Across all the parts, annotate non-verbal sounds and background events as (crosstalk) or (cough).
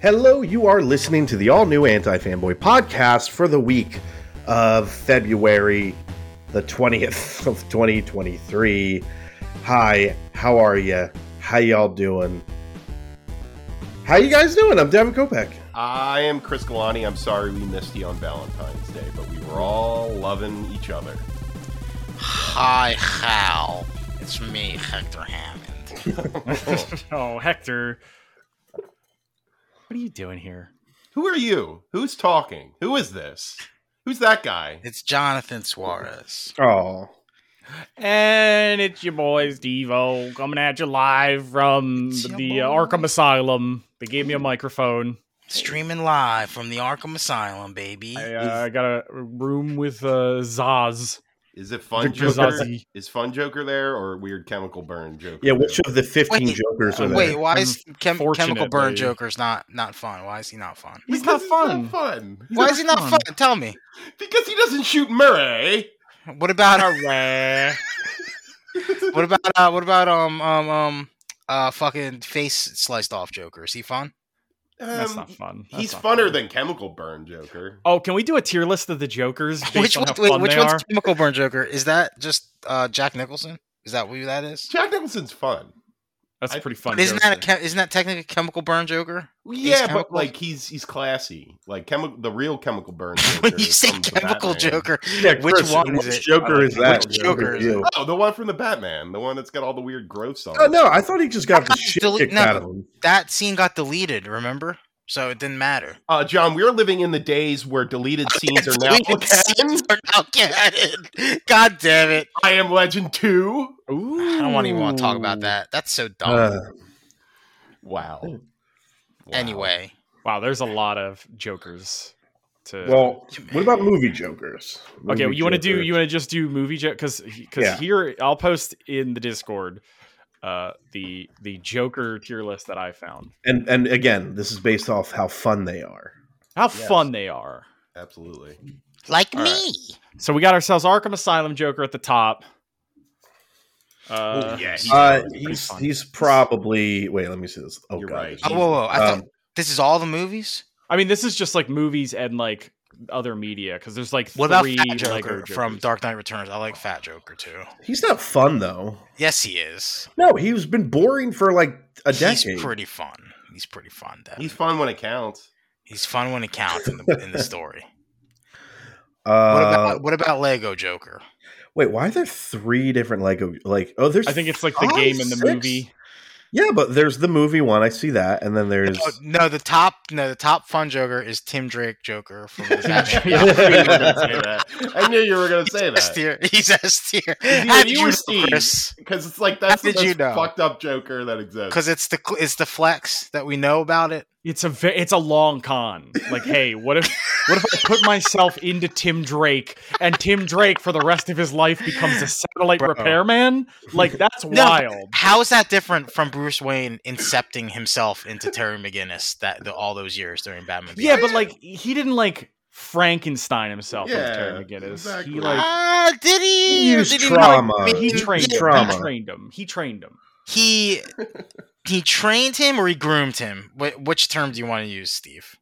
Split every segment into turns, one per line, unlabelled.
Hello, you are listening to the all new Anti Fanboy podcast for the week of February the 20th of 2023. Hi, how are you? How y'all doing? How you guys doing? I'm Devin Kopeck.
I am Chris Galani. I'm sorry we missed you on Valentine's Day, but we were all loving each other.
Hi, Hal. It's me,
(laughs)
Hector Hammond.
oh, Hector. What are you doing here?
Who are you? Who's talking? Who is this? Who's that guy?
It's Jonathan Suarez.
Oh,
And it's your boys, Devo, coming at you live from
It's your
the uh,
boy.
Arkham Asylum. They gave me a microphone.
Streaming live from the Arkham Asylum, baby.
I, uh, I got a room with uh, Zaz.
Is it Fun
Victor
Joker?
Zazi.
Is Fun Joker there or Weird Chemical Burn Joker?
yeah.
there?
Which of the 15
Wait, uh,
jokers are there?
Wait, why is
Hmm.
Chem- Chemical Burn
Unfortunately.
Joker's not not fun? Why is he not fun?
He's
Because
not
he's
fun.
fun.
Why is he not
fun.
fun? Tell me.
Because he doesn't shoot Murray.
(laughs)
What about
Hooray.
what about uh, what about um um um uh fucking face sliced off Joker? Is he fun?
That's
Um,
not fun. That's
He's
not
funner
fun.
than Chemical Burn Joker.
Oh, can we do a tier list of the Jokers based
(laughs) Which
on
one,
how
wait,
fun
which
they
one's
are?
Chemical Burn Joker? Is that just uh Jack Nicholson? Is that who that is?
Jack Nicholson's fun.
That's
I-
a pretty fun.
Isn't that a
Joker.
chem- isn't that technically Chemical Burn Joker?
Yeah, but
Chemical-
like he's he's classy. Like chemical, the real Chemical Burn. Joker
when you
is
say
from the
Chemical
Batman.
Joker,
Yeah,
which
Chris,
one
which
is it? Uh,
Joker is that?
Which Joker is
You.
it?
Oh, the one from the Batman, the one that's got all the weird growth songs.
Oh no, I thought he just got the
thought
shit
delete-
kicked
no.
out of him.
that scene got deleted. Remember, so it didn't (laughs) matter.
Uh, John, we're living in the days where deleted scenes are now.
Deleted scenes are now (laughs) canon. God damn it!
(laughs) I am Legend Two.
Ooh.
I don't want even want to talk about that. That's so dumb.
Uh,
Wow. Wow.
Anyway,
Wow, there's a lot of Jokers. To
well, what about movie jokers? Movie
okay, well, you want to do
jokers.
you want to just do movie joke because because
Yeah.
here I'll post in the Discord uh the the Joker tier list that I found.
and and again, this is based off how fun they are.
How
Yes.
fun they are!
absolutely.
like
all
me.
right. So we got ourselves Arkham Asylum Joker at the top. Uh,
Ooh, yeah, he-
Uh,
pretty
he's
fun.
he's probably wait. Let me see this. Oh
You're
god,
right.
this
Oh,
is-
whoa, whoa! I
Um,
thought this is all the movies.
I mean, this is just like movies and like other media because there's like
What about
three
Fat
Lego
Joker from
Jokers.
Dark Knight Returns? I like Fat Joker too.
he's not fun though.
Yes, he is.
No, he's been boring for like a decade.
He's pretty fun. He's pretty fun. Devin.
He's
He's
fun when it counts.
he's fun when it counts in the in the story.
(laughs) uh,
What about what about Lego Joker?
wait, why are there three different Lego? Like, oh, there's.
I think it's like the
five,
game and the
six?
movie.
Yeah, but there's the movie one. I see that, and then there's.
Oh, no, the top no the top fun Joker is Tim Drake Joker (laughs) from the Batman.
Yeah, I knew you were gonna
Say that. I knew you were going to say
S
that
tier. (laughs) He's S tier.
either
How did
you
you
or
know,
Steve.
Chris?
because it's like that's
How
the
did you
most
know?
fucked up Joker that exists.
Because it's the cl- it's the flex that we know about it.
It's a ve- it's a long con. Like, hey, what if what if I put myself into Tim Drake and Tim Drake for the rest of his life becomes a satellite
Bro.
repairman? Like that's
No.
wild.
How is that different from Bruce Wayne incepting himself into Terry McGinnis that the, all those years during Batman?
Yeah, but like he didn't like Frankenstein himself with
Yeah,
Terry McGinnis.
exactly.
He like
Ah, did he?
He
or
used
did he not?
trauma.
Maybe
he
He-
trained him.
trauma.
He trained him. He trained him.
He he trained him or he groomed him. Wh- which term do you want to use, Steve?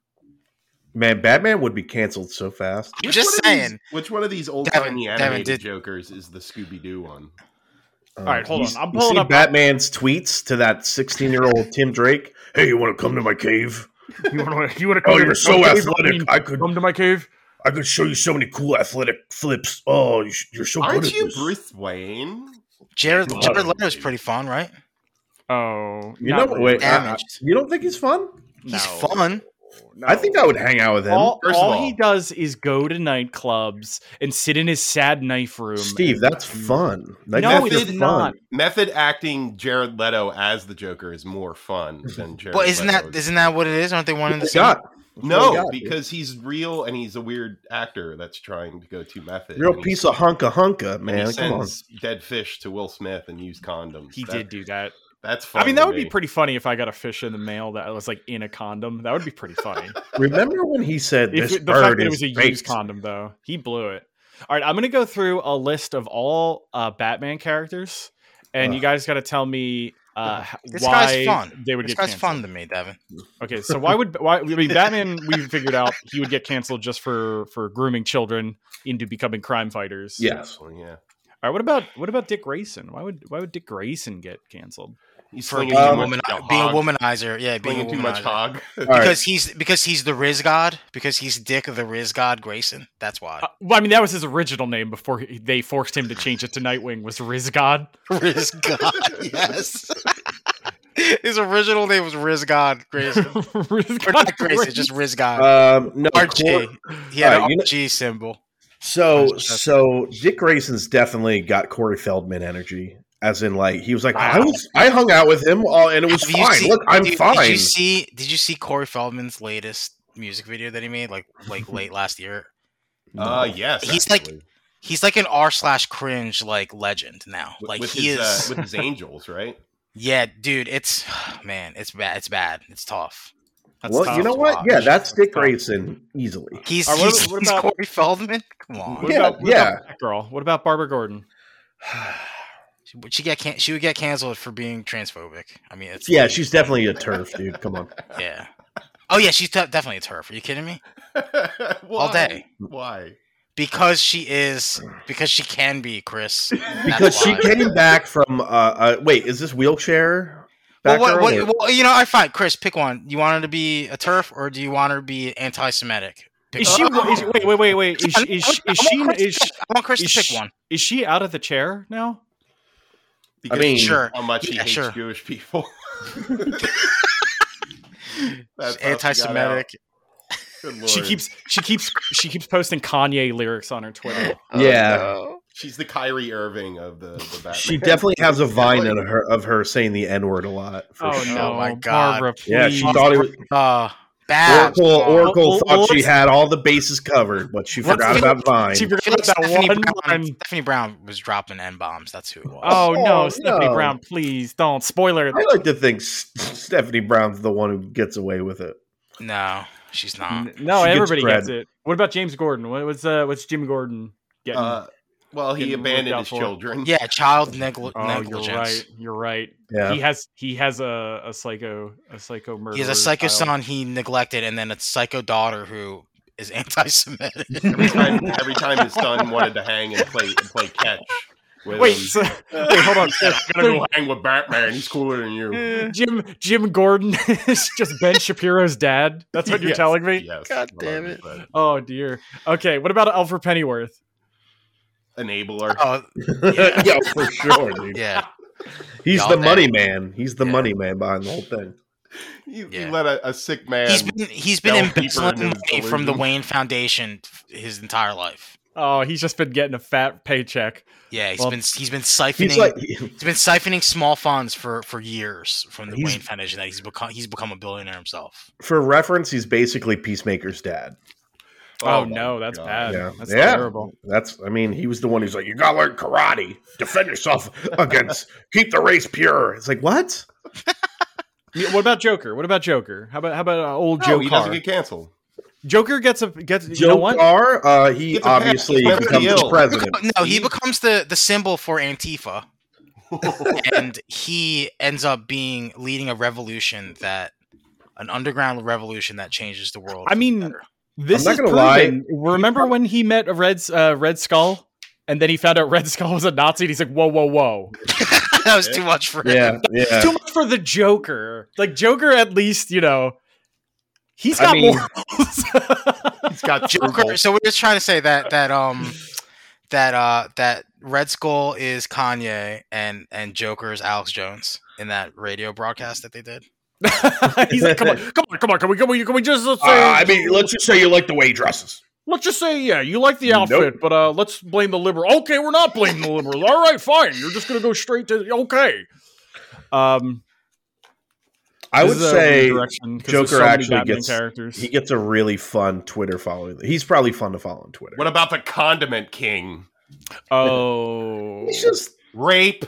man, Batman would be canceled so fast.
I'm
Which
just
one of these-
saying.
which one of these old timey
Devin
animated
did-
Jokers is the Scooby Doo one?
All
right, hold on. I'm
Um, you
pulling
see
up-
Batman's tweets to that 16 year old Tim Drake. Hey, you want to come to my cave?
(laughs) You want to you want to
Oh, you're so athletic. I could
to my cave.
I could show you so many cool athletic flips. Oh, you sh- you're so good
Aren't
at
you
this.
Bruce Wayne?
Jared
Come on,
Jared Leto's
dude.
pretty fun, right?
Oh,
You know,
not
wait,
really.
I- I-
Damaged.
you don't think he's fun?
He's
No.
fun.
I think I would hang out with him.
all,
First of
all
all-
he does is go to nightclubs and sit in his sad knife room.
Steve, that's fun. Like,
No,
that's
it's
fun.
not.
Method acting Jared Leto as the Joker is more
(laughs)
fun than Jared.
But isn't
Leto
that
is.
isn't that what it is? Aren't they one in the
That's
same?
what we got. That's what
no?
we got, dude.
because he's real and he's a weird actor that's trying to go to method.
you're a
And
piece
he,
of hunka hunka,
and he
man. Come on.
sends dead fish to Will Smith and use condoms.
He
That-
did do that.
That's fun.
I mean, that
to
would be
me.
pretty funny if I got a fish in the mail that was like in a condom. That would be pretty funny.
Remember when he said
if
this
it- the fact
bird
that it
is
was a used
baked?
condom, though, he blew it. All right, I'm gonna go through a list of all uh, Batman characters, and you
Ugh.
guys got to tell me Uh, h-
This
why
guy's fun.
They would
This
get
guy's
canceled.
fun to me, Devin.
Okay, so why would why? I mean, Batman we figured out he would get canceled just for for grooming children into becoming crime fighters.
Yes.
Well, yeah.
All right. What about what about Dick Grayson? Why would why would Dick Grayson get canceled?
He's
For
slinging
being, a
too
woman,
much hog.
being a womanizer, yeah, being a
Slinging too much
womanizer.
hog.
All right.
because he's because he's the Riz God because he's Dick the Riz God Grayson. That's why
(laughs) Uh, well, I mean, that was his original name before he, they forced him to change it to Nightwing. Was Riz (laughs) God?
Riz God. yes, (laughs) his original name was Riz God Grayson.
(laughs) Riz
Or
God
not Grayson, just Riz God.
Um, no, Cor-
RG. He had
Alright,
an
you know-
RG symbol.
So
That's-
so Dick Grayson's definitely got Corey Feldman energy, as in like he was like I
Wow.
was I hung out with him all, and it was
Have you
fine.
seen-
Look, I'm
did,
fine.
Did you see? Did you see Corey Feldman's latest music video that he made, like like late last year?
Uh, yes.
He's like-
actually.
He's like an R slash cringe like legend now.
With-
Like
with
he
his, uh,
is.
with
(laughs)
his angels, right? (laughs)
yeah, dude, it's (sighs) man, it's bad. It's bad. It's tough.
That's
well,
tough
you know
to
what?
watch.
Yeah, that's Dick
tough.
Grayson
(sighs)
easily.
He's,
Alright, what-
he's,
what
he's
about-
Corey Feldman. Come on,
What
Yeah,
about, what
yeah.
about Batgirl? What about Barbara Gordon?
she, would she get can- she would get canceled for being transphobic. I mean, it's
yeah, she's definitely a turf, dude. Come on.
yeah. Oh yeah, she's de- definitely a turf. Are you kidding me?
Why?
day.
Why?
Because she is because she can be Chris. That's
Because she
why.
came back from uh, uh wait, is this wheelchair?
Well,
Batgirl
what,
or-
what, well, you know, I find Chris, pick one. You want her to be a turf, or do you want her to be anti-Semitic? Pick
Is she?
(laughs) one.
Is, wait, wait, wait, wait. Is, she- is, she- is
I
she?
want Chris,
Is,
to- I want Chris
is
to pick
she-
one.
is she out of the chair now?
Because
mean-
Sure.
how much he
Yeah,
hates
sure.
Jewish people. That's how she got out.
Anti-Semitic.
Good
She
lord.
keeps she keeps she keeps posting Kanye lyrics on her Twitter.
Yeah.
She's the Kyrie Irving of the, the Batman.
She definitely has a vine in her of her saying the N word a lot. for
Oh
sure.
no,
Oh, my God.
Barbara,
Yeah, she
please.
thought it was
Uh, bad.
Oracle. Oracle
Well,
thought
well,
she
let's-
had all the bases covered, but she
Let's
forgot
finish-
about Vine.
she
I feel
forgot
like
that
Stephanie,
one
Brown,
line.
Stephanie Brown was dropping n bombs. That's who it was.
Oh,
Oh,
no, Stephanie
no.
Brown, please don't spoiler.
I like to think S- Stephanie Brown's the one who gets away with it.
no, she's not.
Oh. N- No,
She gets
everybody
bread.
gets it. What about James Gordon? What, what's uh, what's Jim Gordon getting?
Uh, well, he
Getting looked
abandoned
out
his
for.
children.
Yeah, child negli-
oh,
negligence.
you're right. You're right.
Yeah,
He has he has a, a psycho a psycho murder.
He has a psycho son he neglected, and then a psycho daughter who is (laughs)
(laughs)
anti-Semitic.
Every time, every time his son wanted to hang and play and play catch. With
Wait,
him,
(laughs)
so, wait, hold on.
I'm gonna go hang with Batman. He's cooler than you.
(laughs) Jim Jim Gordon (laughs) is just Ben Shapiro's dad. That's what you're
Yes,
telling me.
Yes,
God damn it.
100%.
Oh dear. Okay, what about Alfred Pennyworth?
Enabler.
oh,
(laughs)
(laughs) yeah, for sure. dude.
yeah.
He's
Y'all
the
know.
money man. He's the
Yeah.
money man behind the whole thing.
You,
Yeah.
you let a, a sick man.
he's been he's been
delve deeper
embezzling
into his
money from the
delusion.
Wayne Foundation f- his entire life.
Oh, he's just been getting a fat paycheck.
Yeah, he's
Well,
been he's been siphoning
He's like,
he's been siphoning small funds for for years from the
He's-
Wayne Foundation that he's become he's become a billionaire himself.
for reference, he's basically Peacemaker's dad.
Oh,
my
no, that's
God.
bad.
Yeah.
That's
Yeah.
terrible.
That's, I mean, he was the one who's like, you gotta learn karate, defend yourself against, keep the race pure. It's like, what?
Yeah, What about Joker? What about Joker? How about how about uh, old
No,
Joe
he
Carr?
doesn't get canceled.
Joker gets a gets. you know
Joe
what?
Carr, uh, he
It's a pass.
obviously
Mentally
becomes the
ill.
(laughs)
president.
No, he becomes the the symbol
(laughs)
for Antifa, and he ends up being leading a revolution that an underground revolution that changes the world.
I
for the
mean,
better. (laughs)
This
I'm
is
not gonna lie.
proven. Remember when he met a Red uh, Red Skull, and then he found out Red Skull was a Nazi, and he's like, "Whoa, whoa, whoa!"
that was too much for him.
Yeah, yeah.
Too much for the Joker. Like Joker, at least you know he's
I
got
mean-
morals. (laughs)
He's got
Joker. So we're just trying to say that that um that uh that Red Skull is Kanye and and Joker is Alex Jones in that radio broadcast that they did. (laughs)
he's like, "Come on, come on, come on! Can we, can we, can we just let's
Uh,
say,
I mean, let's just say you like the way he dresses.
let's just say, yeah, you like the
Nope.
outfit, but uh, let's blame the liberal. Okay, we're not blaming the liberals. All right, fine. You're just gonna go straight to okay." Um,
I
this
would
is a
say
weird direction 'cause
Joker
there's so many
actually
Batman
gets-
characters.
he gets a really fun Twitter following. He's probably fun to follow on Twitter.
What about the Condiment King?
(laughs)
oh,
He's just
Rape.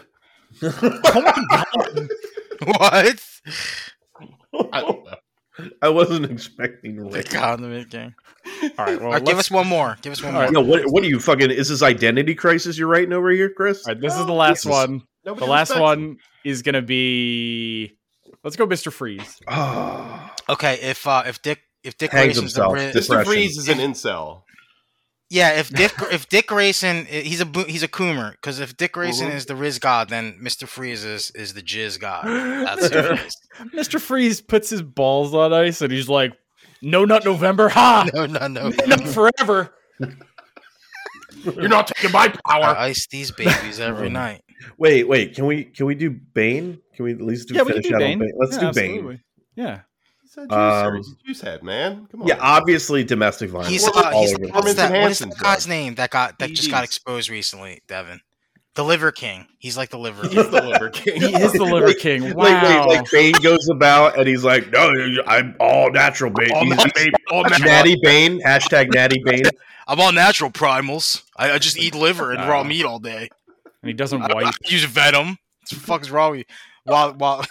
What?
I
Oh.
don't know.
(laughs) I wasn't expecting
The
Rick.
condiment gang.
all right. Well,
All right, Uh, give
let's-
us one more. Give us
All
one more.
right.
Yo, what what are you fucking? Is this identity crisis you're writing over here, Chris?
All right, this is the last
Jesus.
one.
Nobody
The last
respects him.
one is gonna be. Let's go, Mr. Freeze.
Oh,
Okay, if uh, if Dick if Dick
Hangs
Grayson's
himself.
the ri-
Dis-
Mr.
Depression.
Freeze is an incel. (laughs)
yeah, if Dick if Dick Grayson eh, he's a bo- he's a coomer because if Dick Grayson
Mhm.
is the Riz God, then Mister Freeze is is the Jizz
(laughs)
God. That's the
Mr.
difference.
Mr. Freeze puts his balls on ice and he's like, "No, not November, ha!
No, no, no.
Not forever."
You're not taking my
I
power.
ice these babies every night.
wait, wait. Can we can we do Bane? Can we at least do
yeah, we can
finish
do
out on
Bane.
Bane? Let's
Yeah,
do Bane.
absolutely. Yeah.
He's a juice,
Um,
he's a juice head, man. Come on.
Yeah, obviously domestic violence.
He's,
all
Well,
uh, he's
over the
what's
place.
Robinson
that? What is
Hansen's
that guy's
dog.
name that got that just got
PDs.
exposed recently, Devin? The Liver King. He's like the Liver
He's
King.
the liver king. (laughs)
He is the Liver King. Wow.
Like, wait, like Bane goes about and he's like, "No, I'm all natural, Bane.
All
He's-
that baby, all that-
Natty Bane, hashtag Natty Bane.
(laughs) I'm all natural primals. I, I just eat liver and
Wow.
raw meat all day.
and he doesn't
I, I
wipe.
use venom. What the fuck's wrong with you? While while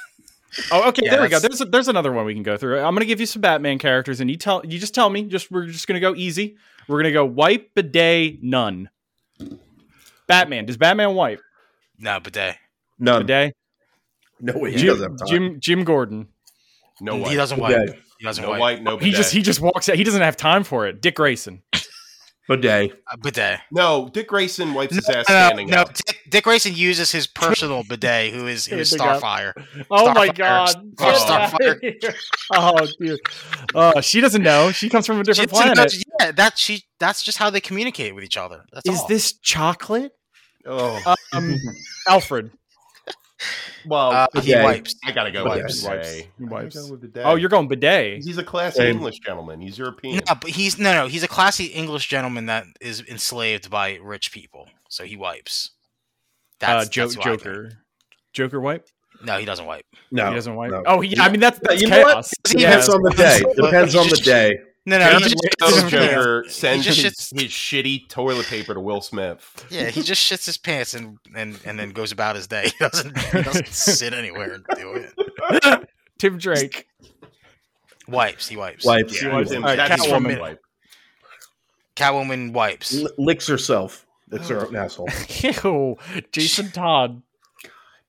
Oh, okay.
Yeah,
there we go.
that's-
There's a, there's another one we can go through. I'm gonna give you some Batman characters, and you tell you just tell me. Just we're just gonna go easy. We're gonna go wipe bidet none. Batman. Does Batman wipe
no bidet.
None.
bidet?
No way. He
Jim,
doesn't have time.
Jim Jim Gordon.
No
He
white.
doesn't wipe.
Bidet.
He doesn't
No
wipe.
white, no bidet.
He just he just walks out. He doesn't have time for it. Dick Grayson.
Bidet.
Uh, bidet.
no, Dick Grayson wipes his ass
No,
standing
no,
up.
Dick, Dick Grayson uses his personal bidet,
(laughs)
who is who is
Here they go.
Starfire.
Oh my
Starfire.
God!
(laughs) Oh,
Get out of
Starfire.
here. (laughs) Oh dude. Oh, she doesn't know. She comes from a different
It's an-
planet.
yeah, that she. That's just how they communicate with each other. That's
Is
all.
this chocolate?
Oh,
Um, Alfred.
well,
Uh, he
bidet.
wipes.
I gotta go
Wipes.
with bidet.
He wipes.
I gotta go with bidet.
Oh, you're going bidet.
He's a classy
Same.
English gentleman. He's European.
No, but he's no, no. He's a classy English gentleman that is enslaved by rich people, so he wipes.
Uh,
That's,
jo-
that's who I think.
Joker. Joker wipe.
No, he doesn't wipe.
No.
he doesn't wipe.
no.
Oh, he, I mean that's, that's
you know what?
chaos.
(laughs) he
Yeah,
Depends on the day. Depends on the day.
No, no,
Yeah,
he
he
just,
just-
Oh,
He's-
Joker sends
just
his, his shitty toilet paper to Will Smith.
yeah, he just shits his pants and, and, and then goes about his day. (laughs) He doesn't, he
(laughs)
doesn't sit anywhere and do it.
Tim Drake.
Wipes, he wipes.
Wipes.
He
Yeah.
wipes him.
All right,
That's
Catwoman.
Catwoman wipe.
Catwoman wipes.
L- licks herself. Licks her own asshole.
Ew. Jason Todd.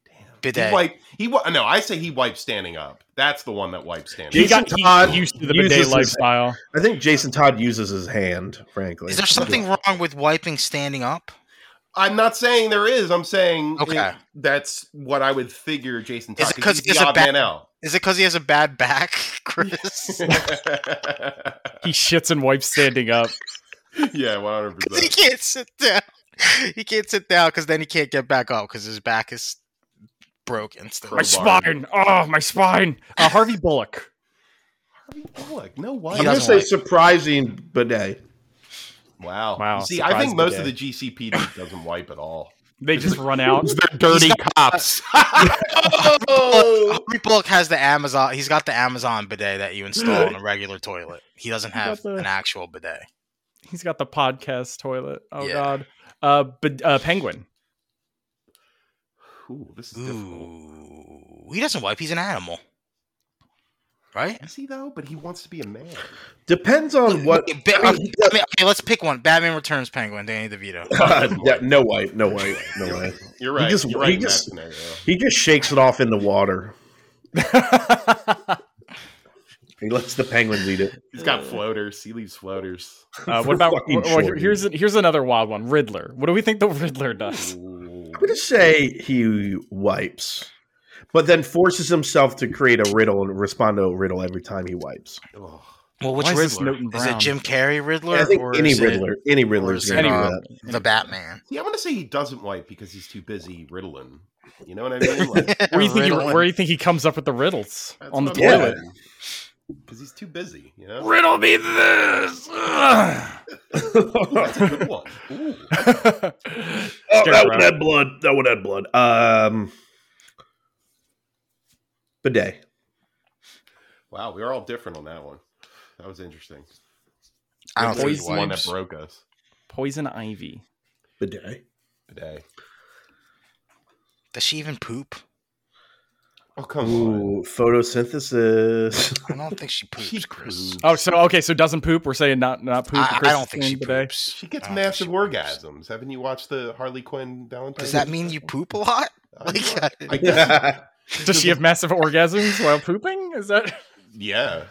He
Bidet.
wipe. He wi- no. I say he wipes standing up. That's the one that wipes standing.
He
Jason
got he-
Todd
he used to the
uses
bidet
his-
lifestyle.
I think Jason Todd uses his hand, frankly.
Is there something wrong with wiping standing up?
I'm not saying there is. I'm saying
Okay.
it- that's what I would figure Jason
Is
Todd
it 'cause
because
he's
he's
a
the odd
bad-
man out.
Is it because he has a bad back, (laughs)
(laughs)
Chris? (laughs)
He shits and wipes standing up.
(laughs) yeah, 100.
he
percent
can't sit down. He can't sit down because then he can't get back up because his back is broken. Still.
my
Crowbar.
spine. Oh, my spine. Uh, Harvey Bullock.
Look, no
He
way.
I'm going to
doesn't
say
wipe.
surprising bidet.
(laughs) Wow.
Wow,
See, I think
surprised
most
at
of the GCPD doesn't wipe at all.
They just run out.
They're dirty cops.
Oh! Harvey Bullock has the Amazon. He's got the Amazon bidet that you install on a regular toilet. He doesn't
got
have
the-
an actual bidet.
He's got the podcast toilet. Oh
Yeah.
God. Uh, but uh, Penguin.
Ooh, this is difficult.
Ooh, he doesn't wipe. He's an animal, right?
Is he though? But he wants to be a man.
Depends on
(laughs)
what.
Okay, ba-
I mean, he does-
okay, okay, let's pick one. Batman Returns Penguin, Danny DeVito.
God, yeah, no way. No way. No way.
You're right.
just-
You're right.
he
in that
just-
scenario.
He just shakes it off in the
(laughs)
water.
uh,
He lets the penguins eat it.
He's got floaters. He leaves floaters.
Uh, what about
Fucking
well,
shorty.
here's here's another wild one. Riddler. What do we think the (laughs) Riddler does?
Ooh.
I'm going to say he wipes, but then forces himself to create a riddle and respond to a riddle every time he wipes.
Ugh.
Well, which
Why is this
Riddler?
Newton
Is it
Brown?
Jim Carrey Riddler?
I think
or
any
is it
Riddler, any Riddler is
is it
going to do
not?
that.
the Batman?
See, I'm gonna say he doesn't wipe because he's too busy riddling. You know what I mean?
(laughs)
Like,
Where do you think he,
Riddler.
where do you think he comes up with the riddles
that's
on the
what I'm
toilet?
saying.
(laughs)
Because he's too busy. You know.
Riddle
(laughs)
me this.
Ooh, that's a good (laughs) one. Ooh.
Oh, that
Scarecrow.
would add blood. That would add blood. Um, bidet.
Wow, we are all different on that one. That was interesting.
I don't think
This is
he
Poison.
the one that
wipes.
broke us
(laughs) Poison ivy.
Bidet.
today.
Does she even poop?
Oh come
Ooh, photosynthesis.
I don't think she poops,
She
Chris.
poops.
Oh, so okay, so doesn't poop. We're saying not not poop.
I, I
Chris
don't think she
Quinn bidet.
poops.
She gets
I don't think
massive
Ah, she poops.
orgasms. Haven't you watched the Harley Quinn Valentine?
Does that mean you poop a lot?
I-
Like,
I guess,
Does she have massive orgasms while pooping? Is that?
yeah.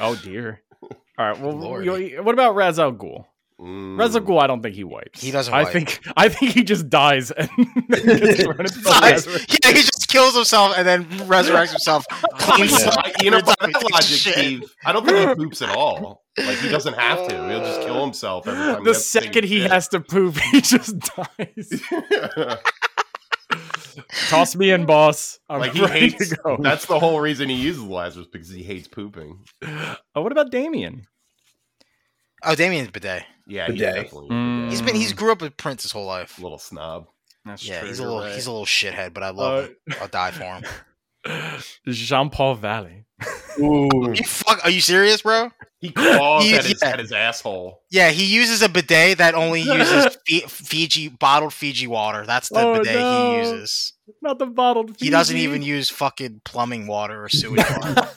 Oh dear. All right. Well,
Lord.
you- what about Ra's al Ghul?
Mm.
Ra's al Ghul, I don't think he wipes.
He doesn't
I
wipe.
think I think he just dies and (laughs) gets
(laughs)
thrown into the
Dies.
river.
(laughs) yeah, he just kills himself and then resurrects himself. Clean
Yeah.
(laughs)
slate
You know,
every
by
time he
that
takes a
logic,
shit.
Steve, I don't think he poops at all. Like he doesn't have to. He'll just kill himself every time. he
The
has to take a
second he
shit. (laughs)
has to poop, (laughs) he just dies. Toss me in, boss. I'm
like he
(laughs) ready
hates.
to go.
That's the whole reason he uses Lazarus because he hates pooping.
Oh, what about Damien?
Oh, Damien's bidet.
Yeah, he's
Bidet.
definitely
Mm.
He's been he's grew up with Prince his whole life.
a little snob.
That's
yeah, he's a little he's a little shithead, but I love him. I'll die for him.
(gasps) Jean Paul Valley.
Ooh.
You fuck? Are you serious, bro?
He claws
He-
at, his,
yeah.
at his asshole.
Yeah, he uses a bidet that only uses Fi- Fiji bottled Fiji water. That's the
Oh,
bidet
no.
he uses.
Not the bottled.
He doesn't
Fiji.
even use fucking plumbing water
(laughs)
or sewage water.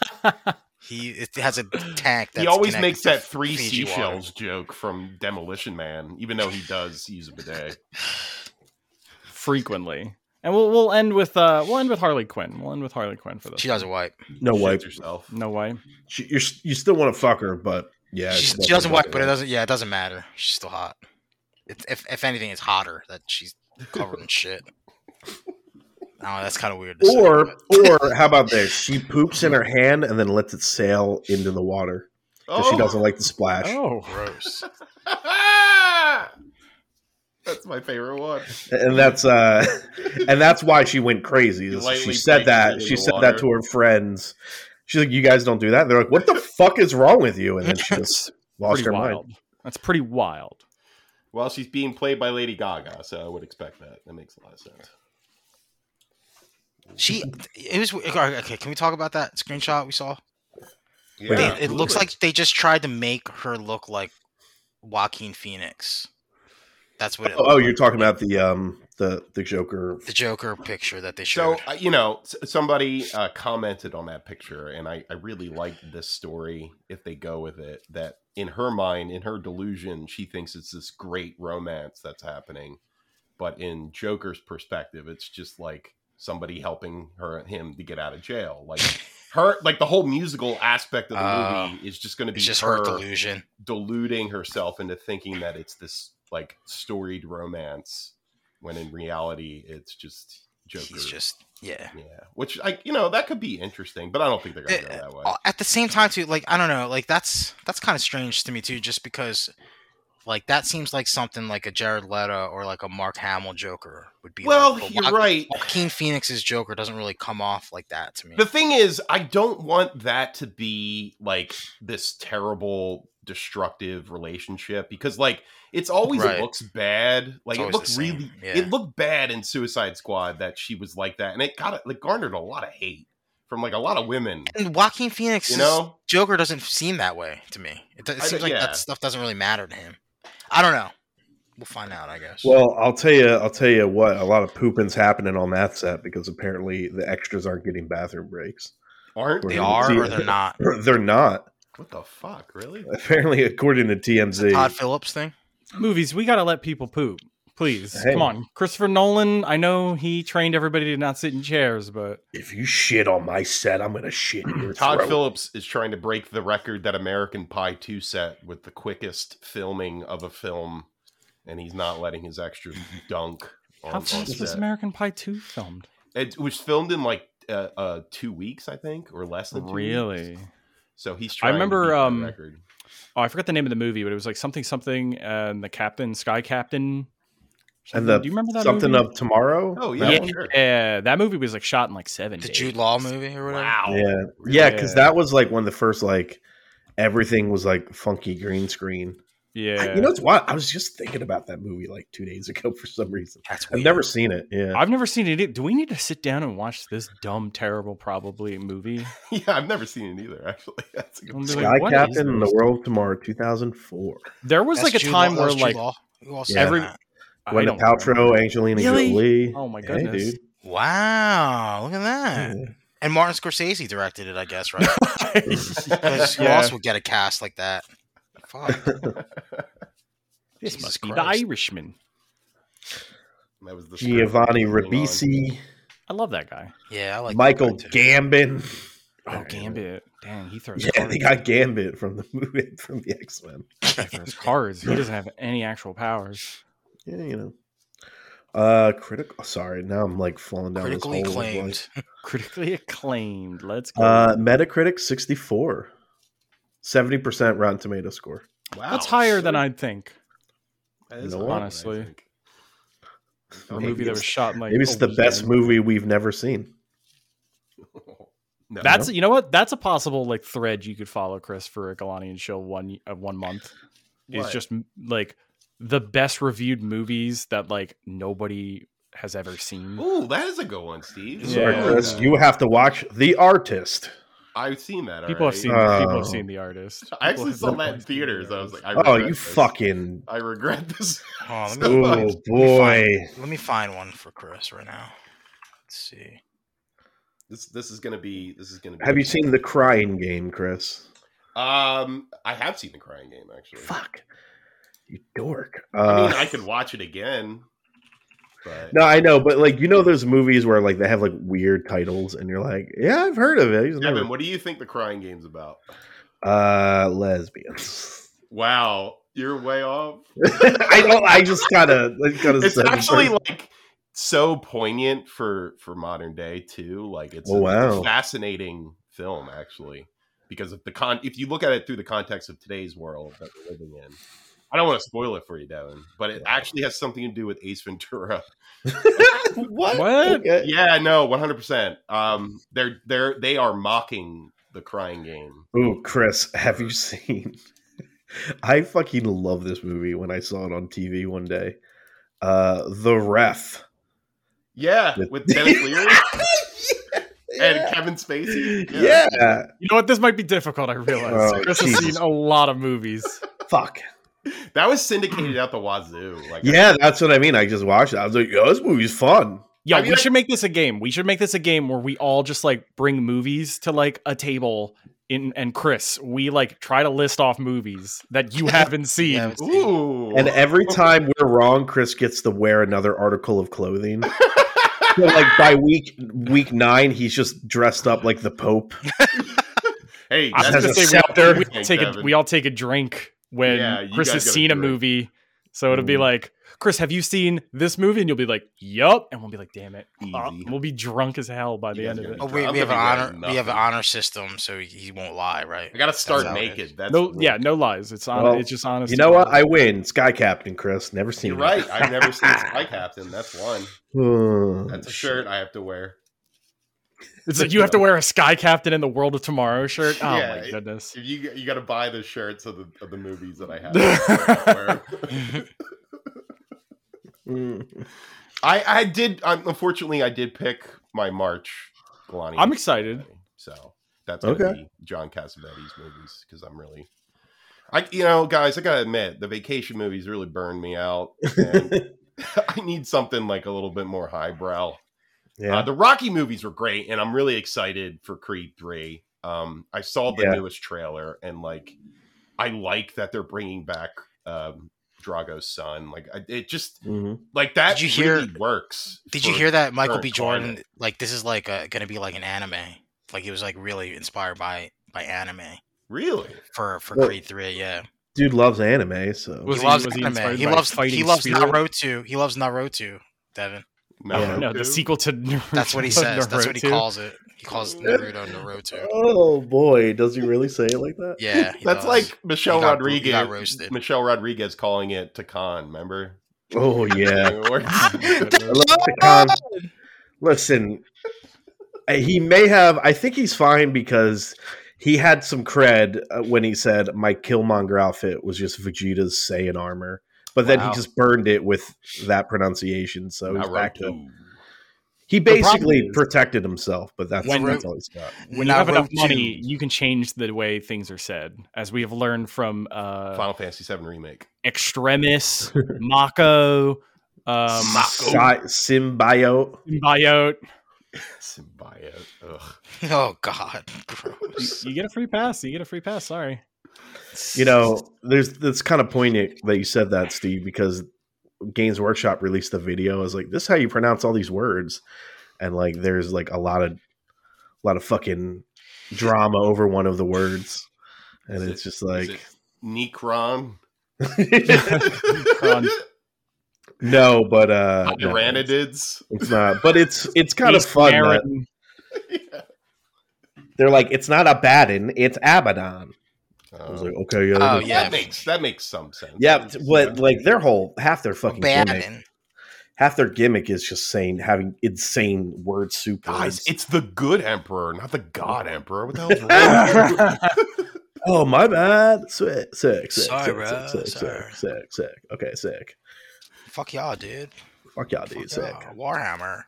He it has a tank. That's
he always
connected
makes
to
that three
Fiji water.
seashells joke from Demolition Man, even though he does use a
(laughs)
bidet.
frequently. And we'll we'll end with uh we'll end with Harley Quinn. We'll end with Harley Quinn for this.
She doesn't wipe.
No
Shits
wipe.
yourself.
No way.
She, you're, you still want to fuck her, but yeah,
She's- she doesn't wipe, but it doesn't. Yeah, it doesn't matter. She's still hot. It's if if anything, it's hotter that she's covered
(laughs)
in shit. Oh, that's kind of weird. to say,
Or,
but-
or how about this? She poops in her hand and then lets it sail into the water because she doesn't like the splash.
Oh,
gross.
Oh! (laughs) That's my favorite one.
and that's uh (laughs) and that's why she went crazy
You
So
lightly
she said
break
that
into
she
the
said
water.
that to her friends she's like you guys don't do that and they're like what the fuck is wrong with you and then she just lost
pretty
her
wild.
mind
That's pretty wild.
Well, she's being played by Lady Gaga, so I would expect that. That makes a lot of sense.
She it was okay. Can we talk about that screenshot we saw?
Yeah,
They- it looks like they just tried to make her look like Joaquin Phoenix. That's what. It
oh, oh, you're talking about the um the the joker
the Joker picture that they showed.
So uh, you know, s- somebody uh, commented on that picture, and I, I really liked this story. If they go with it, that in her mind, in her delusion, she thinks it's this great romance that's happening, but in Joker's perspective, it's just like somebody helping her him to get out of jail.
(laughs)
Like her, like the whole musical aspect of the
Uh,
movie is just going to be
it's just
her,
her delusion.
deluding herself into thinking that it's this like storied romance, when in reality, it's just. Joker.
He's just yeah.
Yeah, which I you know that could be interesting, but I don't think they're gonna go
Uh,
that way.
uh, At the same time, too, like I don't know, like that's that's kind of strange to me too, just because like that seems like something like a Jared Leto or like a Mark Hamill Joker would be.
Well,
like, but
you're
Joaqu-
right.
Joaquin Phoenix's Joker doesn't really come off like that to me.
The thing is, I don't want that to be like this terrible destructive relationship because like it's always
Right.
it looks bad. Like it
always the
looked
same,
really
yeah.
it looked bad in Suicide Squad that she was like that and it got like garnered a lot of hate from like a lot of women,
and Joaquin Phoenix's
you know?
Joker doesn't seem that way to me. It, do- it
I
seems
don't-
like
yeah.
that stuff doesn't really matter to him. I don't know. We'll find out, I guess.
well i'll tell you i'll tell you what a lot of pooping's happening on that set because apparently the extras aren't getting bathroom breaks
Aren't
We're
they
gonna
are
see
or
it.
they're not.
they're not (laughs)
What the fuck, really?
apparently according to tmz
Todd Phillips thing.
Movies, we gotta let people poop. Please,
Hey.
come on, Christopher Nolan. I know he trained everybody to not sit in chairs, but
if you shit on my set i'm gonna shit in your
(clears throat) Todd
throat.
Phillips is trying to break the record that American Pie 2 set with the quickest filming of a film, and he's not letting his extras dunk. On,
how
on
fast was
set.
American Pie Two filmed?
It was filmed in like uh, uh, two weeks, I think, or less than two weeks.
Really?
So he's
I
trying
remember,
to beat that
um,
record.
Oh, I forgot the name of the movie, but it was like something something uh, and the captain, Sky
and
Captain. something.
the
do you remember that
something
movie?
of tomorrow
Oh,
That
yeah,
yeah,
sure. (laughs)
yeah, that movie was like shot in like seven.
The
days.
Jude Law movie or whatever.
Wow.
Yeah, yeah, because
Yeah.
that was like one of the first like everything was like funky green screen.
Yeah,
I, you know, it's wild. I was just thinking about that movie like two days (laughs) ago for some reason.
That's
Oh,
I've
weird.
never seen it. Yeah,
I've never seen it. Do we need to sit down and watch this dumb, terrible, probably movie?
Yeah, I've never seen it either, actually. (laughs) That's a
I'm
good
doing-
Sky
like, what is
Captain and the
this?
World of Tomorrow, two thousand four.
There was like
That's
a
Jude
time
Law- that
where
was Jude
like
Law. Who else
Yeah.
every-
did that?
I
Gwyneth
don't
Paltrow, Angelina
Really?
Jolie.
Oh my
Hey,
goodness.
dude.
Wow, look at that. And Martin Scorsese directed it, I
(laughs)
guess, right?
(laughs) remember.
Because who
Yeah.
else would get a cast like that? Fuck.
(laughs)
This
Jesus
must be the
Christ.
Irishman.
That was the script
Giovanni
that was going on.
Ribisi.
I love that guy.
Yeah, I like that
Michael
guy, too.
Gambon.
Oh, Gambit. Dang, he throws
Yeah,
cards.
they got Gambit from the (laughs) movie from the X Men.
That guy throws cards. He doesn't have any actual powers.
Yeah, you know. Uh, critical. Sorry, now I'm like falling down. this
critically
hole of, like-
acclaimed.
Critically (laughs) acclaimed. Let's go.
Uh, Metacritic 64, 70 percent Rotten Tomato score.
Wow,
That's higher
so-
than I'd think.
that is
No,
higher than I
honestly.
think.
For a
Maybe
movie that Oh, was
it's-
shot in like
Maybe it's
a
the best
weekend.
movie we've never seen.
No.
That's you know what? That's a possible like thread you could follow, Chris, for a Galani and Shill one uh, one month. It's
What?
just m- like the best reviewed movies that like nobody has ever seen.
Ooh, that is a good one, Steve.
Yeah.
Sorry, Chris,
Yeah.
you have to watch The Artist.
I've seen that.
People have
already.
seen people
Oh.
have seen the artist. People
I actually
have
saw that in
definitely seen The
theaters. I was
Artist.
like, I
oh,
regret
you
this.
fucking.
I regret (laughs) this.
Hold on, let me-
So much.
Oh boy!
Let me find one for Chris right now. Let's see.
This this is gonna be this is gonna be.
Have you seen The Crying Game, Chris?
Um, I have seen the Crying Game actually.
Fuck, you dork. Uh,
I mean, I could watch it again. But
No, I know, but like you know those movies where like they have like weird titles, and you're like, yeah, I've heard of it. I just never-
Evan, what do you think the Crying Game's about?
Uh, lesbians. (laughs)
Wow, you're way off.
I don't. I just gotta. I (laughs) gotta
It's
say-
actually like so poignant for for modern day too. Like it's
Oh,
a- it's a
wow.
fascinating film actually because of the con. If you look at it through the context of today's world that we're living in. I don't want to spoil it for you, Devin, but it actually has something to do with Ace Ventura. (laughs)
(laughs) what?
What?
Okay.
Yeah, no, one hundred percent. Um, they're they're they are mocking the crying game.
Ooh, Chris, have you seen? (laughs) I fucking love this movie. When I saw it on TV one day, uh, the ref
Yeah,
With- (laughs)
with Dennis Leary
yeah.
and Kevin Spacey.
yeah.
You know what? This might be difficult. I realize
Oh,
Chris has
Jesus.
seen a lot of movies.
Fuck.
that was syndicated out the wazoo. Like,
Yeah, that's what I mean. I just watched it. I was like, yo, this movie's fun.
Yeah,
I mean,
we
I-
should make this a game. We should make this a game where we all just like bring movies to like a table. In, and Chris, we like try to list off movies
(laughs)
that you haven't seen.
Yeah, it's-
ooh,
And every time we're wrong, Chris gets to wear another article of clothing. So, like
(laughs)
by week week nine, he's just dressed up like the Pope.
hey,
I was
As
that's
a
gonna say
scepter.
we, all, we all take a, we all take a drink when
Yeah, you
Chris
guys
has
got a
seen a
drink.
movie. So it'll be
Mm.
like, Chris, have you seen this movie? And you'll be like, Yup. And we'll be like, damn it. Uh,
Easy.
we'll be drunk as hell by the
You
end
guys
of
got
it.
a
Oh,
drink.
we,
I'm
we have an
gonna be wearing
honor. We have an
nothing.
honor system, so he, he won't lie, right?
I gotta start
That's how it
naked.
is.
That's
No,
the
yeah,
rule.
no lies. It's on
Well,
it's just honest.
You know what? I win. Sky Captain, Chris. Never seen
You're
it. (sighs)
right. I've never seen (laughs) Spy Captain. That's one.
Hmm.
That's a shirt I have to wear.
it's like you have to wear a Sky Captain in the World of
(laughs)
Tomorrow shirt. Oh
Yeah,
my
it-
goodness.
If you you got to buy the shirts of the of the movies that I have. to wear.
(laughs)
Hmm.
I I did. Um, unfortunately, I did pick my March. Galani
I'm excited.
So that's gonna
Okay.
be John Cassavetes movies because I'm really, I you know guys, I gotta admit the vacation movies really burned me out.
(laughs)
And (laughs) I need something like a little bit more highbrow.
Yeah.
Uh, the Rocky movies were great, and I'm really excited for Creed Three. Um, I saw the
Yeah.
newest trailer, and like, I like that they're bringing back um, Drago's son. Like, I, it just
Mhm.
like that.
Did you hear-
really works?
Did you
for-
hear that Michael
current
B. Jordan?
climate.
Like this is like a, gonna be like an anime. Like he was like really inspired by by anime
Really?
for for
Well-
Creed Three. Yeah,
Dude loves anime, so
Was
he
he-
loves
was he
anime.
inspired
He
by
loves he
Fighting
loves
Spirit?
Naruto. He loves Naruto. Devin,
No,
Yeah.
No, the sequel to
that's what he
Naruto-
says. That's what he
Naruto.
calls it. He calls Naruto Naruto.
Oh boy, does he really say it like that?
Yeah,
(laughs)
he
That's
does.
like Michelle
He got- he
Rodriguez.
got roasted.
Michelle Rodriguez calling it Takan. Remember?
Oh yeah. (laughs)
Awards.
I love the con- Listen, uh, he may have. I think he's fine because he had some cred uh, when he said my Killmonger outfit was just Vegeta's Saiyan armor, but then
Wow.
he just burned it with that pronunciation. So he's back to
Naruto.
he
problem
basically
is-
protected himself, but that's
When-
that's all he's got.
when you have enough
Naruto.
money, you can change the way things are said, as we have learned from uh,
Final Fantasy VII remake.
(laughs)
Extremis, Mako, um,
Sy- symbiote.
Symbiote.
Symbiote. Ugh.
(laughs) Oh God, gross.
You get a free pass. You get a free pass. Sorry.
You know, there's that's kind of poignant that you said that, Steve, because Games Workshop released the video. I was like, this is how you pronounce all these words. and like there's like a lot of a lot of fucking drama over one of the words, and
Is
it's
it-
just like
Is it
(laughs)
Necron. (laughs)
Necron.
no, but uh, no,
Tyranidids.
it's not. But it's it's kind of
Beast
fun. that
Baron.
(laughs) Yeah.
They're like it's not Abaddon, it's Abaddon. I was
Um,
like, okay, yeah,
Oh,
that-
yeah.
That makes that makes some sense.
yeah. t- But like their whole half their fucking gimmick,
Bannon.
half their gimmick is just saying having insane word soup.
guys,
words.
it's the good emperor, not the god emperor. What the (laughs) hell's wrong? with you?
Oh my bad. Sick, sick, sick,
Sorry,
sick,
bro.
sick, sick, sick,
Sorry.
sick, sick. Okay, sick.
Fuck y'all, dude.
Fuck y'all,
Fuck
dude. Sick.
y'all. Warhammer.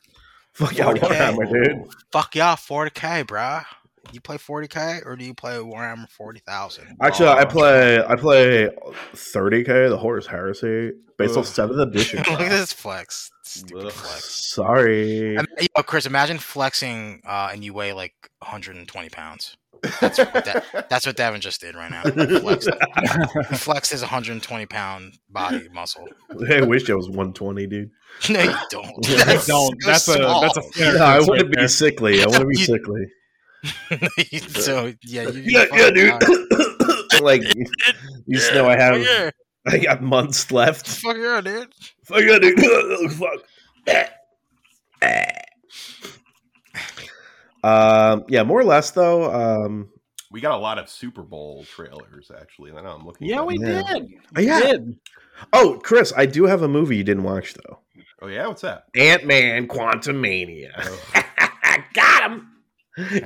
Fuck y'all,
Fuck yeah.
Warhammer, dude.
Fuck y'all, 40k, bruh. You play 40k or do you play Warhammer 40,000?
Actually, I play I play 30k, the Horus Heresy, based on
Ugh.
seventh edition.
(laughs) (laughs) Look at this flex. Stupid
Ugh.
flex.
Sorry. (laughs)
I mean, yo, Chris, imagine flexing uh, and you weigh like 120 pounds. That's what Davin just did right now. He flexed, he flexed his 120 pound body muscle. (laughs)
I wish I was 120, dude.
No, you don't.
Yeah, I
I
That's
don't.
so
That's a
small.
that's a fair.
No, I
reference
want to
right
be
there.
sickly. I want to be
You-
sickly.
(laughs) You-
(laughs)
so yeah, you,
Yeah, yeah, dude. (laughs)
(laughs)
like you just know I have
Yeah,
I got months left.
fuck yeah, dude.
Fuck yeah, dude. (laughs) Fuck. um, yeah, more or less though. Um,
we got a lot of Super Bowl trailers actually. I know I'm looking.
Yeah,
at
we
them.
Yeah.
did.
Oh, yeah.
We did.
oh, Chris, I do have a movie you didn't watch though.
Oh yeah, what's that?
Ant Man, Quantum Mania.
Oh.
(laughs) got him.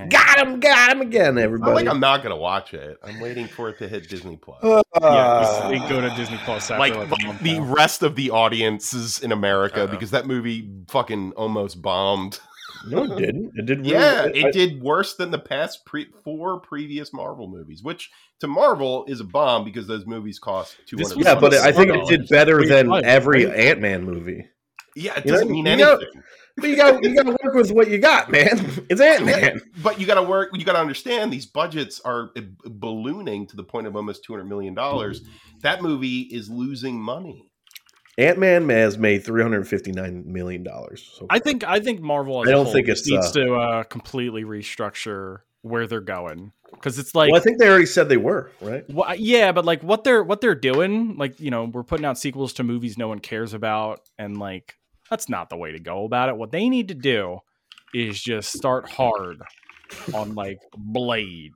Got him. Got him again,
I
everybody.
like I'm not gonna watch it. I'm waiting for it to hit Disney Plus.
yeah,
Uh,
we go to Disney Plus after
like,
like, a
like
month
the
now.
rest of the audiences in America
Uh-oh.
because that movie fucking almost bombed.
no, it didn't. It did. Really,
Yeah,
I-
it did worse than the past pre- four previous Marvel movies, which to Marvel is a bomb because those movies cost two
This
hundred.
was
yeah, but I think it
$100.
did better
Pretty
than
much,
every
right?
Ant Man movie.
Yeah, it
You know,
doesn't mean
you know-
anything.
But you got you got to work with what you got, man. (laughs) It's Ant Man.
But you got to work. You got to understand these budgets are b- ballooning to the point of almost two hundred million dollars. That movie is losing money.
Ant Man has made three hundred fifty nine million dollars. So
I think I think Marvel. As
I
a
don't
whole
think it's,
needs
uh,
to uh, completely restructure where they're going because it's like
well, I think they already said they were right.
Wha yeah, but like what they're what they're doing, like you know, we're putting out sequels to movies no one cares about, and like that's not the way to go about it. What they need to do is just start hard on like Blade,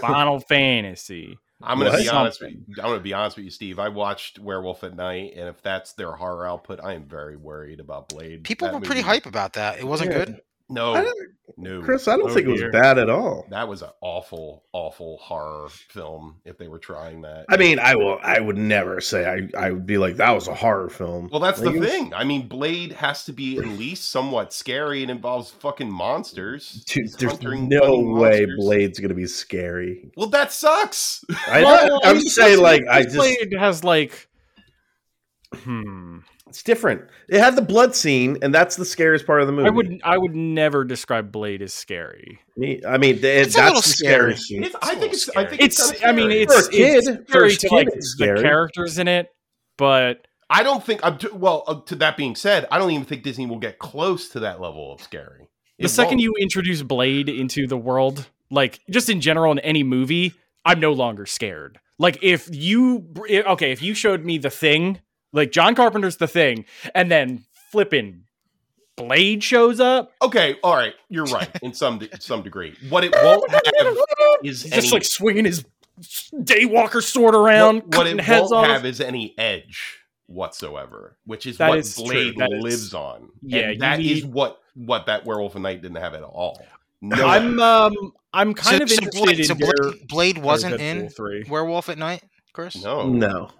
Final Fantasy.
I'm gonna
What?
be honest. With you. I'm gonna be honest with you, Steve. I watched Werewolf at Night, and if that's their horror output, I am very worried about Blade.
People
That
were pretty
movie-
hype about that. It wasn't
Yeah.
good.
I
No,
don't,
no,
Chris, I don't
Oh,
think it
dear.
was bad at all.
That was an awful, awful horror film. If they were trying that,
I mean, I will. I would never say I. I would be like that was a horror film.
well, that's the
Like, it was
thing. I mean, Blade has to be at least somewhat scary. It involves fucking monsters.
Dude,
He's
there's
huntering
no
bloody
way
monsters.
Blade's gonna be scary.
Well, that sucks.
I,
Well,
I'm
mean,
just saying,
that's-
like, I just
Blade has like, hmm.
it's different. It had the blood scene, and that's the scariest part of the movie.
I would I would never describe Blade as scary.
Me- I mean, th-
It's a
that's
little
the scary
scary.
scene.
It's, I think it's. I think
It's,
kinda
I mean
scary.
it's
For a kid,
it's
for a
scary to
kid,
like
it's
the
scary.
characters in it, but
I don't think. I'm t- well. Uh, to that being said, I don't even think Disney will get close to that level of scary.
the 2nd you introduce blade into the world like just in general in any movie i'm no longer scared like if you br- i- okay if you showed me the thing like john carpenter's the thing and then flipping blade shows up
okay, all right, you're right in some de- some degree. What
(laughs)
it
(laughs)
won't have is
he's
any,
just like swinging his s- daywalker sword around
what, what
cutting
it
heads
won't
off
have is any edge whatsoever, which is
That
what
is true.
Blade
That is-
lives on.
Yeah, you
and that is
need-
what what that Werewolf in Night didn't have at all. No,
i'm um i'm kind
so,
of
so
interested
Blade,
in
so
your-
Blade, Blade
or
wasn't
Deadpool
in
three
Werewolf at Night, Chris.
no
No,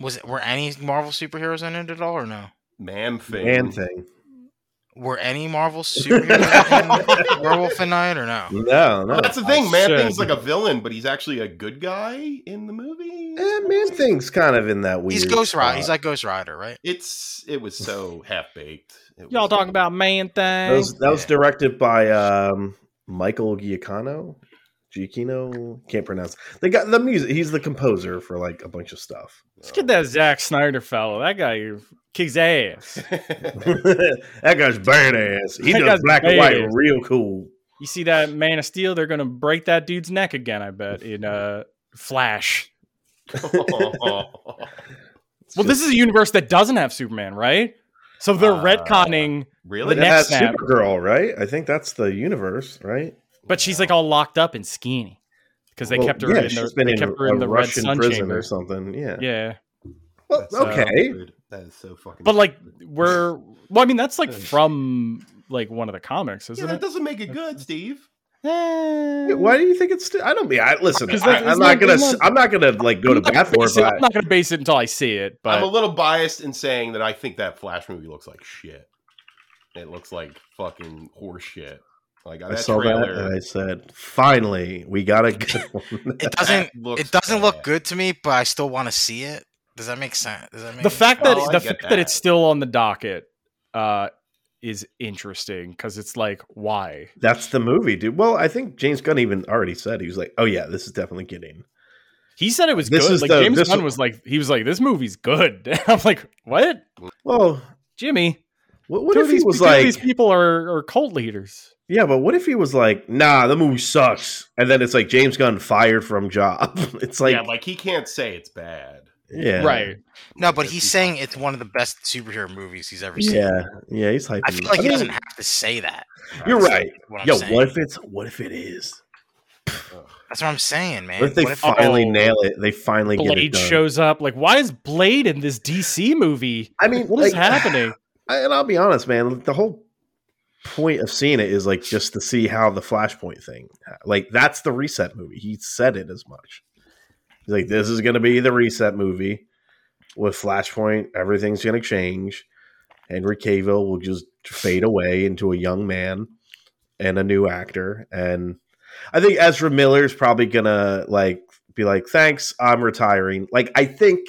Was it? Were any Marvel superheroes in it at all, or no?
man thing.
man thing.
Were any
(laughs)
Marvel superheroes in Werewolf at Night, or no?
No, no.
Well, that's the thing. Man
should.
thing's like a villain, but he's actually a good guy in the movie.
Eh, man thing's kind of in that weird.
He's Ghost Rider.
spot.
He's like Ghost Rider, right?
It's it was so
(laughs)
half baked.
y'all talking about man
that
thing
was, that was directed by um, Michael Giacchino. Giacchino can't pronounce. They got the music. He's the composer for like a bunch of stuff. (laughs)
Let's get that Zack Snyder fellow. That guy Kick's ass.
that guy's badass. He
That
does
guy's
black and white
badass.
real cool.
You see that Man of Steel? They're gonna break that dude's neck again. I bet in uh, Flash.
It's
Well,
just-
this is a universe that doesn't have Superman, right? So they're
Uh,
retconning,
(laughs) really?
the
it
next
has
snap.
Supergirl, right? I think that's the universe, right?
but she's like all locked up and skinny because they
Well,
kept her
yeah,
in
she's
the,
been
they
in
kept her in
a
the Red
Russian
Sun
prison
chamber.
or something. Yeah.
Yeah,
Well,
That's so
okay.
weird. that is so fucking.
but like
stupid.
we're well, I mean that's like from like one of the comics,
yeah,
isn't
that
it?
doesn't make
(laughs)
it good, Steve.
Eh.
Why do you think it's? Still, I don't mean. I listen.
Because
I,
that's-
I'm
it's
not
not-
gonna.
it's
s-
not-
I'm not gonna like go to
I'm not
bat
gonna
for it.
base it-
But
I'm not gonna base it until I see it. But
I'm a little biased in saying that I think that Flash movie looks like shit. It looks like fucking horse shit. Like
I,
that
saw that
trailer.
and I said, "Finally, we got a good one."
It doesn't.
that looks
It doesn't look
bad.
good to me, but I still want to see it. Does that make sense? Does that make
the fact that
Oh, I
the
get
fact that.
that.
it's still on the docket uh, is interesting because it's like why
That's the movie, dude. Well, I think James Gunn even already said he was like, "Oh yeah, this is definitely getting."
he said it was
This
good.
is
Like
the-
James
this-
Gunn was like he was like this movie's good. (laughs) I'm like what
Well,
Jimmy?
what, what
two
if
of
he
these-
was
two of
like,
these people are, are cult leaders?
"Yeah, but what if he was like, nah, the movie sucks," and then it's like James Gunn fired from job. (laughs) It's like,
yeah, like he can't say it's bad.
yeah,
Right.
no, but he's saying it's one of the best superhero movies he's ever seen.
Yeah, yeah, he's hyping.
I feel
it.
like he
mean,
doesn't have to say that.
You're
That's
right.
What I'm
Yo,
saying.
what if it's? What if it is?
Ugh.
That's what I'm saying, man.
What if they
What if-
finally
oh,
nail it? They finally get it
Blade
done.
shows up. Like, why is Blade in this DC movie?
I mean,
What is
like,
happening?
(laughs) I- and I'll be honest, man. The whole point of seeing it is like just to see how the Flashpoint thing, like that's the reset movie. He said it as much. He's like, this is going to be the reset movie with Flashpoint. Everything's going to change. Henry Cavill will just fade away into a young man and a new actor. And I think Ezra Miller's probably going to like be like, thanks, I'm retiring. Like, I think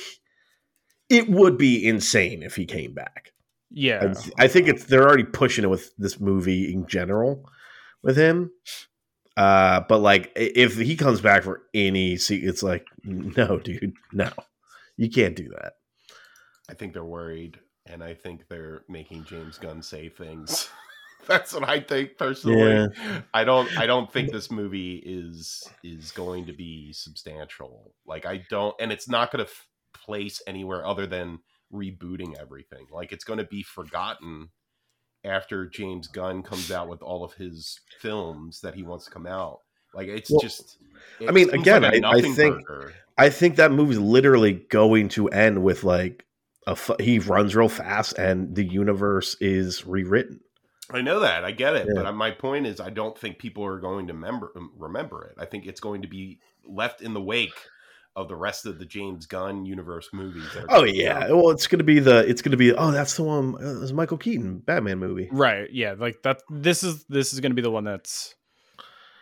it would be insane if he came back. I,
Yeah.
I think it's they're already pushing it with this movie in general with him. Uh, but like i- if he comes back for any se- it's like (laughs) no, dude, no, you can't do that.
I think they're worried, and I think they're making James Gunn say things. (laughs) That's what I think personally. I don't. I don't think this movie is is going to be substantial. Like I don't, and it's not going to f- place anywhere other than rebooting everything. Like it's going to be forgotten after James Gunn comes out with all of his films that he wants to come out. Like it's
Well,
just.
I mean,
seems
again,
a
I- I
nothing
think-
burger.
I think that movie's literally going to end with like a fu- he runs real fast and the universe is rewritten.
I know that. I get it.
Yeah.
But my point is, I don't think people are going to member, um, remember it. I think it's going to be left in the wake of the rest of the James Gunn universe movies. that are
Oh
coming
yeah,
out.
well it's gonna be the it's gonna be oh that's the one uh, it's Michael Keaton Batman movie
Right. Yeah. Like that. This is this is going to be the one that's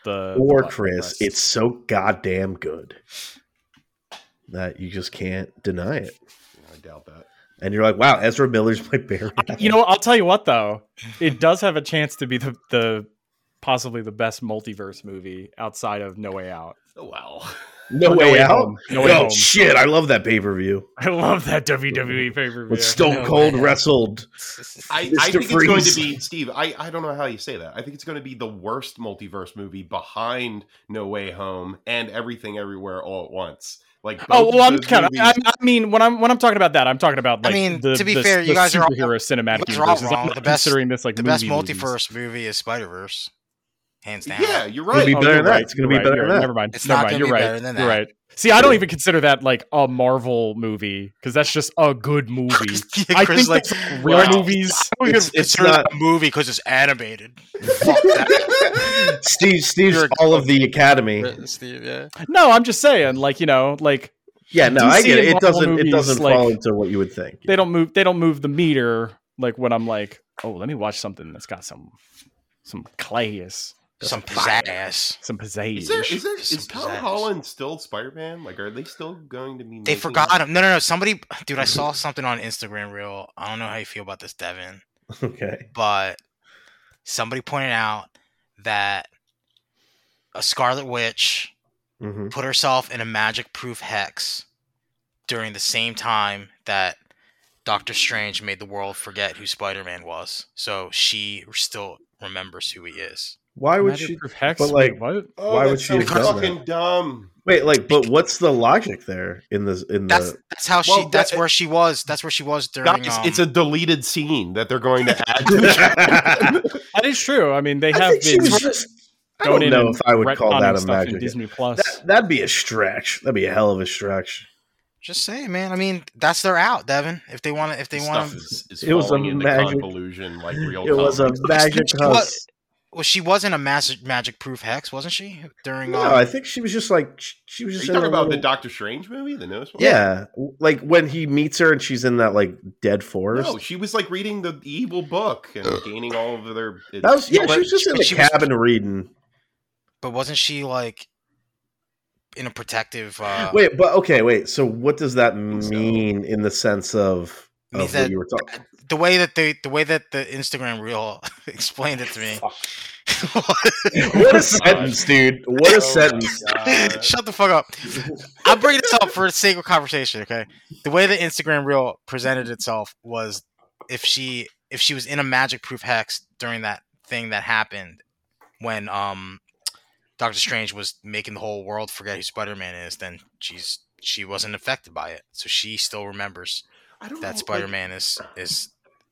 the the
or
black
Chris,
press.
it's so goddamn good that you just can't deny it.
I doubt that.
and you're like, wow, Ezra Miller's my bear.
you know. what? I'll tell you what though, it does have a chance to be the the possibly the best multiverse movie outside of No Way Out.
(laughs)
Oh, well,
no
Or
way, out.
Home. No Way
oh
Home.
shit, I love that pay per view.
I love that E WWE pay per
When
view.
Stone
No
Cold
Way Out.
wrestled,
I,
Mr.
I think it's going
Freeze.
to be Steve. I, I don't know how you say that. I think it's going to be the worst multiverse movie behind No Way Home and Everything Everywhere All at Once. Like,
Oh
both
well, I'm
those
kind of.
movies-
I, I mean, when I'm when I'm talking about that, I'm talking about
I
like.
mean,
the,
to be
the-
fair,
the
you guys are all-
superhero cinematic
you guys are all
universes. I'm
wrong.
not
The best-
considering this like
the best
movie movies. Oh,
multiverse movie is Spider Verse, hands down. (laughs)
yeah, you're
It'll
right.
be
Oh,
better
you're
than that.
right.
It's gonna
You're
be
right.
better
You're
than
right.
that.
Never mind.
It's
Never
not
mind.
gonna
You're
be
right.
better than
You're
that.
right. See, I don't even consider that like a Marvel movie because that's just a good
(laughs)
movie.
Yeah,
I think
Chris, like,
like real
wow. (laughs)
movies.
We
It's-
it's,
it's
consider
not-
that a movie because it's animated. Fuck that.
(laughs) Steve, Steve's
You're a-
all of the Academy.
Steve, yeah.
No, I'm just saying, like you know, like
Yeah, no, I
DC
get it.
and
It
Marvel
doesn't. it
movies,
doesn't
like,
fall into what you would think.
they don't move. They don't move the meter. Like when I'm like, oh, let me watch something that's got some some class,
Some pizzazz.
some pizzazz.
Is there is there is
Some
Tom
pizzazz.
Holland still Spider Man? Like, are they still going to be?
They
making-
Oh,
forgot him. No, no, no. Somebody, dude, I saw something on Instagram reel. I don't know how you feel about this, Devin,
(laughs) Okay.
but somebody pointed out that a Scarlet Witch
hmm
put herself in a magic proof hex during the same time that Doctor Strange made the world forget who Spider Man was, so she still remembers who he is.
Why would
Magic
she?
proof hex?
but,
Wait,
like,
what?
Oh,
Why would
that's
she have
so
done
fucking
that?
dumb?
(laughs) Wait, like, but what's the logic there in the in (laughs)
That's
the?
that's how she.
Well, that-
that's where she was. That's where she was during.
Guys,
um,
it's a deleted scene that they're going
(laughs)
to add. to
That is true. I mean, they
I
have
think she
been
was just. I don't
going in
know
and
if I would call
retconning
that a
stuff in
magic.
Disney Plus.
(laughs) That, that'd be a stretch. That'd be a hell of a stretch.
Just say, man. I mean, that's their out, Devin. If they want to, if they want
Stuff
to,
is, is
It was a
falling into
magic-
convolution like real.
It was a
comics.
magic
She wa-
house.
well, she wasn't a magic magic proof hex, wasn't she? During
No,
um,
I think she was just like she- she was
Are
just
you
in
talking
a
about the
little-
Doctor Strange movie, the newest one?
Yeah, like when he meets her and she's in that like dead forest.
No, she was like reading the evil book and gaining all of their.
that was yeah.
but
she was just in the
she was-
cabin reading.
but wasn't she like in a protective? Uh,
Wait, but okay, wait. So what does that
so.
mean in the sense of,
It means
of what
that-
you were talking?
(laughs)
the way that they, the way that the Instagram reel (laughs) explained it to me. (laughs)
What a sentence, dude! What
Oh my
a sentence!
God.
Shut the fuck up. I'm bringing this up for the sake of conversation, okay? The way the Instagram reel presented itself was if she if she was in a magic proof hex during that thing that happened when um Doctor Strange was making the whole world forget who Spider Man is, then she's she wasn't affected by it. So she still remembers
I don't know,
that
like,
Spider Man is is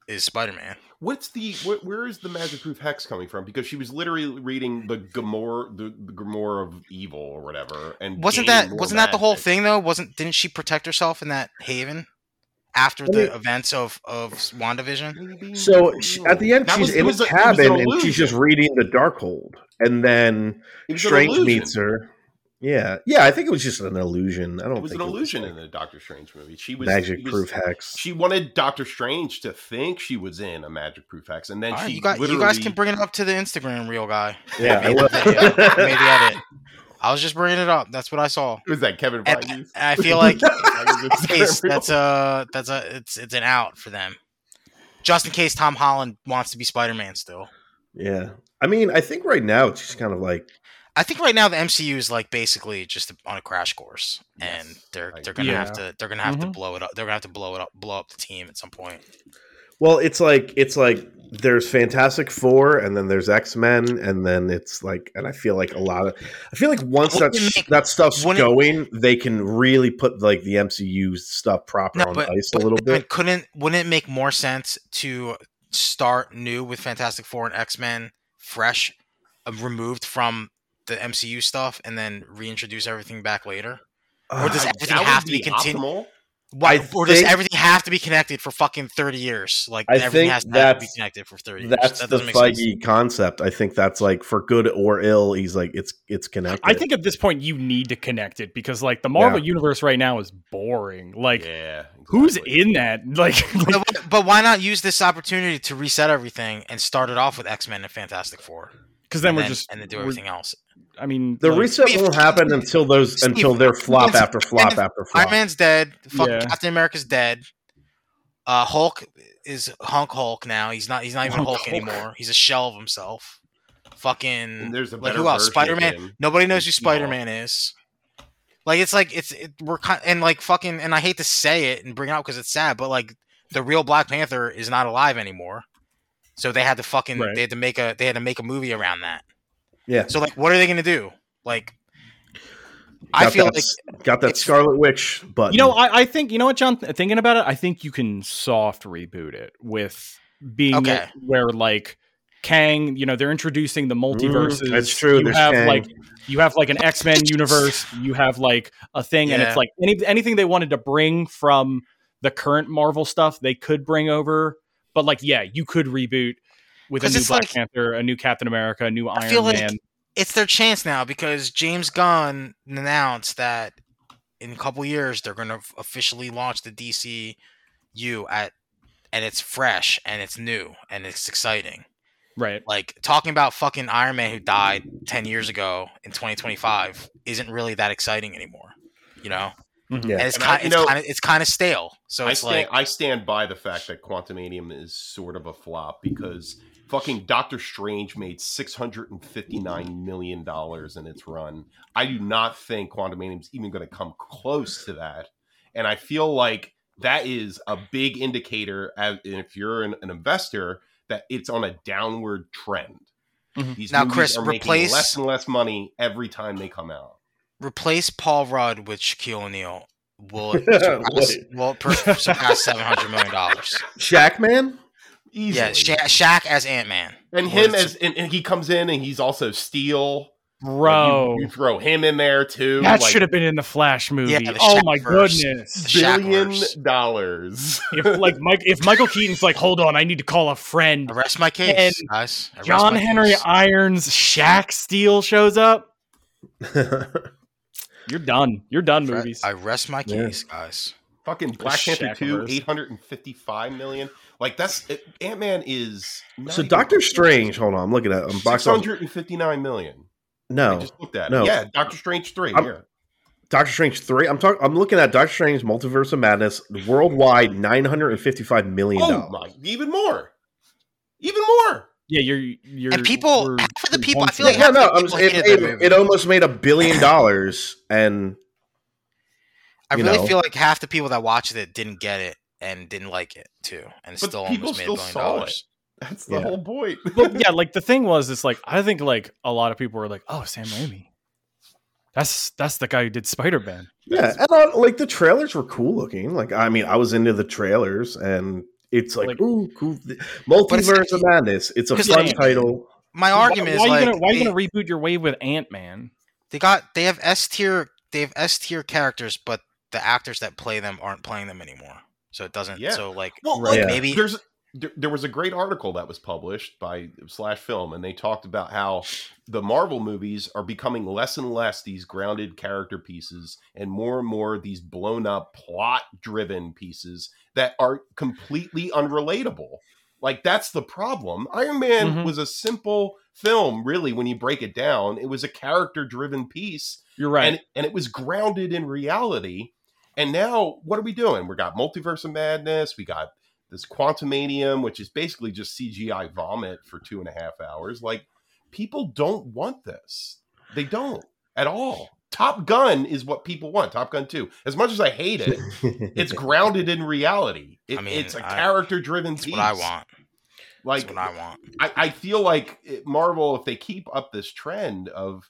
is Spider Man.
What's the wh- where is the magic proof hex coming from? Because she was literally reading the Gamor, the, the Gamor of evil or whatever. And
Wasn't
gained
that
more
wasn't that the whole
magic.
thing though? Wasn't didn't she protect herself in that haven after
I
the
mean-
events of of WandaVision?
Maybe-
So sh at the end,
That
she's
was- it
in
was
a
it was an
cabin and she's
illusion.
just reading the Darkhold, and then
It was an
Strange
illusion.
meets her. Yeah, yeah. I think it was just an illusion. I don't
It was an
think
illusion in
like
the Doctor Strange movie. She was
magic
she was-
proof hex.
She wanted Doctor Strange to think she was in a magic proof hex, and then
All right,
she
you, guys, you
literally
guys can bring it up to the Instagram real
(laughs)
guy.
(laughs) yeah, I
Maybe
will.
the video, maybe edit. I was just bringing it up. That's what I saw.
It (laughs) was that Kevin
And-
Feige?
and I
(laughs)
feel like (laughs)
Feige's
Hey,
Instagram reel.
that's a that's a it's it's an out for them. Just in case Tom Holland wants to be Spider Man still.
yeah. I mean, I think right now it's just kind of like
I think right now the MCU is like basically just on a crash course, and
Yes,
they're
I
they're gonna
agree.
have to they're gonna have to
Mm-hmm.
Mhm.
blow it up. They're gonna have to blow it up, blow up the team at some point.
Well, it's like it's like there's Fantastic Four, and then there's X Men, and then it's like, and I feel like a lot of, I feel like once that
Wouldn't it make-
that stuff's
wouldn't-
going, they can really put like the MCU stuff proper
No,
on
but-
ice
but
a little
I mean,
bit.
couldn't wouldn't it make more sense to start new with Fantastic Four and X Men fresh, uh, removed from the MCU stuff, and then reintroduce everything back later? Or does
Ah,
That
everything
would
have to be continu-
optimal.
Why,
I
or does
think-
everything have to be connected for fucking thirty years? Like
I
everything
think
has to, have to be
that's-
connected for thirty years.
that's
that
the
doesn't make sense.
Feige concept. I think that's like for good or ill. He's like it's it's connected.
I think at this point you need to connect it because like the Marvel universe right now is boring. Like
yeah,
who's
exactly.
in that? (laughs) Like, like,
But, wh- but why not use this opportunity to reset everything and start it off with X Men and Fantastic Four,
because then
and
we're
then,
just.
and then do
we're-
everything else?
I mean,
the
like,
reset
Steve-
won't happen until those
Steve,
until they're flop
Man's-
after flop after flop.
Iron Man's dead. Fuck
Yeah.
Captain America's dead. Uh, Hulk is Hunk Hulk now. He's not. He's not even
Hunk
Hulk,
Hulk.
anymore. He's a shell of himself. Fucking
And there's a
like
better
who
version
else?
of
Spider Man.
him.
Nobody knows
He's
who
small.
Spider Man is. Like it's like it's it, we're kind and like fucking and I hate to say it and bring it out because it's sad, but like the real Black Panther is not alive anymore. So they had to fucking
Right.
they had to make a they had to make a movie around that.
Yeah.
So like, what are they gonna do? Like, I
Got
feel
that
like
s- got that
it's-
Scarlet Witch button. (laughs)
You know, I, I think you know what, John. th- Thinking about it, I think you can soft reboot it with being
Okay.
it where like Kang. You know, they're introducing the multiverses.
that's true,
You
there's
have
Kang.
like you have like an X Men
(laughs)
universe. You have like a thing, and
Yeah.
it's like any anything they wanted to bring from the current Marvel stuff, they could bring over. But like, yeah, you could reboot with a
'Cause
new
it's
Black
like-
Panther, a new Captain America, a new Iron
feel like-
Man.
it's their chance now because James Gunn announced that in a couple years they're going to officially launch the DCU at and it's fresh and it's new and it's exciting.
right.
Like talking about fucking Iron Man who died 10 years ago in 2025 isn't really that exciting anymore, you know?
Yeah.
And it's
Mm-hmm. And I-
kind
you
it's
know-
kind of it's kind of stale. So
I
it's
stand,
like
I stand by the fact that Quantumanium is sort of a flop because fucking Doctor Strange made six hundred and fifty nine million dollars in its run. I do not think Quantumanium's even going to come close to that, and I feel like that is a big indicator as if you're an, an investor that it's on a downward trend.
Mhm.
These
Now,
movies
Chris,
are making
replace-
less and less money every time they come out.
Replace Paul Rudd with Shaquille O'Neal.
(laughs)
Will it surpass, will it per- surpass seven hundred
(laughs)
million dollars?
Shackman?
Easily.
Yeah, Sha- Shaq as Ant Man.
and him as and, and he comes in and he's also Steel.
Bro,
Like, you, you throw him in there too.
that
like,
should have been in the Flash movie.
the
oh
Shaq
my
verse.
goodness.
billion
(laughs)
Shacklers.
dollars.
if like Mike, if Michael Keaton's like, hold on, I need to call a friend.
Arrest my case,
And
guys. Arrest
John
my
Henry
case.
Irons, Shaq Steele shows up. You're done. You're done.
Arre-
Movies.
Arrest my
Yeah.
case, guys.
Fucking Black Panther two,
Shackleverse.
eight hundred and fifty five million. Like that's Ant Man is not
so
even-
Doctor Strange, hold on, I'm looking at I'm box office.
659 million. I
No.
just looked at
no.
it. Yeah, Doctor Strange 3.
I'm-
yeah.
Doctor Strange 3. I'm talking I'm looking at Doctor Strange Multiverse of Madness worldwide 955 million
Oh
dollars.
my, even more. Even more.
yeah, you're. you're
And people-
we're-
half of the
we're
people- I
one
feel like
step-
(laughs)
no, no,
half the
I'm
people
it,
hated that
it,
movie.
it almost made a billion dollars
(laughs)
and
I
You
really
know.
feel like half the people that watched it didn't get it and didn't like it too, and
But
still
people
almost made a
still
billion
saw
dollars.
That's the
Yeah.
whole point.
Well, yeah, like the thing was, it's like I think like a lot of people were like, "Oh, Sam Raimi, that's that's the guy who did Spider Man."
yeah, and uh,
(laughs)
like the trailers were cool looking. Like I mean, I was into the trailers and it's like,
Like-
ooh, cool. Multiverse of Madness. It's a
'Cause
fun
like-
title.
My argument
why,
is
why
like
you gonna, why
they-
you gonna reboot your wave with Ant Man?
they got they have S tier they have S tier characters, but the actors that play them aren't playing them anymore. So it doesn't.
Yeah.
So like
Well,
Right.
like,
Yeah.
maybe
there's there, there was a great article that was published by Slash Film, and they talked about how the Marvel movies are becoming less and less these grounded character pieces, and more and more these blown up plot driven pieces that are completely unrelatable. Like that's the problem. Iron Man
Mhm.
was a simple film, really. When you break it down, it was a character driven piece
You're right.
and and it was grounded in reality. And now, what are we doing? We got Multiverse of Madness. We got this Quantumanium, which is basically just CGI vomit for two and a half hours. Like people don't want this. They don't at all. Top Gun is what people want. Top Gun Two. As much as I hate it,
(laughs)
it's grounded in reality. It-
I mean,
it's a
I-
character-driven
that's
piece.
what I want. That's
Like
what I want.
I, I feel like it- Marvel, if they keep up this trend of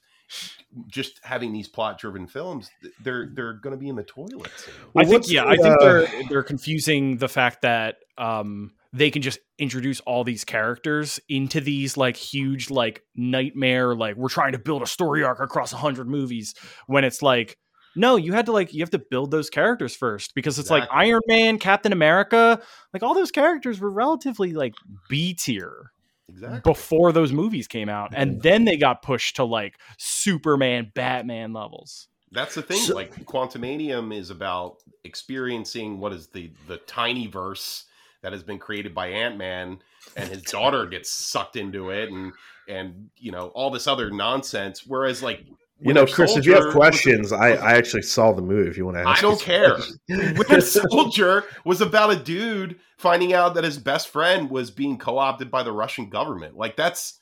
just having these plot-driven films, th- they're they're going to be in the toilet. soon.
I
Well,
think
what's
yeah,
the,
I think
uh,
they're they're confusing the fact that um they can just introduce all these characters into these like huge like nightmare like we're trying to build a story arc across 100 movies when it's like no, you had to like you have to build those characters first because it's like
Exactly.
Iron Man, Captain America, like all those characters were relatively like B tier
Exactly.
before those movies came out and then they got pushed to like Superman, Batman levels.
That's the thing.
So-
like Quantumanium is about experiencing what is the the tiny verse that has been created by Ant Man, and his daughter gets sucked into it, and and you know all this other nonsense. Whereas like
You know,
Winter
Chris, if you have
Soldier was a-
questions, I,
was a-
I actually saw the movie if you want to ask.
I don't
us.
care.
(laughs)
Winter Soldier was about a dude finding out that his best friend was being co-opted by the Russian government. Like that's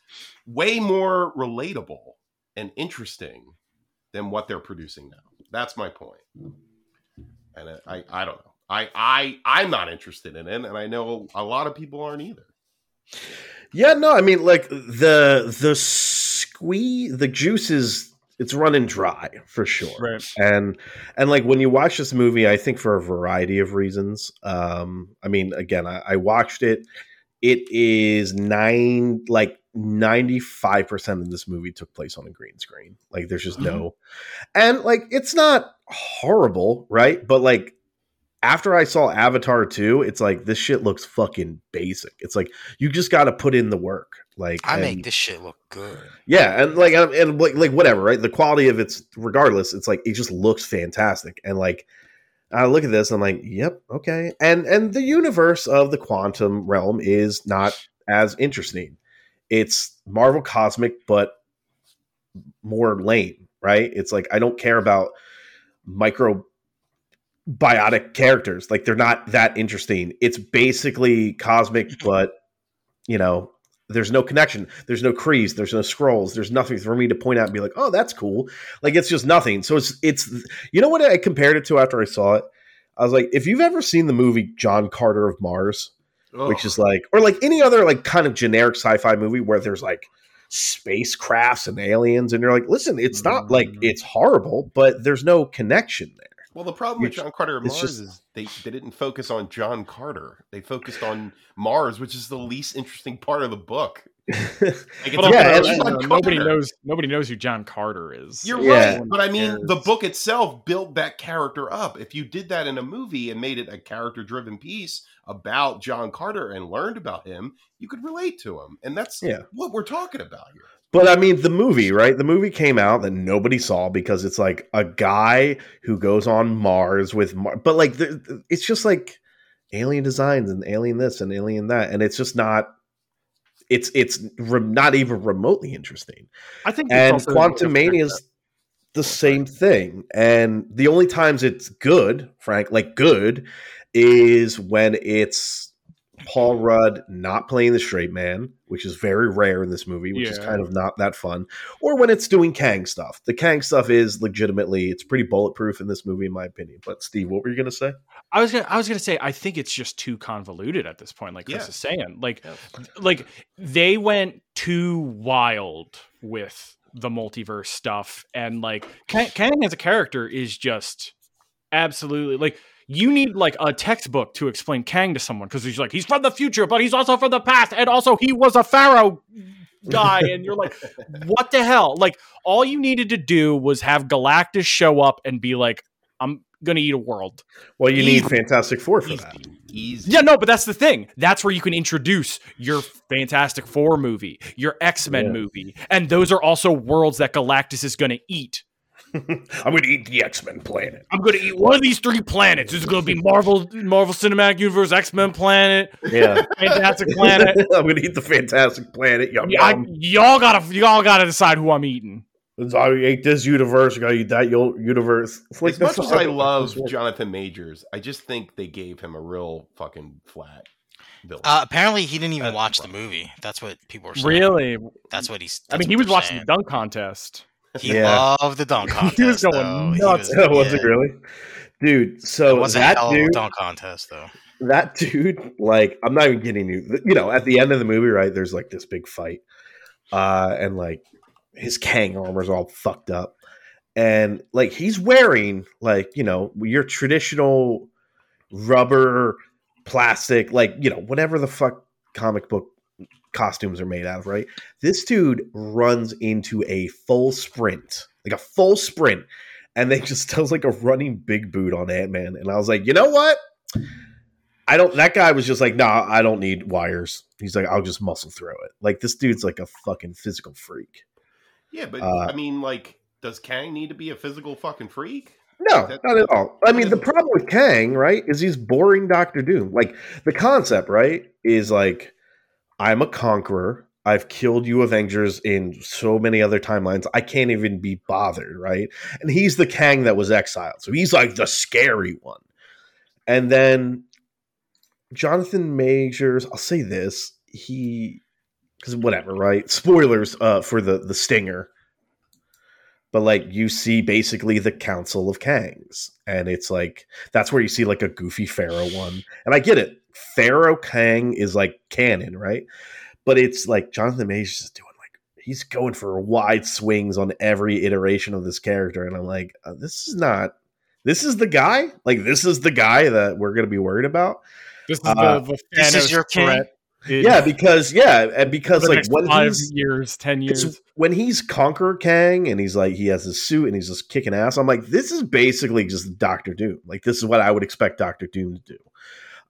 way more relatable and interesting than what they're producing now. That's my point. And I, I, I don't know. I, I, I'm not interested in it, and I know a lot of people aren't either.
Yeah, no, I mean like the the squee the juice is it's running dry for sure.
Right.
And and like when you watch this movie, I think for a variety of reasons. Um, I mean, again, I, I watched it. It is nine like ninety five percent of this movie took place on a green screen. Like there's just no
Mm-hmm.
and like it's not horrible, right? But like after I saw Avatar 2, it's like this shit looks fucking basic. It's like you just got to put in the work. Like
I
and-
make this shit look good.
yeah, and like um, and like, like whatever, right? The quality of it's regardless, it's like it just looks fantastic. And like I look at this, I'm like, yep, okay. And and the universe of the quantum realm is not as interesting. It's Marvel cosmic, but more lame, right? It's like I don't care about micro biotic characters. Like they're not that interesting. It's basically cosmic, but you know, there's no connection. There's no crease. There's no scrolls. There's nothing for me to point out and be like, oh, that's cool. Like it's just nothing. So it's it's you know what I compared it to after I saw it. I was like, if you've ever seen the movie John Carter of Mars,
Ugh.
which is like, or like any other like kind of generic sci-fi movie where there's like spacecrafts and aliens, and you're like, listen, it's not like it's horrible, but there's no connection there.
well, the problem with
You're-
John Carter of
it's
Mars
just-
is they, they didn't focus on John Carter. They focused on Mars, which is the least interesting part of the book. Like,
But
it's
also,
Yeah,
about
it's-
you
John
know, nobody
Carter.
knows nobody knows who John Carter is.
You're
Yeah.
right, but I mean,
Cares.
the book itself built that character up. If you did that in a movie and made it a character-driven piece about John Carter and learned about him, you could relate to him, and that's
Yeah.
what we're talking about here.
But I mean, the movie, right? The movie came out that nobody saw because it's like a guy who goes on Mars with Mar- but like the, it's just like alien designs and alien this and alien that, and it's just not. It's it's re- not even remotely interesting.
I think
And Quantum Mania is the same thing, and the only times it's good, Frank, like good, is when it's Paul Rudd not playing the straight man, which is very rare in this movie, which is
Yeah.
kind of not that fun, or when it's doing Kang stuff. The Kang stuff is legitimately it's pretty bulletproof in this movie, in my opinion. But Steve, what were you gonna say?
I was gonna, I was gonna say I think it's just too convoluted at this point. Like Chris
Yeah.
is saying, like
Yeah.
like they went too wild with the multiverse stuff, and like Kang, Kang as a character is just absolutely like you need like a textbook to explain Kang to someone because he's like he's from the future, but he's also from the past, and also he was a pharaoh guy, and
(laughs)
you're like, what the hell? Like all you needed to do was have Galactus show up and be like, I'm gonna eat a world.
Well, you
Easy.
need Fantastic Four for that. (laughs)
Easy, easy.
Yeah, no, but that's the thing. That's where you can introduce your Fantastic Four movie, your X Men
Yeah.
movie, and those are also worlds that Galactus is going to eat.
I'm gonna eat the X Men planet.
I'm going to eat one of these three planets. It's going to be Marvel, Marvel Cinematic Universe, X Men planet,
Yeah,
Fantastic Planet.
(laughs) I'm gonna eat the Fantastic Planet. Yum
I-
yum.
y'all gotta, y'all gotta decide who I'm eating.
I ate this universe. I gotta eat that yo- universe. It's
As much
that's
as
not- (laughs)
I love
that's-
Jonathan Majors, I just think they gave him a real fucking flat villain.
Uh, apparently, he didn't even
That's
watch the
right.
movie. That's what people were saying.
Really?
That's what he's.
I
that's
mean, he
what
was
they're
watching
saying.
the dunk contest.
He
Yeah.
loved the dunk contest.
He was going
though.
nuts.
He
Oh, (laughs) was it
yeah.
really? Dude,
It
so
was a
that
hell of a
dude,
dunk contest, though.
that dude, like, I'm not even kidding you. Th- You know, at the end of the movie, right? There's like this big fight, uh, and like his Kang armor's all fucked up, and like he's wearing like you know your traditional rubber, plastic, like you know whatever the fuck comic book costumes are made out of, right? This dude runs into a full sprint, like a full sprint, and they (laughs) just does like a running big boot on Ant Man. And I was like, you know what? I don't. That guy was just like, nah, I don't need wires. He's like, I'll just muscle through it. Like this dude's like a fucking physical freak.
yeah, but
uh,
I mean, like, does Kang need to be a physical fucking freak?
No, not at all. I mean, the problem with Kang, right, is he's boring Doctor Doom. Like the concept, right, is like I'm a conqueror. I've killed you Avengers in so many other timelines. I can't even be bothered, right? And he's the Kang that was exiled. So he's like the scary one. And then Jonathan Majors, I'll say this, he cuz whatever, right? Spoilers uh for the the stinger but like you see basically the council of kangs and it's like that's where you see like a goofy pharaoh one and i get it pharaoh kang is like canon right but it's like jonathan majors is doing like he's going for wide swings on every iteration of this character and i'm like uh, this is not this is the guy like this is the guy that we're going to be worried about
This is
Uh,
the, the
this is
Thanos
your king?
threat. It-
yeah because yeah and
for
because
the
like
next
when
five
he's
years, ten years.
it's when he's Conqueror Kang and he's like he has his suit and he's just kicking ass. I'm like, this is basically just Doctor Doom. Like this is what I would expect Doctor Doom to do.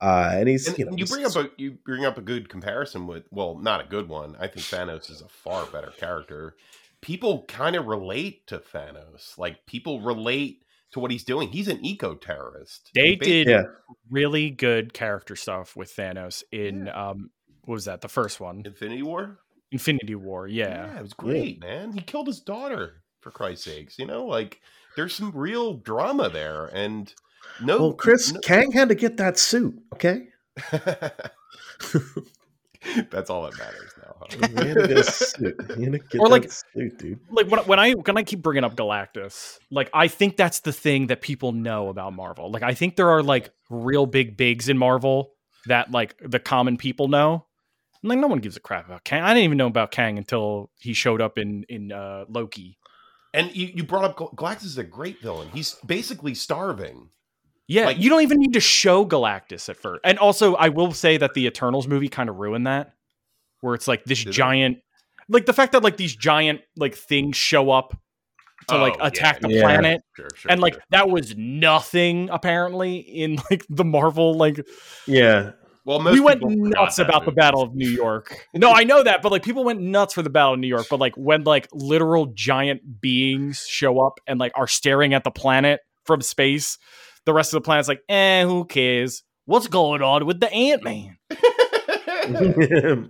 Uh, and he's
And
you know
you
he's-
bring up a you bring up a good comparison with well, not a good one. I think Thanos is a far better character. People kind of relate to Thanos. Like people relate to what he's doing. He's an eco terrorist.
They did
Yeah.
really good character stuff with Thanos in um what was that the first one?
Infinity War.
Infinity War, yeah.
it was great, man. He killed his daughter for Christ's sakes. You know, like there's some real drama there, and no,
well, Chris
no- (laughs)
Kang had to get that suit. Okay,
That's all that matters now.
in
(laughs)
this suit. You know, get
Or,
that
like-
suit, dude.
like when, when I when I keep bringing up Galactus, like I think that's the thing that people know about Marvel. Like I think there are like real big bigs in Marvel that like the common people know. And, like no one gives a crap about Kang. I didn't even know about Kang until he showed up in in uh, Loki.
And you, you brought up Gal- Galactus is a great villain. He's basically starving.
Yeah,
Like-
you don't even need to show Galactus at first. And also, I will say that the Eternals movie kind of ruined that, where it's like this
Did it?
giant, like the fact that like these giant like things show up to like
Oh, yeah,
attack the
yeah.
planet.
Sure, sure.
and like
sure.
that was nothing apparently in like the Marvel like
Yeah.
well,
we went
people forgot
nuts
that
about the
movie.
Battle of New York. No, I know that, but like people went nuts for the Battle of New York. But like when like literal giant beings show up and like are staring at the planet from space, the rest of the planet's like, eh, who cares? What's going on with the Ant Man?
(laughs)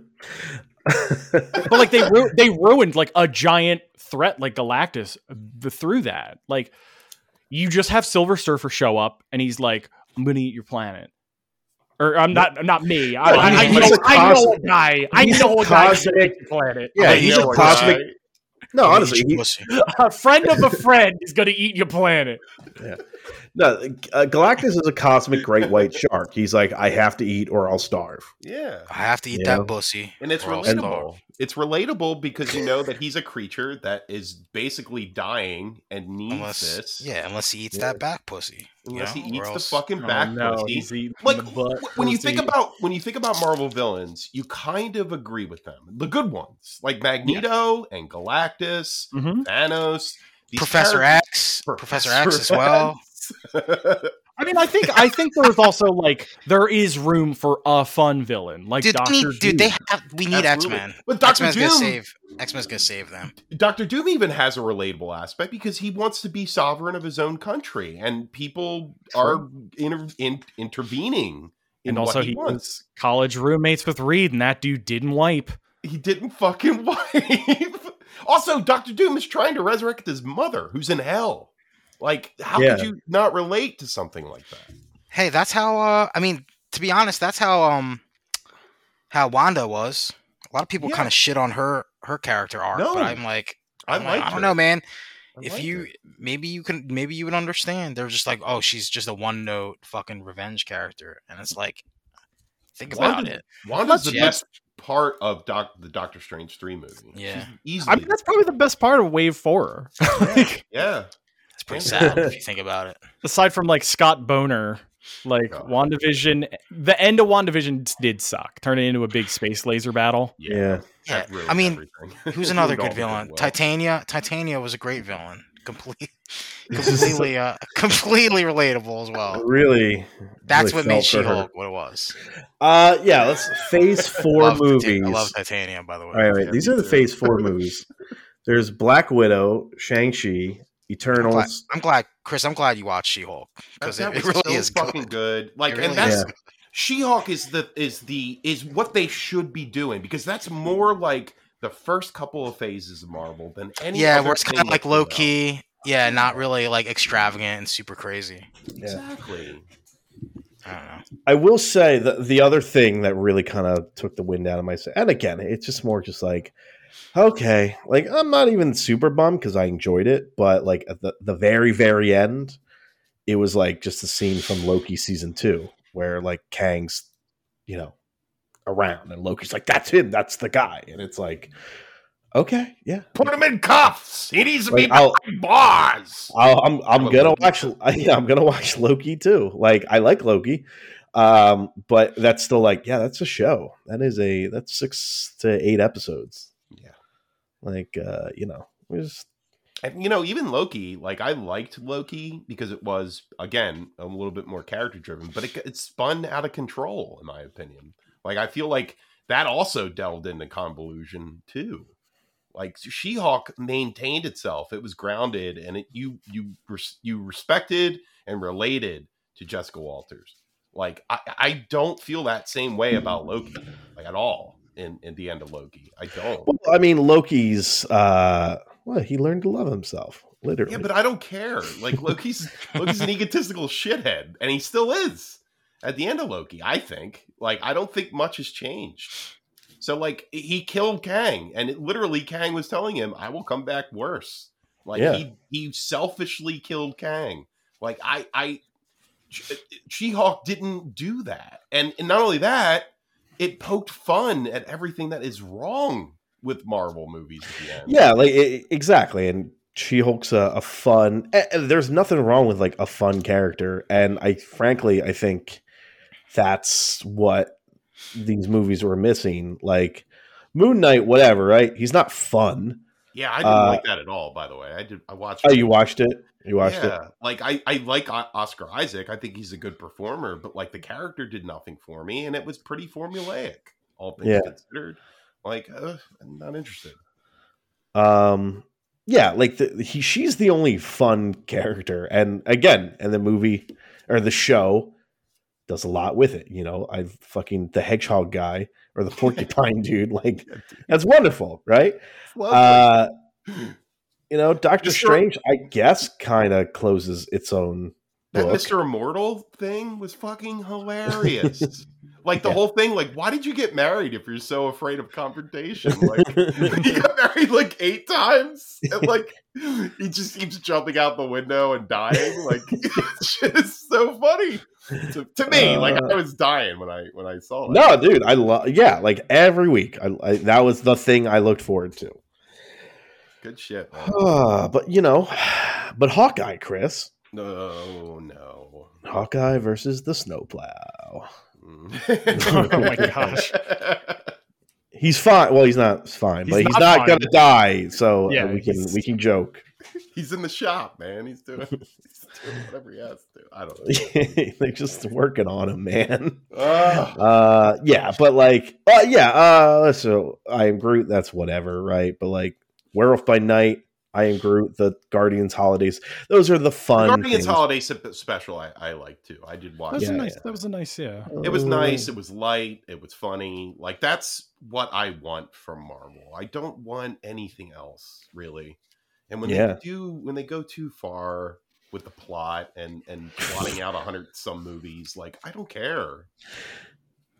(laughs)
But like they ru- (laughs) they ruined like a giant threat like Galactus th- through that. Like you just have Silver Surfer show up and he's like, "I'm gonna eat your planet." Or I'm not, not me. (laughs) I,
No,
I, I
he's
know,
a
I know a
cosmic-
guy. I
he's a
know a guy. who
cosmic-
eats your planet.
yeah,
I
he's
know
a
a
cosmic.
guy.
No, honestly,
You
he,
pussy.
(laughs) A friend of a friend is gonna eat your planet.
no. Uh, Galactus is a cosmic great white shark. He's like, I have to eat or I'll starve.
Yeah.
I have to eat
Yeah.
that pussy.
And it's
or I'll starve.
relatable. It's relatable because you know that he's a creature that is basically dying and needs
Unless,
this.
yeah, unless he eats
Yeah.
that back pussy. you
Unless
know,
he
or
eats the
else-
fucking (laughs) back pussy.
Oh, eating
like wh- when you think about when you think about Marvel villains, you kind of agree with them. The good ones, like Magneto and Galactus,
Mm-hmm.
Thanos, these
Professor
characters-
X, Professor X as well.
I mean, I think I think there is also like there is room for a fun villain, like
Dude,
Doctor
we need, dude, they
Doom.
have. We need X
Absolutely.
Men.
(laughs) But
X
Doctor
Men's gonna
Doom,
save. X Men's gonna save them.
Doctor Doom even has a relatable aspect because he wants to be sovereign of his own country, and people are inter- in- intervening. In
And
what
also
he,
he
wants.
was college roommates with Reed, and that dude didn't wipe.
He didn't fucking (laughs) wipe. also, Doctor Doom is trying to resurrect his mother, who's in hell. Like, how
Yeah.
could you not relate to something like that?
Hey, that's how. Uh, I mean, to be honest, that's how um, how Wanda was. A lot of people
Yeah.
kind of shit on her her character arc,
No.
but I'm like,
I
I'm like,
like.
I don't know, man. if you maybe you can maybe you would understand. They're just like, oh, she's just a one note fucking revenge character, and it's like, think about
Wanda-
it.
Wanda's the
Yeah.
best part of Doc the Doctor Strange three movie.
Yeah.
She's
I
easily,
mean, that's probably the best part of Wave Four, Like,
yeah.
It's pretty
Yeah.
sad if you think about it.
aside from like Scott Boner. Like
God.
WandaVision, the end of WandaVision did suck. Turn it into a big space laser battle.
Yeah.
Yeah,
that ruined
I mean,
everything.
Who's another
(laughs) Ruined
good
all
villain?
the
Titania. Titania was a great villain. Complete,
(laughs)
completely, uh, (laughs) completely relatable as well.
Really.
That's
really felt
what made
for her.
She-Hulk what it was.
Uh, yeah. Let's phase four
Love Titan-
movies.
(laughs) I love Titania, by the way.
All right, wait,
Yeah,
these
me
are the
too.
Phase
(laughs)
Four movies. There's Black Widow, Shang Chi,
I'm glad,
Eternals.
I'm glad, Chris. I'm glad you watched She-Hulk because
That- that
it, it
was
really
so
is
fucking
good.
good. Like,
It really
and that's
is.
She-Hulk is the is the is what they should be doing because that's more like the first couple of phases of Marvel than any.
yeah,
other
where it's kind
thing
of
that
like
came
low
out.
key. Yeah, not really like extravagant and super crazy.
Exactly.
I don't know.
I will say that the other thing that really kind of took the wind out of my sail, and again, it's just more just like, okay, like I'm not even super bummed because I enjoyed it, but like at the, the very, very end, it was like just the scene from Loki season two where like Kang's, you know, around and Loki's like, that's him, that's the guy. And it's like, okay, yeah.
Put him in cuffs. He needs to
Like,
be
I'll-
bars.
I'll, I'm I'm
Love
gonna
Loki.
watch. (laughs) I, yeah, I'm gonna watch Loki too. Like I like Loki, um, but that's still like yeah, that's a show. That is a that's six to eight episodes.
Yeah.
Like uh, you know, we just
And you know, even Loki, like I liked Loki because it was again a little bit more character driven, but it, it spun out of control, in my opinion. Like I feel like that also delved into convolution too. Like She-Hulk maintained itself; it was grounded, and it you you res- you respected and related to Jessica Walters. Like I, I don't feel that same way about Loki, like at all. In in the end of Loki, I don't.
well, I mean Loki's uh, well, he learned to love himself literally.
Yeah, but I don't care. Like Loki's Loki's
(laughs)
an egotistical shithead, and he still is at the end of Loki. I think. Like I don't think much has changed. So like he killed Kang, and it, literally Kang was telling him, "I will come back worse." Like
Yeah.
he he selfishly killed Kang. Like I I She Hawk didn't do that, and, and not only that, it poked fun at everything that is wrong with Marvel movies. At the end.
Yeah, like i exactly. And She Hulk's a, a fun. eh, eh, There's nothing wrong with like a fun character, and I frankly I think that's what these movies were missing. Like Moon Knight, whatever. Right? He's not fun.
yeah, I didn't
Uh,
like that at all. By the way, I did. I watched.
Oh, you watched it? You watched it?
yeah, like I, I like O- Oscar Isaac. I think he's a good performer, but like the character did nothing for me, and it was pretty formulaic, all things
Yeah.
considered. Like, uh, I'm not interested.
um yeah like the, he she's the only fun character and again and the movie or the show does a lot with it you know i fucking the hedgehog guy or the (laughs) porcupine dude like that's wonderful right
Well,
uh you know doctor
Mr.
strange i guess kind of closes its own
that
book.
Mr. Immortal thing was
(laughs)
fucking hilarious. like the
Yeah.
whole thing, like, why did you get married if you're so afraid of confrontation?
(laughs)
Like, (laughs) he got married like eight times, and like he just keeps jumping out the window and dying. Like, (laughs) it's just so funny to, to me. like, I was dying when I when I saw that.
Uh, No, dude, I love. Yeah, like every week, I, I that was the thing I looked forward to.
Good shit. man.
(sighs) but you know, (sighs) but Hawkeye, Chris,
No, no.
Hawkeye versus the snowplow.
Mm.
Oh
my gosh.
He's fine. Well, he's not fine,
He's
but he's
not
not
fine.
gonna die. So uh,
Yeah,
we can
he's-
we can joke.
(laughs)
(laughs)
He's in the shop, man. He's doing, he's doing whatever he has to. I don't know.
They're just working on him,
(laughs)
man.
Ugh.
Uh, yeah, but like, uh, yeah. Uh, so I am Groot. That's whatever, right? But like, Werewolf by Night, I am Groot. The Guardians holidays. Those are the fun.
Guardians
things.
Holiday sep- Special, I, I like too. I did
That
watch.
was
Yeah,
a
it.
nice. That was a uh, nice. Yeah.
It was nice. It was light. It was funny. Like that's what I want from Marvel. I don't want anything else really. And when
Yeah.
they do, when they go too far with the plot and and plotting out a hundred some movies, like I don't care.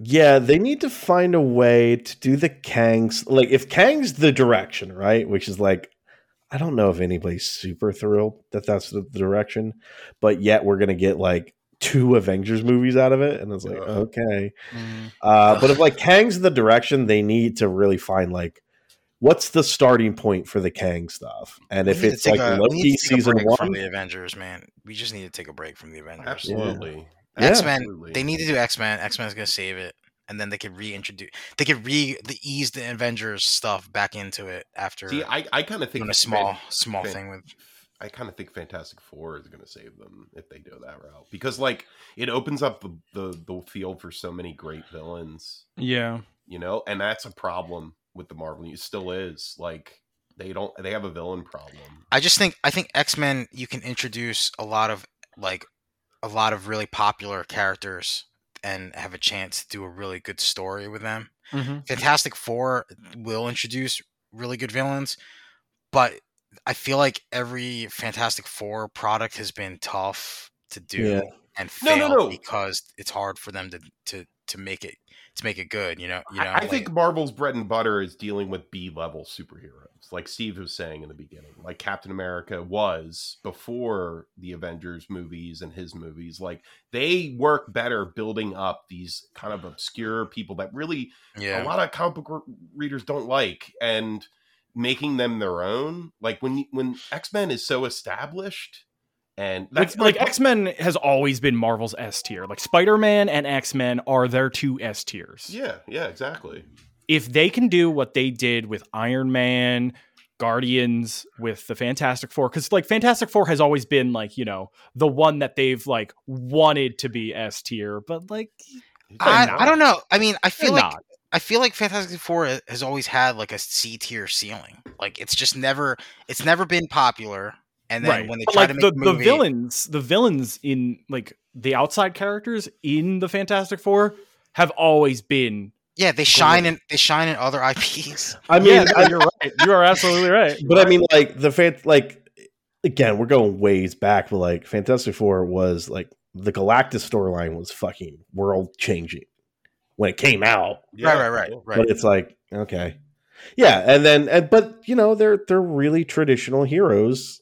Yeah, they need to find a way to do the Kang's like if Kang's the direction, right? Which is like I don't know if anybody's super thrilled that that's the direction, but yet we're going to get like two Avengers movies out of it and it's like
Uh-huh.
Ugh.
okay. Uh but if like Kang's the direction, they need to really find like what's the starting point for the Kang stuff? And
We
if
need to
it's
take
like
a- we need to
Loki
take a
season
break
1,
from the Avengers, man. We just need to take a break from the Avengers.
Absolutely.
Yeah.
X-Men,
Absolutely.
They need to do X Men. X Men is gonna save it, and then they could reintroduce. They could re the ease the Avengers stuff back into it after
See, I, I kind of think
doing a
Fan-
small small
Fan-
thing with.
I kind of think Fantastic Four is going to save them if they go that route because like it opens up the, the the field for so many great villains,
Yeah.
you know, and that's a problem with the Marvel. It still is like they don't they have a villain problem.
I just think I think X Men you can introduce a lot of like a lot of really popular characters and have a chance to do a really good story with them.
Mhm.
Fantastic Four will introduce really good villains, but I feel like every Fantastic Four product has been tough to do
Yeah.
and
No,
fail
no, no.
because it's hard for them to to to make it to make it good. You know, you know.
I, I
like-
think Marvel's bread and butter is dealing with B level superheroes, like Steve was saying in the beginning. Like Captain America was before the Avengers movies and his movies. Like they work better building up these kind of obscure people that really a
yeah,
lot of comic book re- readers don't like and making them their own like when when x-men is so established and that's
Like, like X Men has always been Marvel's S tier. Like Spider Man and X Men are their two S tiers.
yeah yeah exactly
if they can do what they did with Iron Man, Guardians, with the Fantastic Four, because like Fantastic Four has always been like, you know, the one that they've like wanted to be S tier, but like
I,
They're
I don't know. I mean, I
they're
feel like
not.
I feel like Fantastic Four ha- has always had like a C tier ceiling. Like it's just never it's never been popular. And then
right.
when they
But,
try
like
to make
the,
a movie,
the villains, the villains in like the outside characters in the Fantastic Four have always been
yeah, they shine in they shine in other IPs.
I mean,
Yeah, no, you're right. You are absolutely right.
but I mean, like the fan, like again, we're going ways back, but like Fantastic Four was like the Galactus storyline was fucking world changing. when it came out.
Yeah.
Right, right, right, right.
But it's like, okay. Yeah, and then and but you know, they're they're really traditional heroes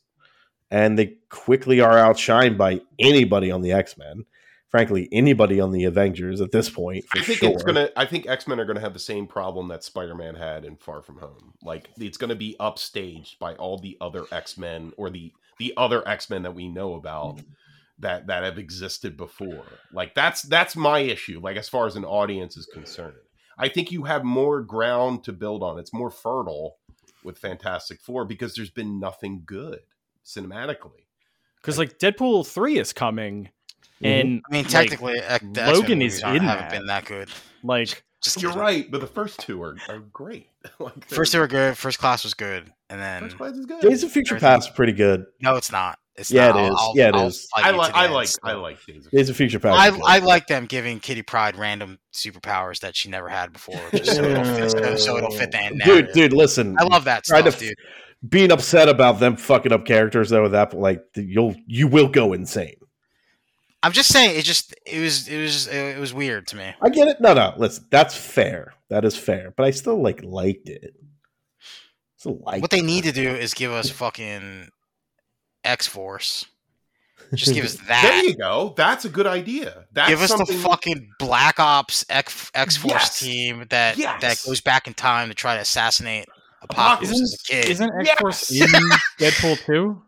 and they quickly are outshined by anybody on the X-Men. Frankly, anybody on the Avengers at this point. For
I think
sure.
it's gonna. I think X Men are gonna have the same problem that Spider Man had in Far From Home. Like it's gonna be upstaged by all the other X Men or the the other X Men that we know about that that have existed before. Like that's that's my issue. Like as far as an audience is concerned, I think you have more ground to build on. It's more fertile with Fantastic Four because there's been nothing good cinematically.
because like Deadpool three is coming,
Mm-hmm.
and
I mean,
like,
technically, like, the
Logan is
X-Men movies aren't-
in
haven't
that.
been that good.
like
Just
You're
kidding.
right, but the first two are, are great. (laughs) like they're-
First they were good. First class was good, and
First
then
Class is good.
Days of Future
Everything.
Past is pretty good.
no, it's not. It's
Yeah, it
not.
is. Yeah, it
it is.
is.
I like I like I like Days of
Days of Future Past.
I,
is good.
I like them giving Kitty Pride random superpowers that she never had before, just so it'll fit, so- so it'll fit that narrative.
dude, dude, listen.
I love that
Tried
stuff,
to-
dude.
being upset about them fucking up characters though at that point like you'll you will go insane
I'm just saying, it just it was it was it was weird to me.
i get it no no listen that's fair that is fair but i still like liked it still liked
What they need to do is give us fucking X Force.
(laughs)
Just give us
There
that.
you go. That's a good idea. That's
Give us the
something,
fucking Black Ops X X Force
Yes.
team that that
Yes.
goes back in time to try to assassinate Apocalypse
Isn't-
as a kid.
isn't X Force
Yes!
in
(laughs)
Deadpool two?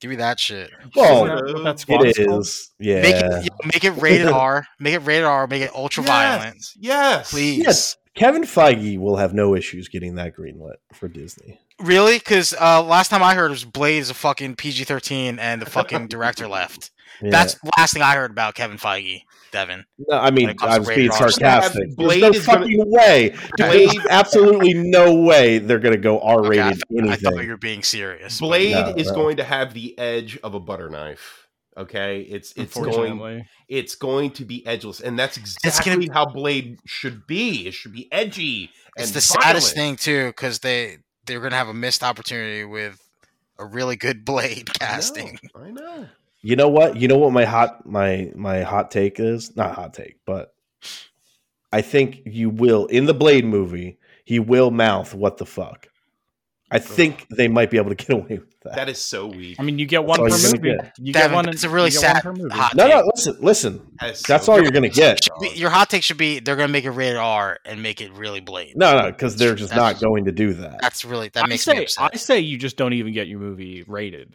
Give me that shit.
it. (laughs) well
Isn't that what that squad's
Oh, it
called?
is yeah
Make it yeah, make it
(laughs)
rated R. Make it rated R. Make it ultra violent.
Yes. Yes.
Please.
yes kevin feige will have no issues getting that greenlit for disney
Really? Because uh, last time I heard was Blade is a fucking PG thirteen, and the
(laughs)
fucking director left.
Yeah.
That's the last thing I heard about Kevin Feige. Devin,
no, i mean
when it comes
i
to
was being
rated R.
sarcastic
Yeah,
there's
Blade
no
is gonna-
fucking way there's
Blade,
absolutely no way they're gonna go
Okay, I,
r-rated
th- I
anything
thought you were being serious. but-
Blade
No,
is
no.
going to have the edge of a butter knife. Okay, it's it's going
Unfortunately,
it's going to be edgeless, and that's exactly
It's gonna be-
how Blade should be. It should be edgy.
it's
and
the saddest
violent.
thing too, because they they're gonna have a missed opportunity with a really good (laughs) Blade casting.
I know. I know.
You know what? You know what my hot my my hot take is? Not hot take, but I think you will in the Blade movie, he will mouth what the fuck. I think they might be able to get (laughs) away with that.
That is so weak.
I mean, you get
That's
one
all
per
you're
movie.
gonna
You
Devin,
get one.
that's a really
you get one
sad
per movie.
hot-
no, no, listen, listen.
That is
That's
so
all
weak.
you're gonna get.
Should be- Your hot take should be they're gonna make it rated R and make it really Blade.
No, no, because they're just
That's-
not going to do that. (laughs)
That's really that makes
I
me
say,
upset.
I say you just don't even get your movie rated.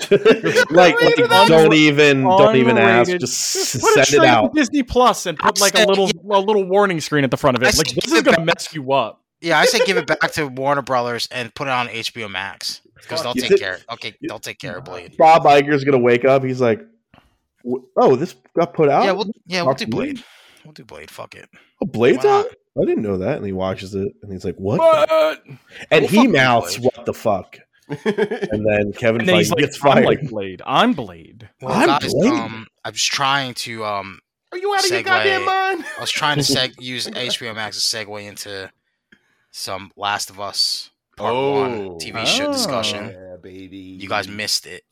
like, like,
Unrated.
don't even don't even ask.
Unrated.
Just,
Just put it
send it,
straight
out.
to Disney Plus and put
I'm
like a
saying-
little a little warning screen at the front of
I
it. Like
said
this
give
is
it
gonna
back.
mess you up.
Yeah, I say give it back to Warner Brothers and put it on HBO Max because they'll
You
take
did-
care. Okay, they'll take care of Blade.
Bob Iger's gonna wake up. He's like, "W- "Oh, this got put out.
Yeah, we'll yeah we'll
Fuck
do
me.
Blade. We'll do Blade. Fuck it.
Oh, Blade's
Why not?
out? I didn't know that. And he watches it and he's like, what? the-
But
And
Who
he
fucking
mouths,
Blade?
what the fuck? And then Kevin
and then
Feige
he's like,
gets
I'm
fired.
like Blade. I'm Blade.
Well,
I'm
guys,
Blade.
um, I was trying to um,
(laughs) Are you out of your
Segue.
goddamn mind?
I was trying to seg- use HBO Max to segue into some Last of Us Part One TV show
Oh.
discussion.
Yeah, baby.
You guys missed it.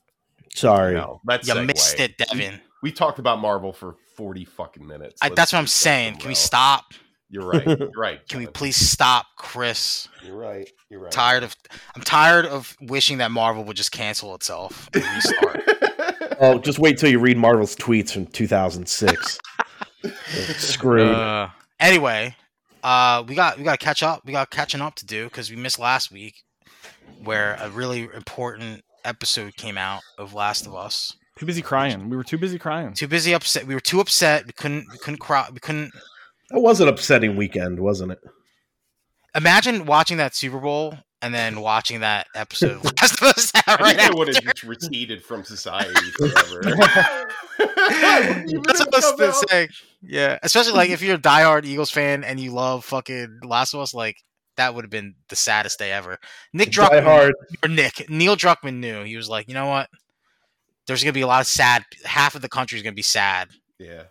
Sorry.
No, let's
You
Mm-hmm. segue.
missed it, Devin.
We talked about Marvel for forty fucking minutes.
I,
Let's
that's what I'm
do
saying.
something
Can we
else.
stop?
You're
(laughs)
right. You're right.
Can we
Jonathan.
please stop, Chris?
You're right. You're right.
Tired of I'm tired of wishing that Marvel would just cancel itself and
(laughs)
restart.
Oh, just wait till you read Marvel's tweets from 2006. Screwed.
Uh, anyway, uh, we got we got to catch up. We got catching up to do because we missed last week, where a really important episode came out of Last of Us.
Mm-hmm.
Too busy crying. We were too busy crying.
Too busy upset. We were too upset. We couldn't. We couldn't cry. We couldn't
that was an upsetting weekend, wasn't it?
imagine watching that Super Bowl and then watching that episode of Last of Us
I
right
think I
after.
would have just receded from
(laughs)
society forever. (laughs) I wouldn't even
That's
have
what I was
come out.
saying. Yeah, especially like if you're a diehard Eagles fan and you love fucking Last of Us, like that would have been the saddest day ever. Nick
Die
Druckmann
Hard.
or Nick Neil Druckmann knew he was like, you know what? There's gonna be a lot of sad. Half of the country is gonna be sad
Yeah.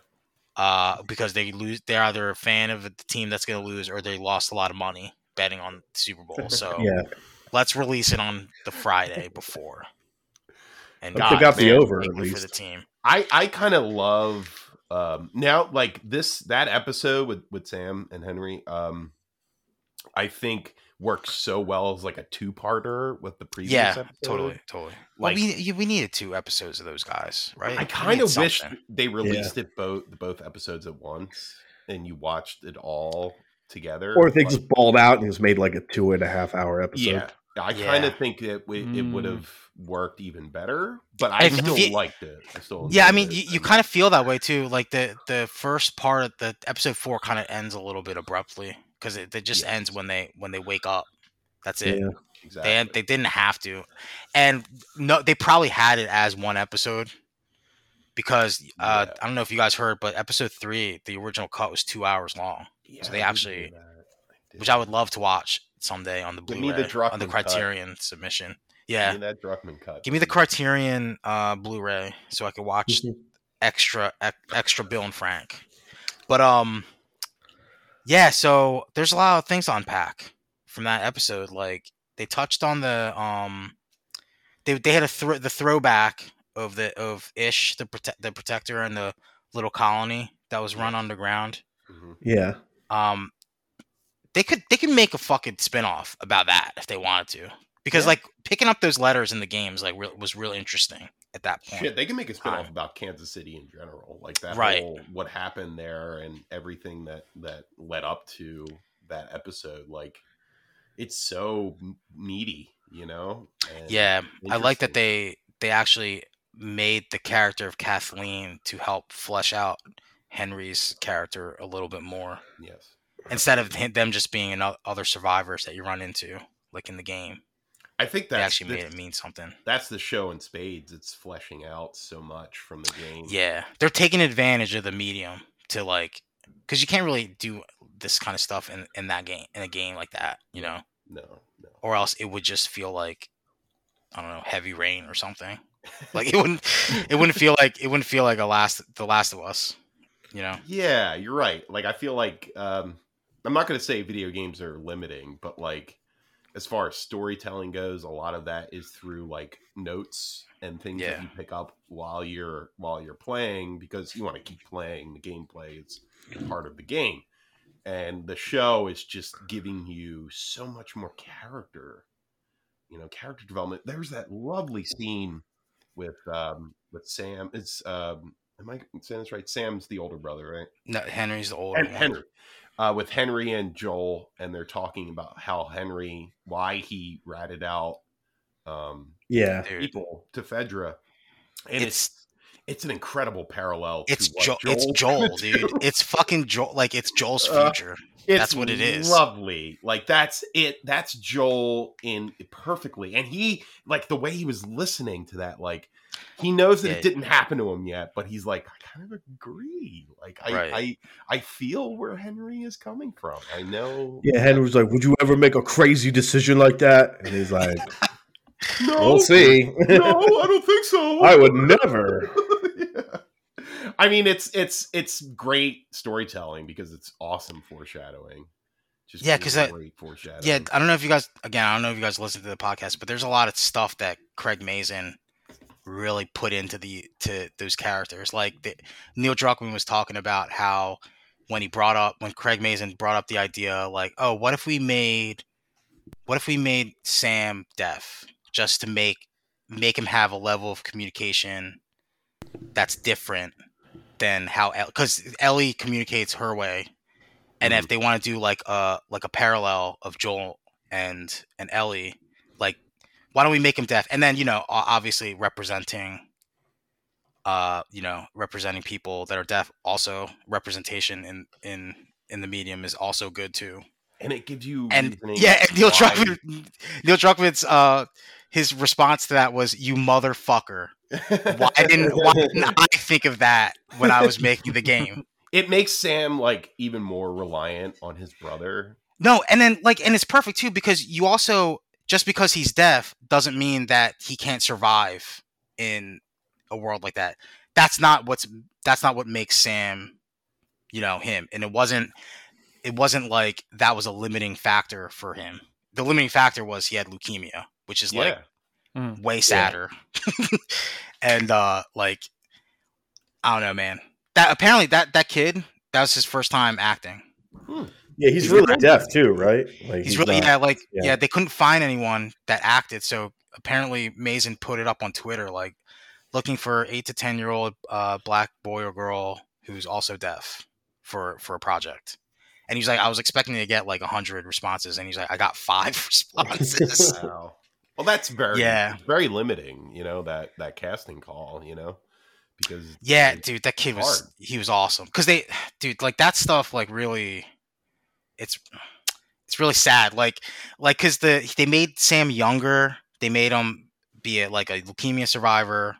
uh, because they lose. They're either a fan of the team that's gonna lose or they lost a lot of money betting on the Super
(laughs)
Bowl. So
Yeah.
let's release it on the Friday before. And
Hope they got the
man,
over,
thank
at
you for
least.
the team.
I, I kind of love um now like this that episode with with sam and henry um i think works so well as like a two-parter with the previous
Yeah,
episode.
Totally, totally.
like
well, we you- we needed two episodes of those guys, right?
i
We
kind
need
of wish
something.
they released it both both episodes at once and you watched it all together
Or if they
Like-
just balled out and just made like a two and a half hour episode.
yeah i
Yeah.
kind of think that we, it
Mm.
would have worked even better but i
If
still
you-
liked it I still
Yeah, I
enjoyed
mean,
it.
you, you kind of feel that way too. Like the the first part of the episode four kind of ends a little bit abruptly because it, it just ends when they when they wake up. That's it.
Yeah.
exactly
They they didn't have to, and no, they probably had it as one episode because uh,
Yeah.
I don't know if you guys heard, but episode three, the original cut was two hours long,
Yeah,
so
I
they
did
actually-
do that. did.
which I would love to watch someday on the
Give
Blu-ray
me the
on the
Druckmann cut.
Criterion submission.
Give
Yeah,
me that Druckmann cut.
give me the Criterion uh, Blu-ray so I can watch extra ex- extra Bill and Frank. But um yeah, so there's a lot of things to unpack from that episode. Like they touched on the um they they had a thro- the throwback of the of Ish the prote- the protector and the little colony that was run underground.
Mhm.
Yeah.
Um they could they could make a fucking spin-off about that if they wanted to. Because
Yeah.
like picking up those letters in the games like re- was real interesting at that point.
Shit, they can make a spinoff
Time.
about Kansas City in general, like that
Right.
whole what happened there and everything that that led up to that episode. Like, it's so m- meaty, you know? And
Yeah, I like that
interesting.
they they actually made the character of Kathleen to help flesh out Henry's character a little bit more
Yes,
instead of him- them just being ano- other survivors that you run into like in the game.
I think
They
that's
actually
the,
made it mean something.
that's the show in spades. It's fleshing out so much from the game.
Yeah, they're taking advantage of the medium to like cuz you can't really do this kind of stuff in in that game in a game like that, you know?
no, no.
Or else it would just feel like I don't know, heavy rain
(laughs)
or something. Like it wouldn't it wouldn't feel like it wouldn't feel like a last the last of us you know
Yeah, you're right. Like I feel like um I'm not going to say video games are limiting, but like as far as storytelling goes, a lot of that is through like notes and things
Yeah.
that you pick up while you're while you're playing because you want to keep playing the gameplay is part of the game. And the show is just giving you so much more character. You know, character development. There's that lovely scene with um with Sam. It's um am I saying this right? Sam's the older brother, right?
no, henry's the older
and
one
Henry, uh, with Henry and Joel, and they're talking about how Henry, why he ratted out um,
Yeah.
Dude,
people to Fedra, and it's, it's an incredible parallel.
it's
to what
joel it's
gonna (laughs)
joel dude
do.
it's fucking joel like it's joel's
Uh,
future
It's
That's what it is.
Lovely, like that's it. That's Joel in perfectly, and he like the way he was listening to that, like. He knows that
Yeah.
it didn't happen to him yet, but he's like, I kind of agree. Like, I,
Right.
I, I feel where Henry is coming from. I know.
Yeah. Henry was like, Would you ever make a crazy decision like that? And he's like,
No,
We'll see.
no, I don't think
(laughs)
so.
(laughs)
I would never.
Yeah. I mean, it's it's it's great storytelling because it's awesome foreshadowing. Just
Yeah,
really
'cause that-
great foreshadowing.
yeah i don't know if you guys again i don't know if you guys listen to the podcast but there's a lot of stuff that craig mazin really put into the to those characters like the, neil druckmann was talking about how when he brought up when craig mazin brought up the idea like oh what if we made what if we made sam deaf just to make make him have a level of communication that's different than how because ellie communicates her way and
Mm-hmm.
if they want to do like a like a parallel of Joel and and Ellie, like why don't we make him deaf? And then you know, o- obviously representing, uh, you know, representing people that are deaf. Also, representation in in in the medium is also good too.
and it gives you
And
reasoning
yeah, and Neil
why-
Druckmann, Neil Druckmann's uh, his response to that was "You motherfucker." Why didn't
(laughs)
why didn't I think of that when I was making the game?
It makes Sam like even more reliant on his brother.
No, and then like, and it's perfect too because you also just because he's deaf doesn't mean that he can't survive in a world like that. That's not what's that's not what makes Sam, you know, him. And it wasn't it wasn't like that was a limiting factor for him. The limiting factor was he had leukemia, which is like
yeah,
(laughs) way sadder. and uh like I don't know, man. that apparently that that kid that was his first time acting.
Hmm.
Yeah, he's,
He's
really
really-
deaf too, right? Like
He's really
not-
yeah, like
yeah.
yeah. they couldn't find anyone that acted, so apparently Mason put it up on Twitter like looking for eight to ten year old uh, black boy or girl who's also deaf for for a project. And he's like, I was expecting to get like hundred responses, and he's like, I got five (laughs) responses.
Wow. Well, that's very
"Hmm." Yeah.
very limiting. You know that that casting call. You know because
Yeah,
like,
dude, that kid was
hard.
he was awesome. Cause they, (sighs) dude, like that stuff, like really, it's (sighs) it's really sad. Like, like, cause the they made Sam younger. They made him be a, like a leukemia survivor.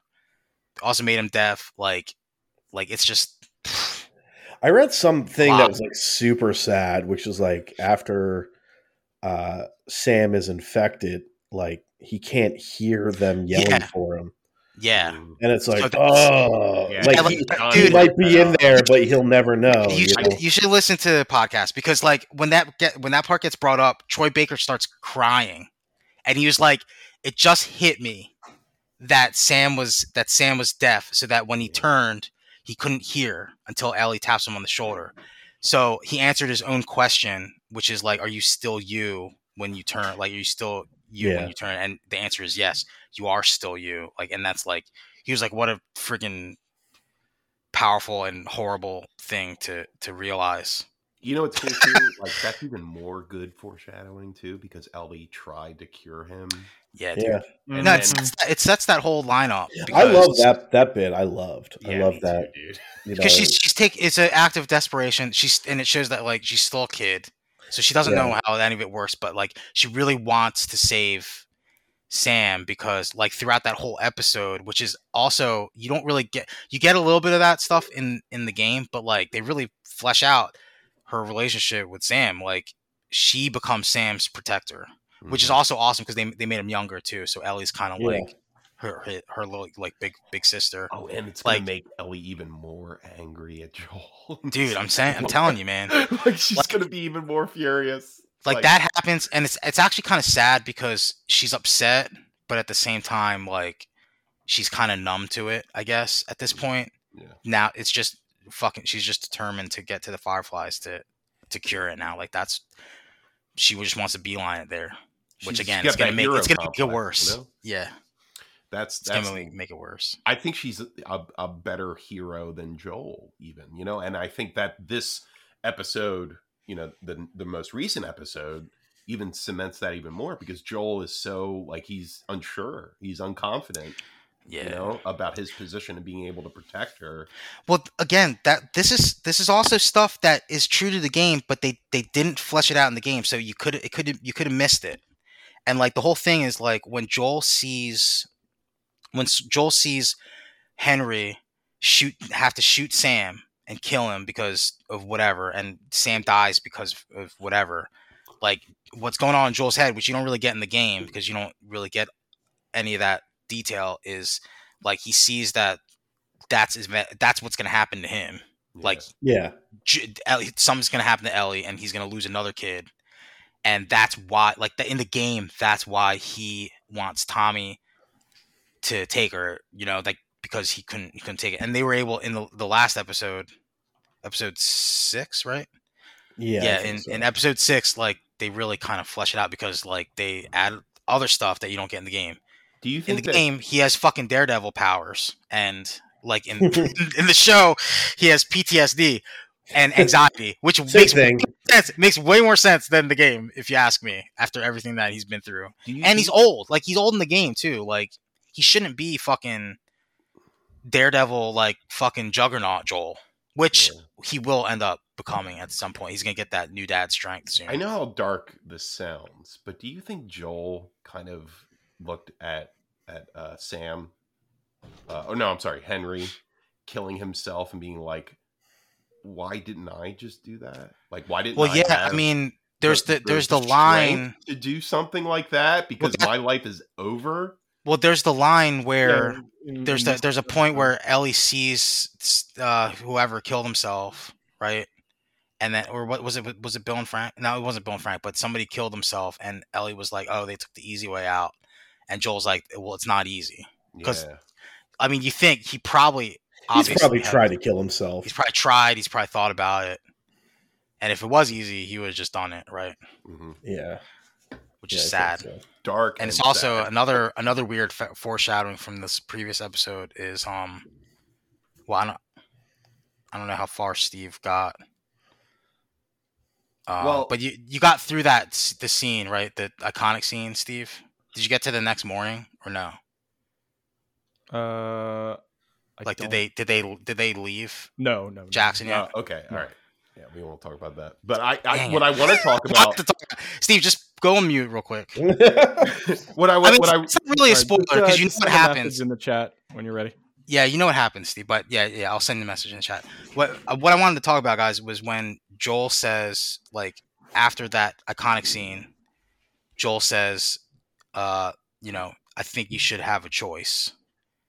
Also made him deaf. Like, like it's just (sighs)
I read something
Wow.
that was like super sad, which is like after uh, Sam is infected, like he can't hear them yelling
Yeah.
for him,
yeah.
mm,
and it's like,
So that's-
oh,
yeah,
like
Yeah,
he,
he's done
he
dude-
might be
(laughs)
in
now.
there, but he'll never know.
you,
You
should,
know?
you should listen to the podcast because like when that get when that part gets brought up, Troy Baker starts crying, and he was like, "It just hit me that Sam was that Sam was deaf, so that when he turned, he couldn't hear until Ellie taps him on the shoulder. So he answered his own question, which is like, "Are you still you when you turn? Like, are you still you
Yeah.
when you turn?" And the answer is yes, you are still you. Like, and that's like he was like, "What a freaking powerful and horrible thing to to realize.
You know what's cool too? Like that's even more good foreshadowing too, because Ellie tried to cure (laughs) him.
Yeah, dude.
yeah,
Mm.
No, it sets, that- it sets that whole lineup.
I
because-
love that that bit. I loved. I love
me too,
that.
dude.
You know,
because she's she's take it's an act of desperation. She's and it shows that like she's still a kid, so she doesn't
Yeah.
know how any of it works. But like she really wants to save Sam because like throughout that whole episode, which is also you don't really get you get a little bit of that stuff in in the game, but like they really flesh out her relationship with Sam. Like she becomes Sam's protector. (laughs) which is
Mm-hmm.
also awesome because they, they made him younger too. So Ellie's kind of
Mm-hmm. Yeah.
like her, her her little like big big sister.
oh, and it's
like-
gonna make Ellie even more angry at (laughs) Joel.
(laughs)
Dude, I'm saying
(laughs)
I'm telling you, man.
like she's
Like-
gonna be even more furious.
Like, that happens, and it's it's actually kind of sad because she's upset, but at the same time, like she's kind of numb to it. I guess at this point,
Yeah.
now it's just fucking. She's just determined to get to the Fireflies to to cure it now. Like that's she just wants to beeline it there. Which
She's
again,
got
it's gonna
that
make
hero
it's gonna make it
complex,
worse.
you know?
Yeah,
That's
it's
that's.
gonna make- make it worse.
I think she's a, a, a better hero than Joel, even you know. And I think that this episode, you know, the the most recent episode, even cements that even more because Joel is so like he's unsure, he's unconfident,
Yeah.
you know, about his position and being able to protect her.
Well, th- again, that this is this is also stuff that is true to the game, but they they didn't flesh it out in the game, so you could it could you could have missed it. And like the whole thing is like when Joel sees when S- Joel sees Henry shoot have to shoot Sam and kill him because of whatever, and Sam dies because of- of whatever. Like what's going on in Joel's head, which you don't really get in the game because you don't really get any of that detail, is like he sees that that's his, ve- that's what's going to happen to him. Like
Yeah.
yeah,
J- Ellie, something's going to happen to Ellie, and he's going to lose another kid, and that's why, like the, in the game, that's why he wants Tommy to take her. You know, like because he couldn't he couldn't take it, and they were able in the, the last episode, episode six, right?
yeah,
yeah
I think
in,
so. (laughs)
in episode six like they really kind of flesh it out because like they add other stuff that you don't get in the game
do you
in
think
the
that-
game he has fucking daredevil powers and like in in the show he has ptsd and anxiety which
same
makes
thing.
sense makes way more sense than the game if you ask me after everything that he's been through
do you
and he's
think-
old like he's old in the game too like he shouldn't be fucking daredevil like fucking juggernaut joel which
Yeah.
he will end up becoming at some point. He's gonna get that new dad strength soon.
I know how dark this sounds, but do you think Joel kind of looked at at uh, Sam? Uh, oh no, I'm sorry, Henry killing himself and being like, "Why didn't I just do that? Like, why didn't?"
Well,
I
yeah,
have
I mean, there's the there's the
strength
line.
to do something like that because
that-
my life is over.
Well, there's the line where
Yeah.
there's
Mm-hmm.
the, there's a point where Ellie sees uh, whoever killed himself, right? And then, or what was it? Was it Bill and Frank? No, it wasn't Bill and Frank, but somebody killed himself, and Ellie was like, "Oh, they took the easy way out," and Joel's like, "Well, it's not easy." 'Cause-
Yeah.
I mean, you think he probably
He's probably
had-
tried to kill himself.
He's probably tried. He's probably thought about it. And if it was easy, he would have just done it, right?
Mhm.
Yeah,
Which
yeah,
is
I think
sad.
so.
Dark,
and it's also
sad.
another another weird fa- foreshadowing from this previous episode is um well I don't I don't know how far Steve got. Uh,
Well-
but you you got through that s- the scene right the iconic scene Steve did you get to the next morning or no
Uh, I
like did
don't-
they did they did they leave
No, no, no.
Jackson yet?
Oh, okay, all right. Yeah, we won't talk about that. But I, I
Hmm. Dang
what
it.
I want to
(laughs)
talk
Lot
about,
to talk about. Steve just go on mute real quick
(laughs)
what I,
I mean,
what
(laughs)
I,
it's not really a
Sorry,
spoiler
just, uh,
because you know
just
what
send a message
happens
in the chat when you're ready.
Yeah, you know what happened, Steve. But yeah, yeah, I'll send you a message in the chat. What uh, what I wanted to talk about, guys, was when Joel says, like, after that iconic scene, Joel says, uh, you know, I think you should have a choice.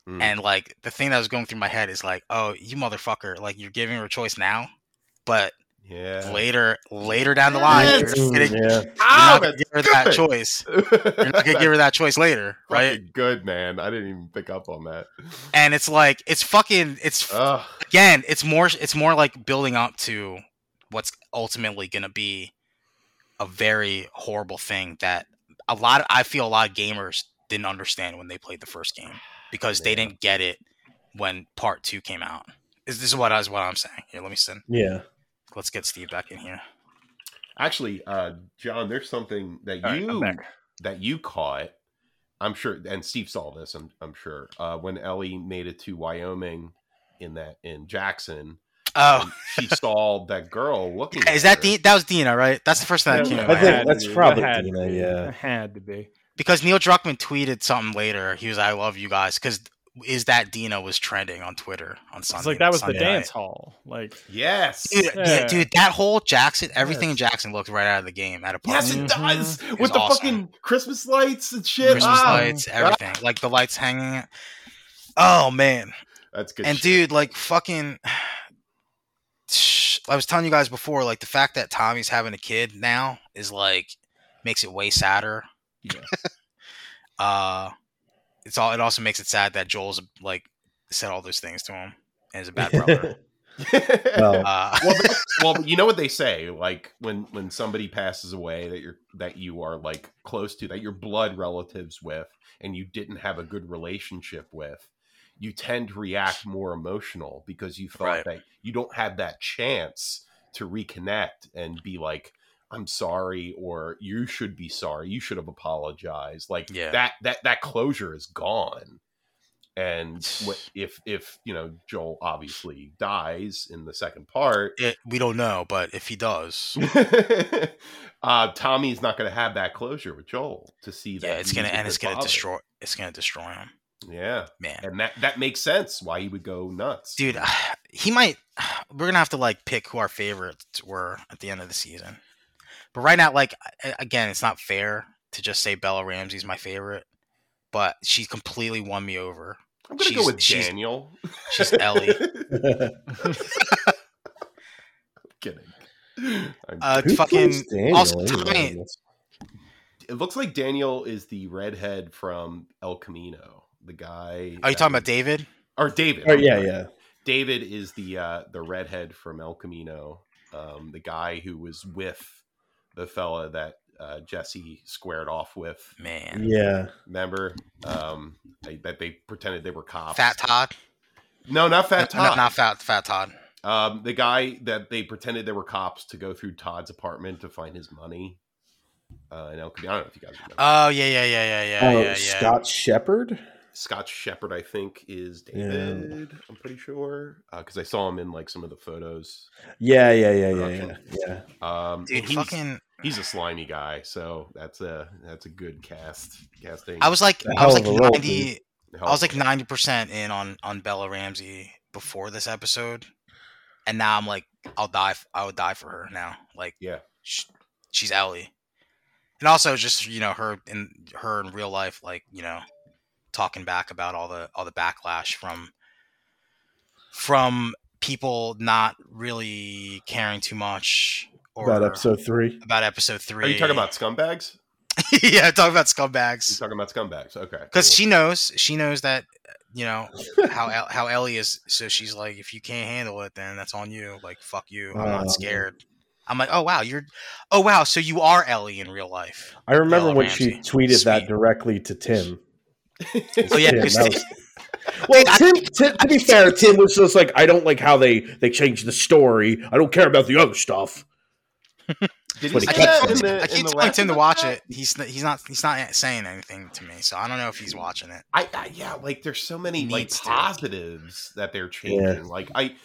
Mm.
And like the thing that was going through my head is like, oh, you motherfucker, like you're giving her a choice now, but
yeah.
later, later down the line,
Yes!
you're, gonna, you're
yeah.
Ah, (laughs)
not gonna give her that
stupid.
choice. You're not
(laughs)
gonna give her that choice later, right?
Fucking Good man. I didn't even pick up on that.
And it's like, it's fucking, it's
Ugh.
again, it's more it's more like building up to what's ultimately going to be a very horrible thing that a lot of, I feel a lot of gamers didn't understand when they played the first game because they
Yeah.
didn't get it when part 2 came out. Is this is what I is what I'm saying. Here, let me send
(laughs) Yeah.
let's get Steve back in here.
Actually, uh, John, there's something that
All right, I'm
you
back.
that you caught. I'm sure, and Steve saw this. I'm I'm sure uh, when Ellie made it to Wyoming in that in Jackson,
Oh,
she
(laughs)
saw that girl looking.
is
at
that
her.
the that was Dina, right? That's the first thing that
Yeah,
came to
I
my
it
think
head.
had
that's
to be. It
probably
had to
Dina,
be.
yeah.
It had to be.
because Neil Druckmann tweeted something later. He was, "I love you guys," because is that Dina was trending on Twitter on Sunday.
It's like that was
Sunday
the
night.
dance hall. Like
Yes,
Dude,
Yeah.
yeah, dude, that whole Jackson, everything in Jackson looked right out of the game at a party.
yes, it
Mhm.
does
Mm-hmm. It's
with the
awesome.
fucking Christmas lights and shit.
Christmas
Ah,
lights, everything, like the lights hanging. Oh man,
That's good.
and
shit.
dude, like fucking. (sighs) I was telling you guys before, like the fact that Tommy's having a kid now is like makes it way sadder.
Yeah.
(laughs) uh, it's all. It also makes it sad that Joel's like said all those things to him and is a bad (laughs) brother.
(laughs)
Well,
uh,
well, that- well, you know what they say, like when when somebody passes away that you're that you are like close to, that your blood relatives with, and you didn't have a good relationship with, you tend to react more emotional because you thought
Right.
that you don't have that chance to reconnect and be like, "I'm sorry," or "You should be sorry. You should have apologized." Like
Yeah.
that that that closure is gone and
(sighs)
wh- if if you know joel obviously dies in the second part
it, (laughs) we don't know, but if he does,
(laughs) uh tommy's not going to have that closure with joel to see that
yeah, it's
he
gonna
was a
and it's
good
gonna
father.
destroy. It's gonna destroy him,
yeah
man.
and that that makes sense why he would go nuts
Dude, (sighs) he might. We're gonna have to like pick who our favorites were at the end of the season. But right now, like a- again, it's not fair to just say Bella Ramsey's my favorite, but she completely won me over.
i'm going to
she's-
go with
she's-
daniel (laughs)
(laughs)
She's Ellie.
kidding I'm-
Uh,
who
fucking
plays Daniel
also
anyway?
Tommy.
it looks like daniel is the redhead from el camino the guy
Are you
that
talking about
was-
David?
or david
Oh
I'm
yeah,
sorry.
yeah.
David is the uh, the redhead from El Camino, um, the guy who was with the fella that uh, Jesse squared off with.
Man,
Yeah.
Remember um, they, that they pretended they were cops.
Fat Todd. Uh,
No, not Fat
No, no,
Todd.
not Fat Fat Todd.
um, the guy that they pretended they were cops to go through Todd's apartment to find his money. Uh, in El Camino, I don't know if you guys remember.
Oh yeah, yeah, yeah, yeah, yeah,
Oh,
yeah, yeah.
Scott Shepherd.
Scott Shepherd, I think, is
Yeah.
David. I'm pretty sure because I saw him in like some of the photos.
Yeah, yeah, yeah, yeah, yeah,
Production.
yeah.
Um,
Dude,
and he's-
fucking.
he's a slimy guy, so that's a that's a good cast casting.
I was like,
The
I
hell
was like
of a role,
ninety.
dude.
I was
Oh,
like ninety percent in on on Bella Ramsey before this episode, and now I'm like, I'll die. f- I would die for her now. Like,
Yeah.
sh- she's Ellie, and also just you know her in her in real life, like you know, talking back about all the all the backlash from from people not really caring too much or
About episode three.
about episode three.
are you talking about scumbags?
(laughs) yeah, talking about
You're
scumbags
talking about scumbags, okay?
because
cool.
she knows she knows that you know
(laughs)
how El- how Ellie is. So she's like, if you can't handle it, then that's on you. Like, fuck you. I'm
Oh.
not scared. I'm like, oh wow, you're, oh wow, so you are Ellie in real life.
I remember
Bella
when she
Ramsey.
tweeted that
Sweet.
directly to Tim.
Oh yeah,
Tim,
'cause
that
Tim-
was- (laughs)
(laughs)
well, Tim, Tim. To be fair, Tim was just like, I don't like how they they changed the story. I don't care about the other stuff.
Did
But it
he say
I
keeps
that
keep,
in
going.
the,
I
in
keep
the
telling Tim to
Latin
watch
chat?
it. He's n- he's not he's not saying anything to me, so I don't know if he's watching it.
I, I yeah, like there's so m
He
many like
needs to.
positives that they're changing. Like I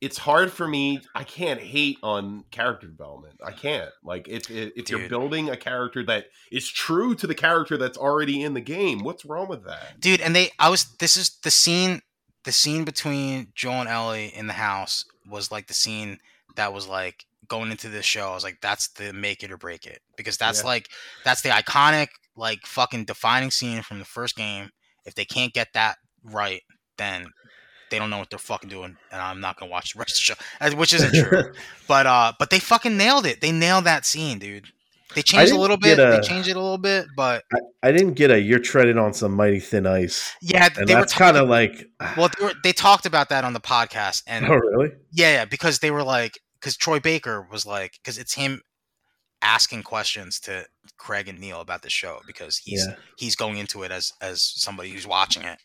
it's hard for me. I can't hate on character development. I can't. Like if if, if you're
Dude.
building a character that is true to the character that's already in the game, what's wrong with that?
dude and they i was this is the scene the scene between joel and ellie in the house was like the scene that was like going into this show i was like that's the make it or break it because that's
Yeah.
like that's the iconic like fucking defining scene from the first game if they can't get that right then they don't know what they're fucking doing and i'm not gonna watch the rest of the show uh, which isn't true
(laughs)
but uh but they fucking nailed it they nailed that scene dude they changed a
didn't
little
get
bit
a-
they changed it a little bit but
I didn't get a. You're treading on some mighty thin ice,
yeah
and
they were
that's kind of like, (sighs)
Well, they, were, they talked about that on the podcast, and
oh really?
yeah, yeah, because they were like, because Troy Baker was like, because it's him asking questions to Craig and Neil about the show because he's
Yeah,
he's going into it as as somebody who's watching it,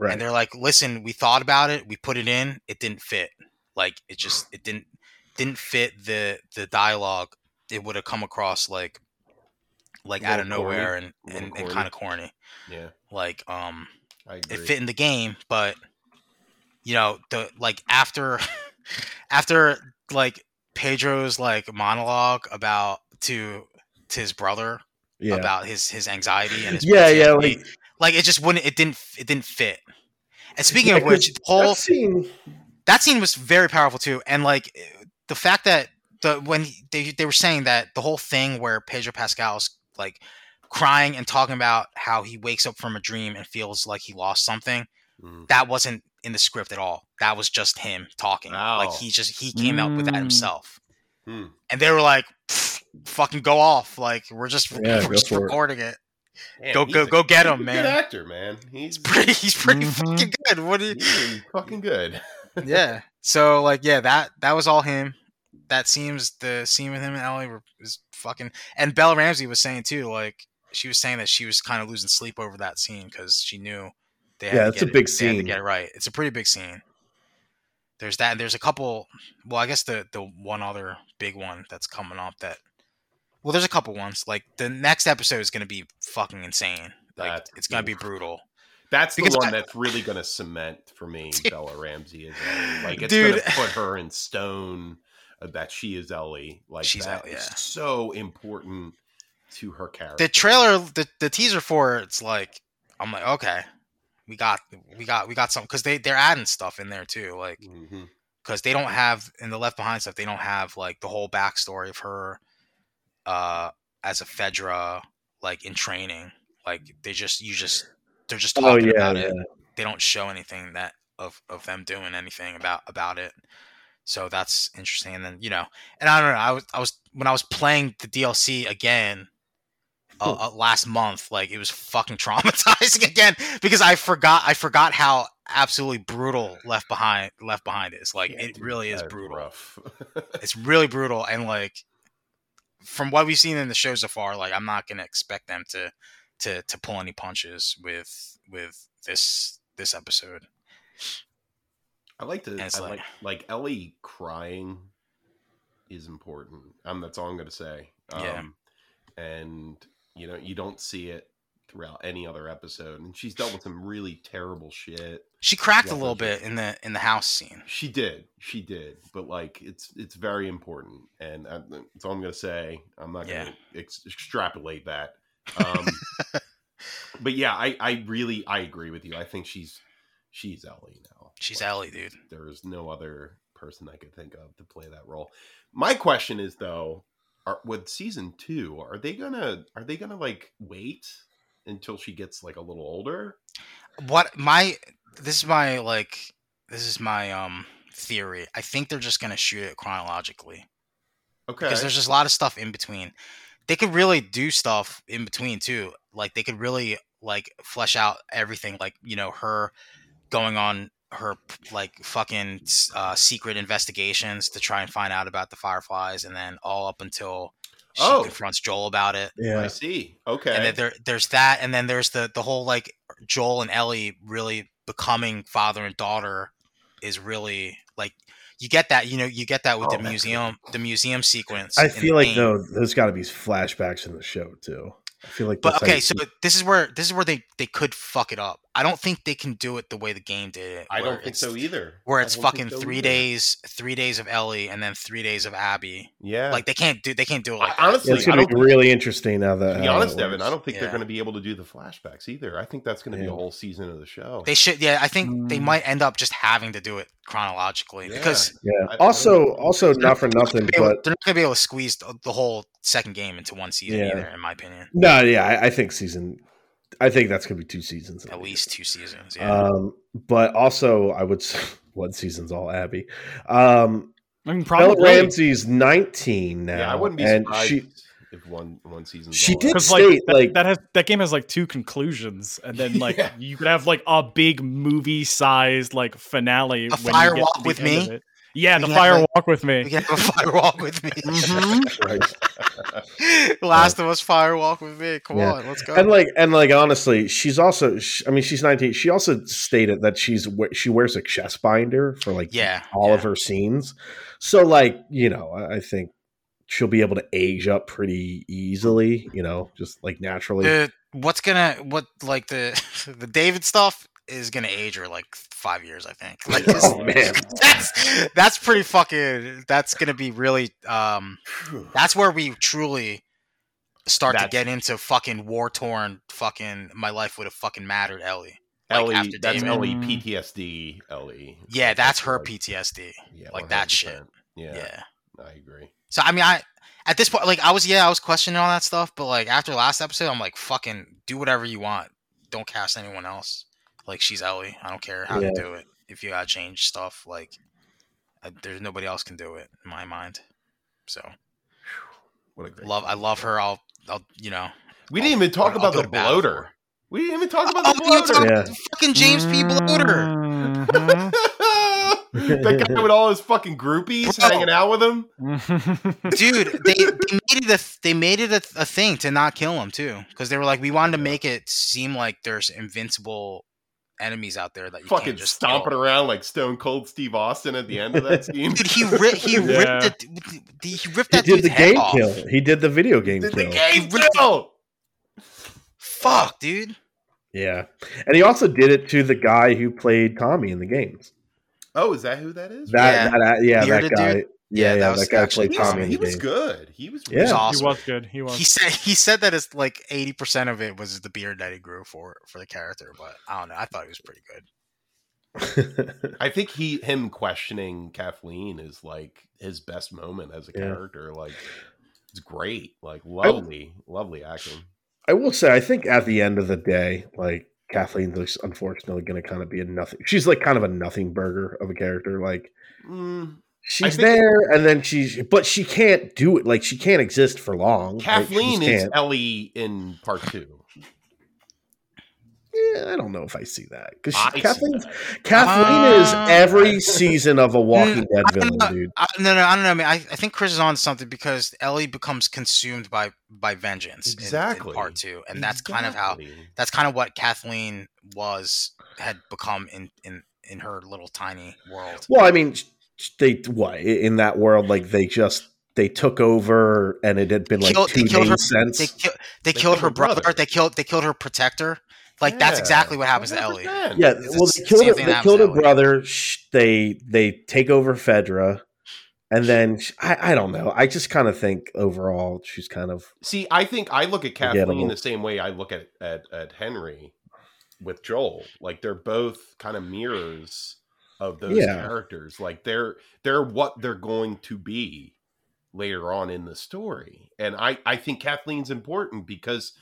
right.
and they're like, listen, we thought about it, we put it in, it didn't fit, like it just it didn't didn't fit the the dialogue. It would have come across like like
A
out
little
of nowhere and
A little
and, and
corny.
kind of corny,
Yeah,
like um
I agree.
it fit in the game, but you know, the like after (laughs) after like Pedro's like monologue about to to his brother
Yeah,
about his his anxiety and
(laughs)
his
yeah, yeah.
PTSD,
Like
like it just wouldn't it didn't it didn't fit. And speaking
Yeah,
of which,
'cause
the whole
that scene-
that scene was very powerful too, and like the fact that the when they they were saying that the whole thing where Pedro Pascal's like crying and talking about how he wakes up from a dream and feels like he lost something
Mm.
that wasn't in the script at all. That was just him talking.
Wow.
Like he just he came out with that
Mm.
himself.
Hmm.
And they were like, "Pfft, "Fucking go off! Like we're just,
Yeah,
we're
go
just
for it.
(laughs) recording it.
Man,
Go
he's
go
a-
go get
he's a
him,
Good
man.
actor, man. He's
He's pretty. He's pretty
Mm-hmm.
Mhm.
fucking good. What do you?
he's really fucking good.
Yeah. So like yeah that that was all him. That seems the scene with him and Ellie were, was fucking. And Bella Ramsey was saying too, like she was saying that she was kind of losing sleep over that scene because she knew they had
Yeah,
to
it's a
get it-
big
they had to
scene.
get it right. It's a pretty big scene. There's that. and There's a couple. Well, I guess the the one other big one that's coming up that. Well, there's a couple ones. Like the next episode is going to be fucking insane. Like
That's-
it's going to be brutal.
That's
Because
the one
I-
that's really going to cement for
(laughs)
me Bella Ramsey is Ellie. Like it's
Dude.
going to put her in stone uh, that she is Ellie. Like
She's
that
Ellie,
is
yeah.
so important to her character.
the trailer the, the teaser for it's like i'm like okay we got we got we got something because they they're adding stuff in there too like
Mhm.
because they don't have in the left behind stuff they don't have like the whole backstory of her uh as a fedra like in training like they just you just they're just
Oh
talking
yeah,
about
yeah.
it they don't show anything that of of them doing anything about about it so that's interesting and then you know and i don't know i was i was when i was playing the dlc again uh, uh, last month like it was fucking (laughs) traumatizing again because i forgot i forgot how absolutely brutal left behind left behind is like
Yeah,
it
dude,
really is
that
brutal
rough. (laughs)
it's really brutal and like from what we've seen in the show so far like i'm not gonna expect them to to to pull any punches with with this this episode
I like to.
And it's
I
like-
like like Ellie crying is important. Um, that's all I'm going to say. Um,
Yeah.
And you know, you don't see it throughout any other episode. And she's dealt with some really terrible shit.
She cracked a
Yeah,
little
that's
bit in the in the house scene.
She did. She did. But like, it's it's very important, and I, that's all I'm gonna say. I'm not gonna ex- extrapolate that.
(laughs)
Um, but yeah, I I really I agree with you. I think she's she's Ellie now.
She's
Like,
Ellie, dude.
There is no other person I could think of to play that role. My question is though, are, with season two, are they gonna are they gonna like wait until she gets like a little older?
What my this is my like this is my um theory. I think they're just gonna shoot it chronologically
Okay,
because there's just a lot of stuff in between. They could really do stuff in between too. Like they could really like flesh out everything. Like you know her going on her like fucking uh, secret investigations to try and find out about the fireflies, and then all up until she
Oh.
confronts Joel about it.
I
Yeah.
see. Okay.
And then there, there's that, and then there's the the whole like Joel and Ellie really becoming father and daughter is really like you get that you know you get that with
Oh,
the
that's
museum the museum sequence.
I
in the
feel like
game.
though there's got to be flashbacks in the show too. I feel like
But
that's how
okay,
you-
so this is where this is where they they could fuck it up. I don't think they can do it the way the game did it.
I
where
don't think
it's-
so either.
Where
I
it's
don't think
fucking
so
three
either.
days, three days of Ellie, and then three days of Abby.
Yeah.
Like they can't do, they can't do it.
I-
Like that.
honestly,
yeah, it's
I
gonna
don't
be really interesting now that. uh,
To be
how
honest,
it
Devin,
works.
I don't think
Yeah.
they're going to be able to do the flashbacks either. I think that's going to be
Yeah.
a whole season of the show.
they should. Yeah, I think they
Mm.
might end up just having to do it chronologically
Hmm. Yeah.
because
Yeah.
I- I
Also,
don't-
also not for nothing,
gonna be able-
but
they're not gonna be able to squeeze the, the whole second game into one season
Yeah.
either, in my opinion.
no, yeah, I, I think season. I think that's gonna be two seasons
At least two seasons. Yeah.
Um, but also, I would say (laughs) one season's all Abby. Um,
I mean,
Bella
probably
Ramsey's 19 now.
yeah, I wouldn't be
and
surprised
She,
if one one season.
she did
because
say,
like, that,
like-
that has that game has like two conclusions, and then
(laughs)
like
Yeah.
you could have like a big movie sized like finale.
A
when you
Fire
get to
Walk
the
with
end of
Me?
it. Yeah,
We
the
can have,
fire
like-
walk with
(laughs) we
me.
can have a firewalk with me. Mm-hmm. (laughs)
Mm-hmm. Christ.
Last of Us firewalk with me. Come
Yeah.
on, let's go.
and like, and like, honestly, she's also. sh I mean, she's 19. She also stated that she's we- she wears a chest binder for like
yeah,
all
yeah.
of her scenes. So, like, you know, I, I think she'll be able to age up pretty easily. You know, just like naturally.
the what's gonna what like the (laughs) the David stuff is gonna age her like five years, I think. (laughs) Like this-
oh man,
that's that's pretty fucking. That's gonna be really.
(sighs)
Um, that's where we truly start to
That's-
get into fucking war torn. Fucking my life would have fucking mattered, Ellie. like,
Ellie,
after
that's
Damon.
Ellie
Mm.
PTSD. Ellie.
Yeah, that's her
like-
PTSD.
yeah,
like that shit.
100%.
Yeah.
Yeah, I agree.
So I mean, I at this point, like I was, yeah, I was questioning all that stuff, but like after last episode, I'm like, fucking do whatever you want. Don't cast anyone else. Like she's Ellie. I don't care how
Yeah.
you do it. If you gotta change stuff, like I, there's nobody else can do it in my mind. So
What a great.
love, I love her. I'll, I'll, you know.
we didn't even talk
I'll
about
go
the
to battle for
bloater.
her.
We didn't even
(laughs)
talk about
Oh,
the
we didn't
bloater.
talk
Yeah.
about fucking James P. Bloater.
Mhm.
(laughs) that guy with all his fucking groupies
Bro.
hanging out with him.
(laughs) Mhm.
dude they, they made it a th- they made it a, th- a thing to not kill him too because they were like we wanted to
Yeah.
make it seem like there's invincible enemies out there that you
fucking
can't just
stomping
kill.
around like Stone Cold Steve Austin at the end of
(laughs)
that scene. (laughs)
dude he, ri-
(laughs)
he
Yeah.
ripped it he ripped
he did
that dude's
the
head
game
off.
kill. He did the video game
Did the
kill.
game
He ripped-
kill?
fuck dude
Yeah, and he also did it to the guy who played Tommy in the games.
Oh, is that who that is?
That yeah, that, yeah, that
Bearded
guy.
dude? Yeah,
Yeah, yeah,
that
that,
was
guy
actually
played
he
Tommy.
Tommy.
was,
in
he
the
was
game.
good. He was
Yeah.
really
He's
good.
(laughs) awesome.
He was good. He was.
he said he said that it's like 80% of it was the beard that he grew for for the character but i don't know i thought he was pretty good
(laughs)
I think he him questioning Kathleen is like his best moment as a
Yeah.
character. Like it's great. Like lovely, lovely acting.
I will say, I think at the end of the day, like Kathleen's just unfortunately going to kind of be a nothing. She's like kind of a nothing burger of a character. Like
Mm,
she's
think-
there, and then she's, but she can't do it. Like she can't exist for long. Like, she
Kathleen
just
is
can't.
Ellie in part two.
Yeah, I don't know if I see that because
I see
Kathleen's
that.
Kathleen
Ah.
is every season of a Walking Dead
(laughs) I don't
villain,
know.
dude.
I, no, no, I don't know. I mean, I, I think Chris is on something because Ellie becomes consumed by by vengeance. in- in
Exactly.
part two, and that's kind of how
Exactly.
that's kind of what Kathleen was had become in in in her little tiny world.
Well, I mean, sh- sh- they what i- in that world? Like they just they took over, and it had been like
Killed- they
two
killed
days
her-
since.
They kill, they, killed her brother. They killed they killed her protector. Like that's
Yeah,
exactly what happens to Ellie.
100%.
yeah,
It's the
well,
s-
they killed
same
her,
thing
they
happens
killed
that
her
way.
brother. sh- They they take over Fedra, and then sh I I don't know. I just kind of think overall she's kind of
See, I think I look at
Forgettable.
Kathleen the same way I look at at, at Henry with Joel. Like they're both kind of mirrors of those
Yeah.
characters. Like they're they're what they're going to be later on in the story. And I I think Kathleen's important because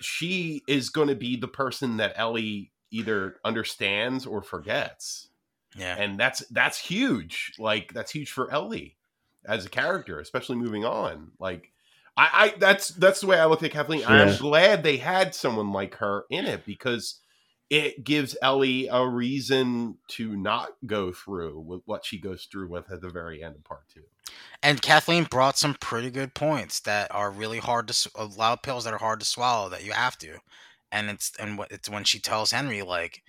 she is going to be the person that Ellie either understands or forgets.
Yeah,
And that's that's huge. Like that's huge for Ellie as a character, especially moving on. Like I, I that's that's the way I look at Kathleen.
Yeah.
I'm glad they had someone like her in it because it gives Ellie a reason to not go through with what she goes through with at the very end of part two.
And Kathleen brought some pretty good points that are really hard to s- a lot of pills that are hard to swallow that you have to. And it's and what it's when she tells Henry like,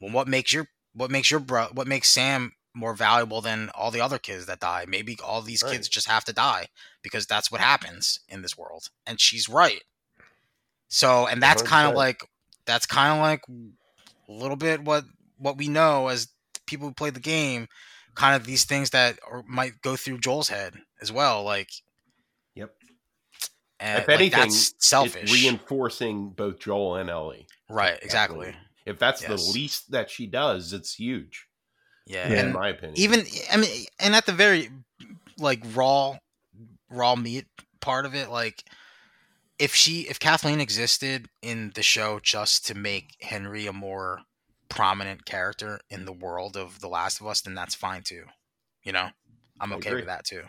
well, what makes your what makes your bro what makes Sam more valuable than all the other kids that die? Maybe all these
Right.
kids just have to die because that's what happens in this world. And she's right. So and that's kind of
100%.
like that's kind of like a little bit what what we know as people who play the game kind of these things that are, might go through Joel's head as well. Like,
Yep.
and
If
like,
anything,
that's selfish,
It's reinforcing both Joel and Ellie.
right? Exactly.
Kathleen. If that's the
Yes.
least that she does, it's huge,
Yeah.
Yeah.
in
and
my opinion.
even I mean, and at the very like raw, raw meat part of it, like if she, if Kathleen existed in the show just to make Henry a more prominent character in the world of The Last of Us, then that's fine too. You know, I'm
I
okay
agree.
with that too.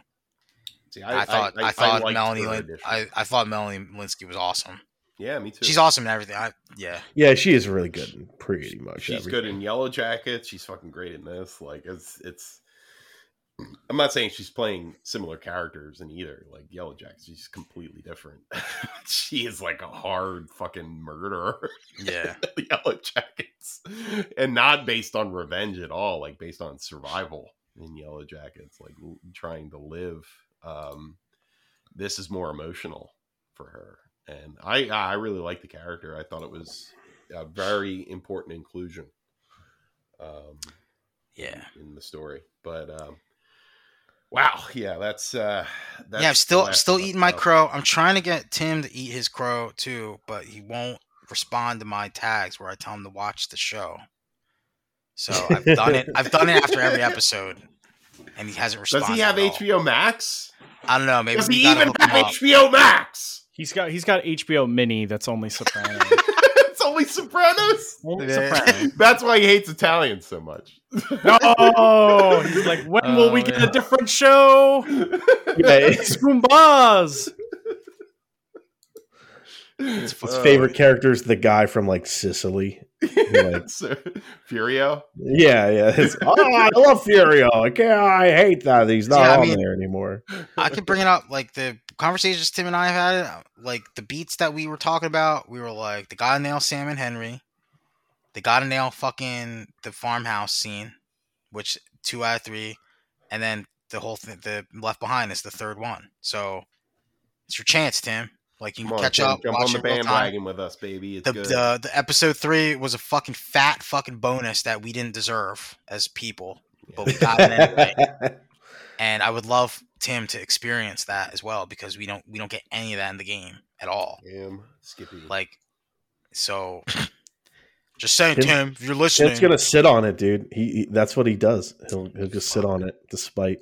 See,
I, thought I, thought
liked
Melanie
her
Lin-
addition.
I, I thought Melanie Linsky was awesome.
yeah, me too.
She's awesome in everything. I,
(laughs)
yeah,
Yeah, she is really good in pretty much.
She's
everything.
good in Yellow Jackets. She's fucking great in this. Like it's it's. I'm not saying she's playing similar characters in either. Like Yellow Jackets, she's completely different. (laughs) she is like a hard fucking murderer.
yeah,
(laughs) the Yellow Jackets, and not based on revenge at all. Like based on survival in Yellow Jackets, like l- trying to live. Um, this is more emotional for her, and I I really like the character. I thought it was a very important inclusion. Um,
yeah.
in the story, but um, wow, yeah, that's uh, that's
yeah, I'm still
the
I'm
last
still
of us
eating my
stuff.
crow. I'm trying to get Tim to eat his crow too, but he won't respond to my tags where I tell him to watch the show. So I've done it. I've done it after every episode, and he hasn't responded.
(laughs) Does he have
at all.
HBO Max?
I don't know. Maybe
Does
we
he
gotta
even
hook him
have
up.
HBO Max?
He's got he's got HBO Mini that's only
(laughs)
Sopranos.
it's only Sopranos.
Only
Yeah.
Sopranos.
That's why he hates Italians so much.
No, Oh, he's like, when will we
Oh,
get
yeah.
a different show?
(laughs)
Yeah,
It's Goombas.
It's
His
(laughs)
favorite character is the guy from like Sicily. like-
Furio.
Yeah, yeah.
(laughs)
It's, oh, I love Furio. Like, yeah, I hate that he's not
Yeah, I
on
mean-
there anymore.
I could bring it up. Like the conversations Tim and I have had, like the beats that we were talking about, we were like, they gotta nail Sam and Henry. They gotta nail fucking the farmhouse scene, which two out of three. And then the whole thing, the Left Behind is the third one. So it's your chance, Tim. Like you
Come
can
on,
catch
Tim,
up,
jump
watch
on the
it real time.
bandwagon with us, baby. It's
The, uh,
good.
the the episode three was a fucking fat fucking bonus that we didn't deserve as people, but we
(laughs)
got it anyway
(laughs)
and I would love Tim to experience that as well because we don't we don't get any of that in the game at all.
Damn, Skippy.
Like, so just saying,
Tim-
Tim, if you're listening,
It's gonna sit on it, dude. He, he- that's what he does. He'll he'll just sit on it despite.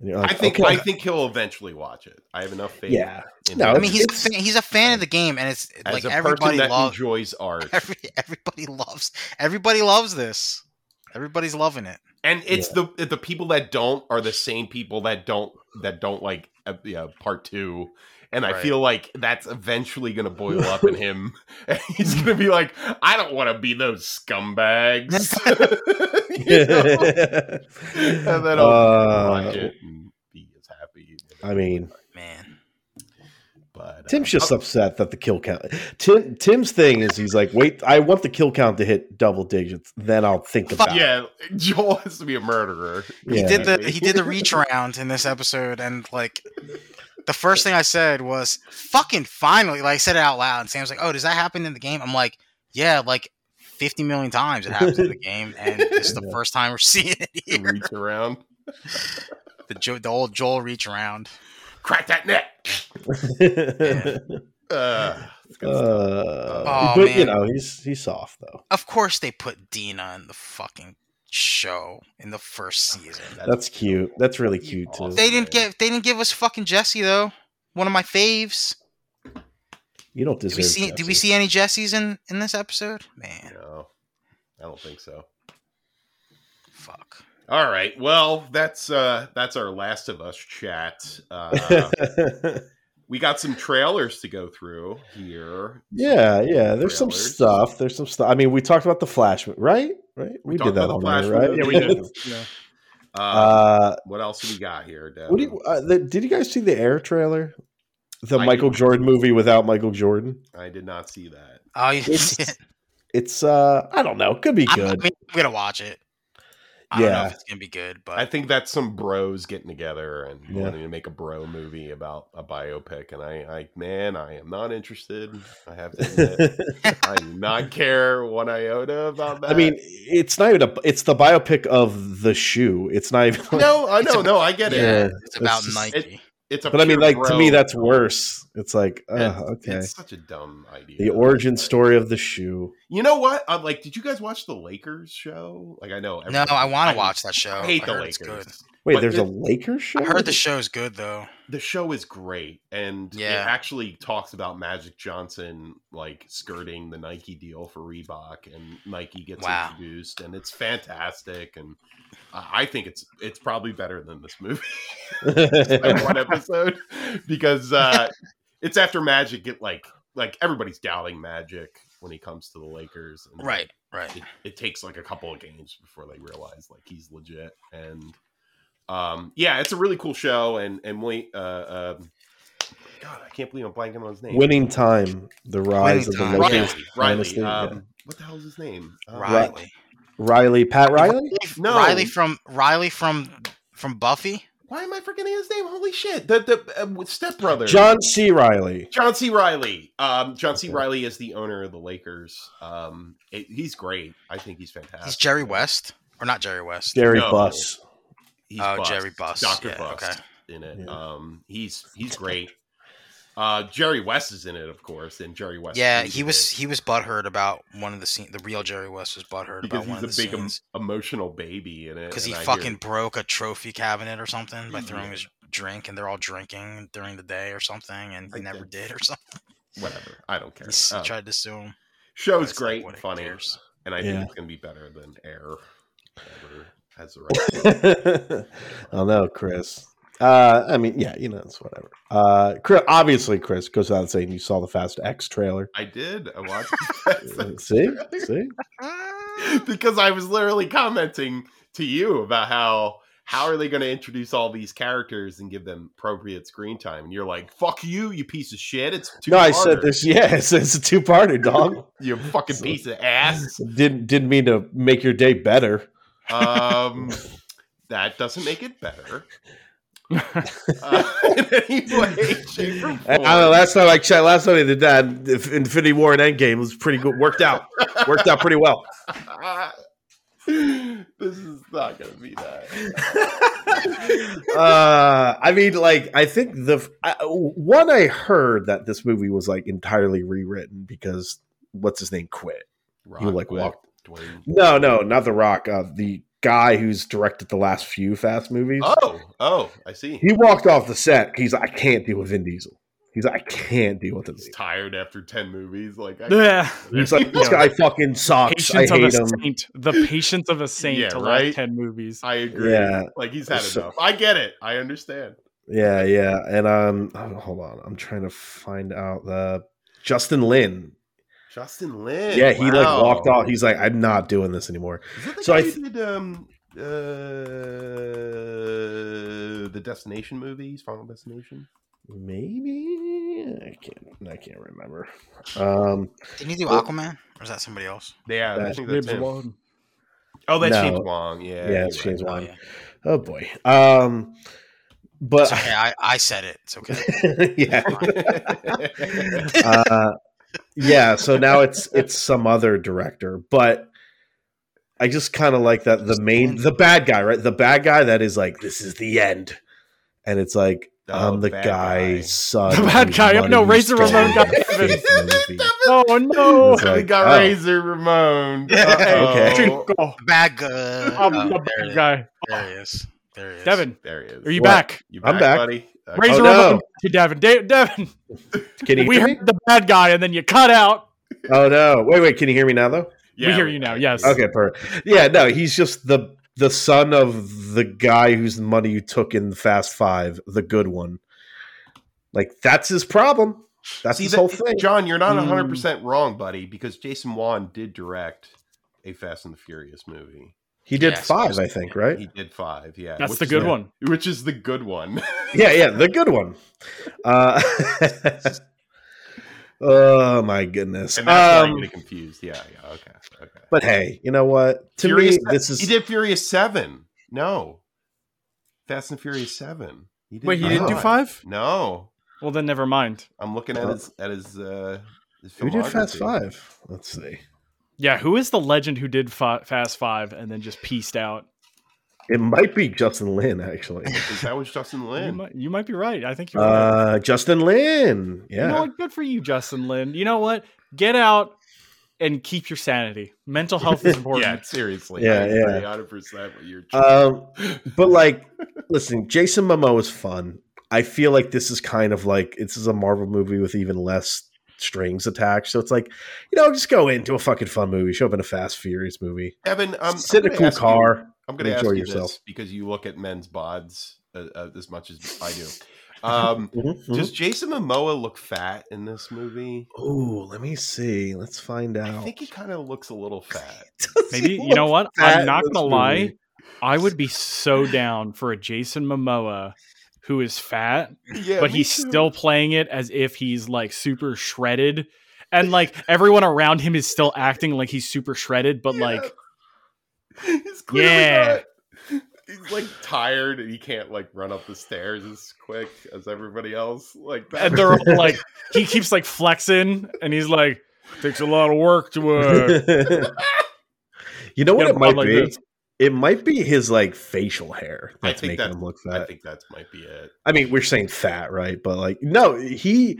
and you're like,
I think
okay.
I think he'll eventually watch it. I have enough faith.
Yeah.
in
No,
him.
I mean, he's a
it's-
fan, he's a fan of the game, and it's
as
like
a person
everybody
that
loves
enjoys art,
every, everybody loves everybody loves this. Everybody's loving it.
and it's the eh, the people that don't are the same people that don't that don't like uh, yeah, part two and i
Right.
feel like that's eventually going to boil up
(laughs)
in him (laughs) and he's going to be like i don't want to be those scumbags (laughs) You know?
(laughs)
and then i'll watch
Uh,
it and be as happy
I mean,
Man,
but uh,
Tim's just upset that the kill count. Tim Tim's thing is he's like, wait, I want the kill count to hit double digits, then I'll think
Fuck
about it.
yeah joel has to be a murderer
he
Yeah.
did the he did the reach around in this episode, and like the first thing I said was "fucking finally." Like I said it out loud, and Sam's like, "Oh, does that happen in the game?" I'm like, "Yeah, like 50 million times it happens in the game, and this
(laughs)
is the first time we're seeing it
The
here."
reach around
The, jo- the old Joel reach around.
crack that
(sighs)
neck
(laughs)
uh, it's good stuff.
Uh,
Oh,
but you
man.
know he's he's soft though.
Of course, they put Dina in the fucking show in the first season.
That's cute. That's really cute too.
Awesome.
They didn't get they didn't give us fucking Jesse though. One of my faves.
You don't
Did
deserve.
we see? Did we see any Jessies in in this episode? Man,
no i don't think so
fuck.
All
(laughs)
right. Well, that's uh that's our Last of Us chat. Uh
Jesse.
we got some trailers to go through here.
Yeah, yeah. There's some
Trailers.
stuff. There's some stuff. I mean, we talked about the Flash, right? Right. We, did
talked
that on
about the
there,
Flash
right?
movie.
Yeah,
(laughs)
we did.
(laughs)
Yeah.
Uh,
uh,
what else do we got here, Devin?
what do you, uh, the, did you guys see the Air trailer? The
I
Michael
didn't.
Jordan movie without Michael Jordan.
I did not see that.
Oh, you didn't
It's-
(laughs) see it?
It's uh, I don't know. Could be
I'm, I
good. (laughs)
mean, I'm gonna watch it. I don't know
Yeah.
if it's gonna be good, but
I think that's some bros getting together and
Yeah.
wanting to make a bro movie about a biopic. And I, I, man, I am not interested. I have to
(laughs)
admit, I do not care one iota about that.
I mean, it's not even a. It's the biopic of the shoe. It's not
(laughs)
even.
no, I know,
a-
no, I get
yeah,
it.
it's about
just-
Nike.
It's a
but I mean,
pure
like to
bro
me, that's worse. It's like,
It's-
uh, okay,
It's such a dumb idea.
the origin story of the shoe.
You know what? I'm like, did you guys watch the Lakers show? Like, I know.
no,
everybody-
I want to watch that show.
I hate the
heard it's
Lakers.
good.
Wait,
But
there's
the-
a Lakers show.
I
(laughs)
heard the show's good though.
The show is great, and
Yeah.
it actually talks about Magic Johnson like skirting the Nike deal for Reebok, and Nike gets
Wow.
introduced, and it's fantastic. And I I think it's it's probably better than this
(laughs)
movie. by one episode because uh, it's after Magic get like like everybody's doubting Magic when he comes to the Lakers. And
Right, right.
It, it takes like a couple of games before they realize like he's legit. And um, yeah, it's a really cool show. And and we uh, uh, God, I can't believe I'm blanking on his name.
Winning time, the rise
Winning
of the
Time.
Riley.
Lakers.
Riley.
dynasty,
Um,
yeah.
What the hell is his name?
Oh.
Uh,
Riley.
Riley, Pat Riley.
No.
Riley from Riley from from Buffy.
Why am I forgetting his name? Holy shit! The the uh, Step Brothers.
John C. Riley.
John C. Riley. Um, John C.
Okay.
Riley is the owner of the Lakers. Um, it- he's great. I think he's fantastic.
He's Jerry West, or not Jerry West?
Jerry
No.
Buss.
He's
oh,
Bust,
Jerry Buss.
Doctor
yeah,
Bust
Okay.
in it.
Yeah.
Um, he's he's great. Uh, Jerry West is in it, of course, and Jerry West.
Yeah,
hated
he was
it
he was butthurt about one of the scenes. The real Jerry West was butthurt
because
about one of
he's
the
a big em-
scenes
emotional baby in it.
because he
and I hear- Mm,
fucking broke a trophy cabinet or something by
Yeah.
throwing his drink, and they're all drinking during the day or something, and he
Like
never
that.
did or something. (laughs)
whatever. I don't care.
He s-
Uh,
tried to sue him. but
show's
it's like,
great
what,
and
who
funny,
cares?
and I
Yeah.
think it's gonna be better than Air. Ever has the right.
(laughs) I don't know, Chris. Uh, I mean, yeah, you know, it's whatever. Uh, Chris, obviously, Chris goes out saying you saw the Fast X trailer.
I did. I watched.
See, see,
(laughs) because I was literally commenting to you about how how are they going to introduce all these characters and give them appropriate screen time, and you're like, "Fuck you, you piece of shit!" It's too
no, I said this. (laughs) Yeah, it's, it's a two-parter, dog.
You
(laughs)
fucking
So-
piece of ass.
didn't didn't mean to make your day better.
Um, that doesn't make
(laughs)
it better. Uh, (laughs) in any way, shape, or
I, I
form.
don't know. Last time I checked, last time I did that, if Infinity War and Endgame was pretty good. Worked out. Worked out pretty well.
uh, this is not going to be that.
(laughs) uh, I mean, like, I think the I, one I heard that this movie was like entirely rewritten because what's his name quit. You, like,
Rock,
walked-
Dwayne.
No, no, not The Rock. Uh, the guy who's directed the last few Fast movies.
Oh, oh, I see.
He walked off the set. He's like, I can't deal with Vin Diesel. He's like, I can't deal with him.
He's tired after ten movies.
(laughs)
Like, I,
yeah.
He's like, this
Yeah.
guy fucking sucks. I
Patience of a
hate him.
saint. The patience of a saint
Yeah,
to
right?
last ten movies.
I agree.
Yeah.
Like he's had
So-
enough. I get it. I understand.
Yeah, yeah. And um oh, hold on. I'm trying to find out the Justin Lin.
Justin Lin.
Yeah, he like
wow.
walked off. He's like, I'm not doing this anymore.
Is that the
So
guy
I
who did um uh the Destination movies, Final Destination.
Maybe I can't I can't remember. Um
Didn't he do
Well-
Aquaman, or is that somebody else?
Yeah, I
That-
think that's
Lives
him.
alone.
Oh, that's Uh,
No.
James Wong. Yeah,
yeah, it's
you're (laughs)
James
right.
Wan.
yeah.
Oh boy. Um but
It's okay. I, I said it. It's okay.
(laughs) yeah. Uh yeah, so now it's it's some other director, but I just kind of like that the main the bad guy, right? The bad guy that is like this is the end. And it's like
Oh,
I'm
the
the
bad guy.
guy's son.
The bad
whose
guy. Yep, no,
money you
Razor
stole
Ramon
in
got
the
given.
fifth movie.
Oh
(laughs)
(laughs)
no!
It's like,
we got
oh.
Razor Ramon.
Okay.
Uh-oh.
Jingle.
(laughs)
Bag. Uh,
I'm the
oh, there,
bad
it-
guy.
there he is. There he is.
Devin,
There he is.
are you
What?
back?
You
I'm back.
buddy? Uh, Okay.
Razor
Oh,
Ramon
no.
to Devin. Da- Devin,
Can you
we
hear me?
heard the bad guy, and then you cut out.
Oh no! Wait, wait. Can you hear me now though?
we hear you now, yes.
Okay, perfect. Yeah, no. He's just the the son of the guy whose money you took in the Fast Five, the good one. Like that's his problem. That's
See,
his
that-
whole thing.
John, you're not
Mm.
100% wrong, buddy, because Jason Wan did direct a Fast and the Furious movie.
He did
Yeah, so
five,
he's-
I think, right?
He did five,
Uh,
yeah.
That's
which
the
is
good one.
Which is the good one. (laughs)
yeah, yeah, the good one. Uh, (laughs) oh my goodness.
and that's why I
Um,
get it confused. Yeah, yeah, okay, okay.
but hey, you know what? To
Furious
me, this
He
is
did Furious 7. No. Fast and Furious 7. He
Wait, he didn't do
Oh.
five?
No.
Well, then never mind.
I'm looking at his at his uh his
who did Fast
filmography.
Five? Let's see.
Yeah, who is the legend who did fi- Fast Five and then just pieced out?
It might be Justin Lin actually.
Is that was Justin
You
Lin? (laughs)
might, you might be right. I think you're right.
Uh, Justin Lin.
You know
Yeah.
what? Good for you, Justin Lin. You know what? Get out and keep your sanity. Mental
(laughs)
health is
Yeah,
important.
seriously.
Yeah,
I
yeah.
agree 100% what you're
(laughs) Um, but like, listen, Jason Momoa is fun. I feel like this is kind of like this is a Marvel movie with even less strings attached. So it's like, you know, just go into a fucking fun movie. Show up in a Fast Furious movie.
Evan, I'm, I'm
Sit in a
gonna
cool
ask you-
car.
I'm going to ask
Enjoy
you
yourself.
this because you look at men's bods uh, uh, as much as I do. Um,
Mhm,
Mm-hmm.
mhm.
does Jason Momoa look fat in this movie?
Ooh, let me see. Let's find out.
I
(laughs)
think he kind of looks a little fat.
Does he
Maybe
(laughs)
you know
look
what?
fat
I'm
in
not
this
gonna
movie?
lie. I would be so down for a Jason Momoa who is fat,
Yeah,
but
me
he's
too.
still playing it as if he's like super shredded, and like
(laughs)
everyone around him is still acting like he's super shredded, but
Yeah.
like
(laughs) he's clearly
Yeah.
not- He's like tired and he can't like run up the stairs as quick as everybody else. Like that.
and they're
(laughs)
all like he keeps like flexing, and he's like takes a lot of work to
(laughs)
uh,
you know what
get a
it might
bod like
be?
this."
It might be his like facial hair
I
that's
think
making
that's-
him look
I
fat.
think that might be it.
I mean, we're saying fat, right? But like, no, he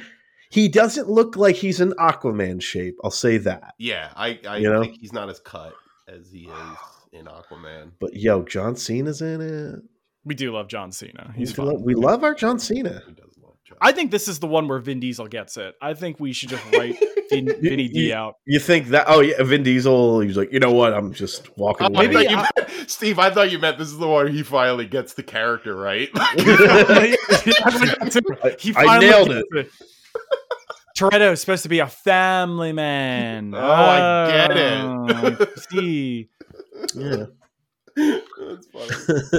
he doesn't look like he's in Aquaman shape. I'll say that.
Yeah, I, I
You know?
think he's not as cut as he is in Aquaman.
But yo, John Cena's in it.
We do love John Cena.
We
He's
do
fun.
love- we love our John Cena.
He does love John.
I think this is the one where Vin Diesel gets it. I think we should just write Vin,
(laughs)
Vinny D
you-
out.
You think that? Oh yeah, Vin Diesel. He's like, you know what? I'm just walking
Oh,
away.
I thought
Maybe
you
I-
meant- (laughs) Steve, I thought you meant this is the one he finally gets the character right. (laughs)
he
I
finally
nailed
gets Toretto's supposed to be a family man.
Oh, I get it.
Oh, I see,
Yeah. (laughs)
That's funny.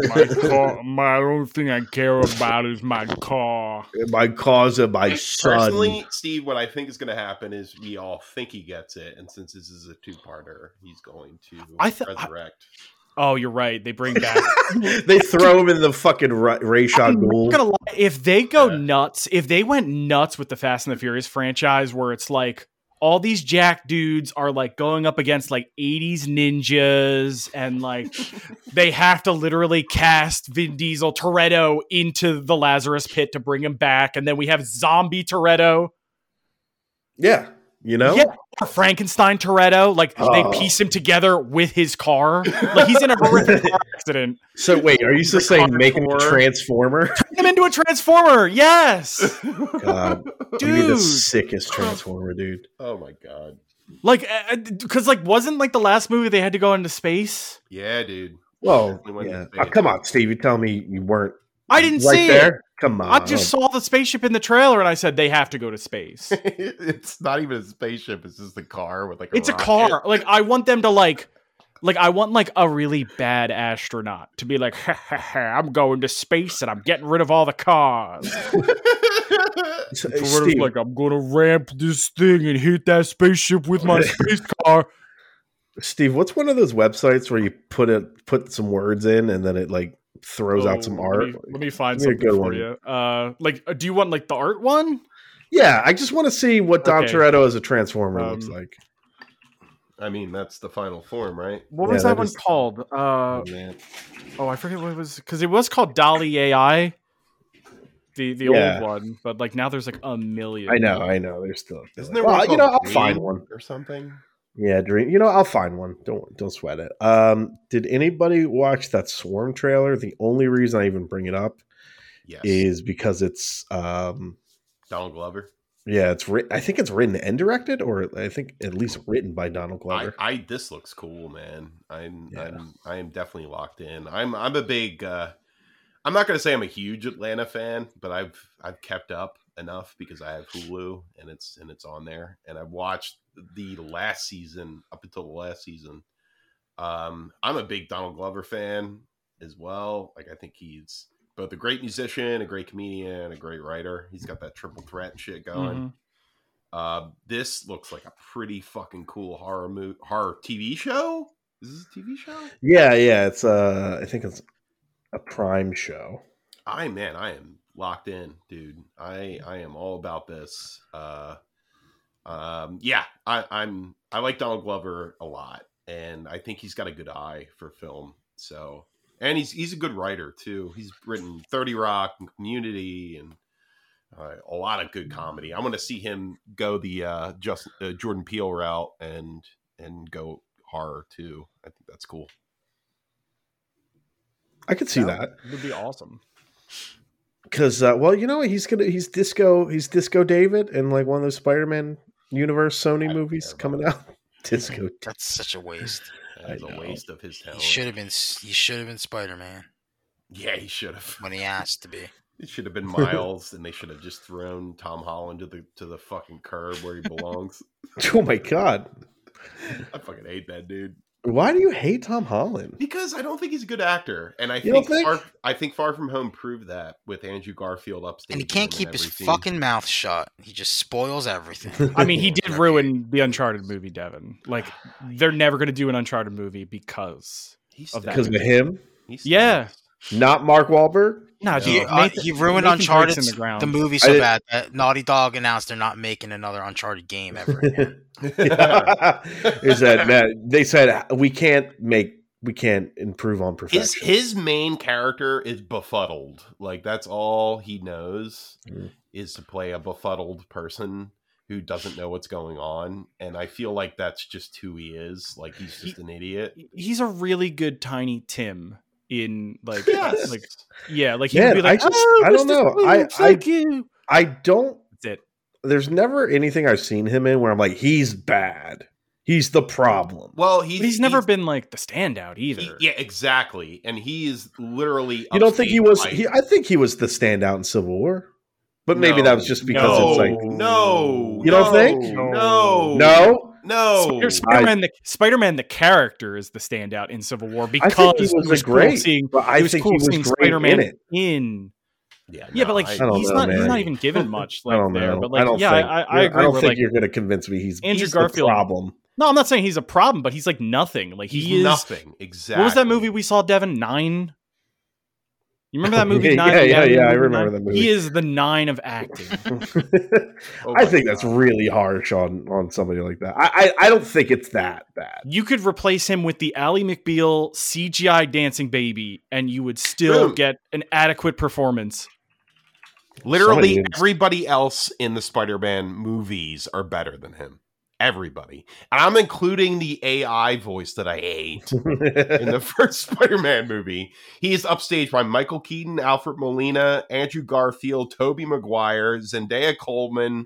my car, my only thing I care about is my car.
my cause of my son.
Personally, Steve, what I think is going to happen is we all think he gets it, and since this is a two-parter, he's going to
I th-
resurrect.
Oh, you're right. They bring back.
(laughs) they throw him in the fucking Ra- Rayshon
I'm not
Ghul.
gonna lie. If they go
Yeah.
nuts, if they went nuts with the Fast and the Furious franchise, where it's like all these jack dudes are like going up against like 80s ninjas and (laughs) like they have to literally cast Vin Diesel Toretto into the Lazarus pit to bring him back and then we have zombie Toretto
Yeah, you know.
Yeah. or Frankenstein Toretto like
Oh.
they piece him together with his car like he's in a horrific
(laughs)
car accident
So wait, are you still saying make him a
Hardcore.
transformer?
turn him into a
(laughs)
transformer yes
God, you'd be the
dude
sickest transformer, dude.
Oh my god!
Like, uh, because like wasn't like the last movie they had to go into space.
Yeah, dude.
Well,
Definitely wouldn't
yeah.
be
Oh,
it.
come on, Steve. You tell me you weren't
I didn't
right
see
there. Oh.
it.
Come on.
I just saw the spaceship in the trailer and I said they have to go
(laughs)
to
(laughs)
space.
it's not even a spaceship; it's just a car with like a
it's a
rocket.
car. Like I want them to like, like I want like a really bad astronaut to be like, "Ha, ha, ha, I'm going to space and I'm getting rid of all the cars.
S- uh,
Or whatever,
Steve,
like I'm gonna ramp this thing and hit that spaceship
(laughs)
with my space car.
Steve, what's one of those websites where you put it put some words in and then it like throws out some
Oh,
art?
Let me, let me find
Give me a
something
good
for
one.
you. Uh, like, uh, do you want like the art one?
yeah, I just want to see what Don
Okay.
Toretto as a transformer
Um,
looks like.
(laughs) I mean, that's the final form, right?
What
Yeah,
was
that
that one
is-
called? Uh,
Oh, man.
Oh, I forget what it was because it was called Dolly AI, the the
Yeah.
old one. But like now there's like a million.
I know, I know. There's still.
Isn't there
Well,
one
you know,
called
I'll find
Green?
one.
or something.
Yeah, dream. You know, I'll find one. Don't don't sweat it. Um, did anybody watch that Swarm trailer? The only reason I even bring it up
Yes,
is because it's um,
Donald Glover.
yeah, it's writ- I think it's written and directed, or I think at least written by Donald
I,
Glover.
I this looks cool, man. I'm
Yeah.
I'm I am definitely locked in. I'm I'm a big uh I'm not gonna say I'm a huge Atlanta fan, but I've I've kept up enough because I have Hulu and it's and it's on there. And I watched the last season up until the last season. Um, I'm a big Donald Glover fan as well. Like I think he's both a great musician, a great comedian, a great writer. He's got that triple threat shit going.
Mhm.
Uh, this looks like a pretty fucking cool horror mo- horror TV show. Is this a TV show?
Yeah, yeah. It's uh, I think it's a Prime show.
I man, I am locked in, dude. I I am all about this. Uh, um, yeah, I, I'm I like Donald Glover a lot, and I think he's got a good eye for film. So, and he's he's a good writer too. He's written Thirty Rock, and Community, and uh, a lot of good comedy. I want to see him go the uh, just uh, Jordan Peele route and and go horror too. I think that's cool.
I could see that
would be awesome.
because uh, well, you know what? He's gonna he's disco he's disco David in like one of those Spider Man universe
I
Sony
don't
movies
care about
coming
that.
out. (laughs) disco. Da-
That's such a waste.
I
It's a
know.
waste of his
He
talent.
should have been. s- He should have been Spider Man
yeah, he should have.
when he asked to be.
It should
(laughs)
have been Miles, and they should have just thrown Tom Holland to the to the fucking curb where he belongs.
Oh my god!
I fucking hate that dude
Why do you hate Tom Holland?
because I don't think he's a good actor, and I
You don't
think,
think?
Far, I think Far From Home proved that with Andrew Garfield upstage,
And he can't keep his fucking mouth shut. He just spoils everything.
(laughs) I
(laughs)
mean, he did
Okay.
ruin the Uncharted movie, Devin. Like they're never going to do an Uncharted movie because
He's
of that.
Because of him,
Yeah.
(laughs) not Mark Wahlberg.
(laughs)
no,
He,
dude,
uh,
Nathan-
he ruined
Nathan Drake's
Uncharted
in the
the,
ground.
movie
I
so
did-
bad that Naughty Dog announced they're not making another Uncharted game
(laughs)
ever. again.
(laughs) is that that- they said we can't make we can't improve on
his
perfection.
his main character is befuddled. Like that's all he knows
Mm.
is to play a befuddled person who doesn't know what's going on, and I feel like that's just who he is. Like he's just an idiot.
he's a really good Tiny Tim in like
(laughs)
Yes.
like yeah, like he would
Man,
be like
I just-
"Oh,
I don't
Mr.
know. I-
Spoon, so
I-
cute."
I don't.
That's it.
There's never anything I've seen him in where I'm like, he's bad. He's the problem.
well,
But he's never been like the standout either.
He- yeah, exactly. And he is literally.
you don't think he
upstage
was?
white.
He, I think he was the standout in Civil War, but maybe that was
No,
just because
no,
it's like
no,
You don't
no,
think?
No,
no. oh,
no.
Spider- Spider-Man, the Spider-Man, the character is the standout in Civil War because
he
it
was a
was cool
great-
seeing,
But I
it was
think
cool
he was
seeing
great
Spider-Man
in it.
in.
Yeah,
Yeah,
no,
but like
I-
he's
don't know,
not he's
man.
not
(laughs)
even given much
I
like
don't know.
there. But
I
like
don't
yeah,
think,
I, I agree.
I don't
we're,
think
like,
you're going to convince me he's
Andrew
he's the
Garfield. (laughs)
problem.
no, I'm not saying he's a problem, but he's like nothing. Like
he's
he is.
nothing. Exactly.
What was that movie we saw, Devin? Nine. You
(laughs)
remember that movie?
Yeah,
Nine?
yeah, yeah,
you
yeah, I
Nine?
remember that movie.
He is the nine of acting.
Oh
I
my
think that's
God.
really harsh on on somebody like that. I I, I don't think it's that
(laughs)
bad. (laughs)
you could replace him with the Ally McBeal CGI dancing baby, and you would still
Boom.
get an adequate performance.
literally
Somebody is-
everybody else in the Spider-Man movies are better than him. Everybody, and I'm including the AI voice that I hate. in the (laughs) first Spider-Man movie. He is upstaged by Michael Keaton, Alfred Molina, Andrew Garfield, Toby Maguire, Zendaya Coleman.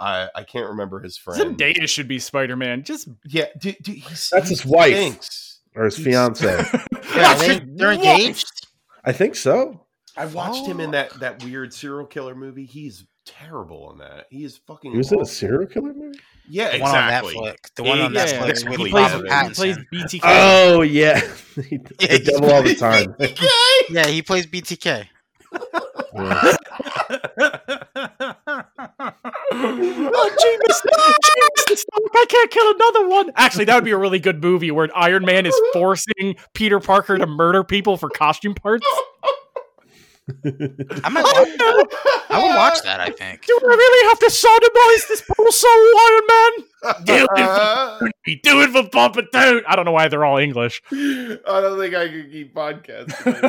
I, I can't remember his friend.
Zendaya should be Spider Man. Just
Yeah, dude, dude, he's,
That's
he
his wife.
stinks.
or his fiance.
(laughs)
Are they, they're engaged.
I think so.
I watched him in
Oh.
that that weird serial killer movie. He's terrible in that. He is fucking.
He was in a
awful.
serial killer movie.
Yeah,
The one on
exactly.
Netflix. The one on
Yeah,
Netflix
yeah,
with
he,
Exactly.
plays,
Robert
he plays
Pattinson.
BTK.
Oh (laughs) yeah, He- the
he's
devil all the
(laughs)
time.
Yeah, he plays BTK.
(laughs) Yeah.
oh, Jeebus, Jeebus, stop. I can't kill another one. Actually, that would be a really good movie where Iron Man is forcing Peter Parker to murder people for costume parts.
I might. Watch,
No,
I would watch that. I think.
do I really have to sodomize this poor soul, Iron Man? Do it
(laughs) Uh,
for me, do it for Papa Toad. I don't know why they're all English.
I don't think I can keep
(laughs)
I
podcasting.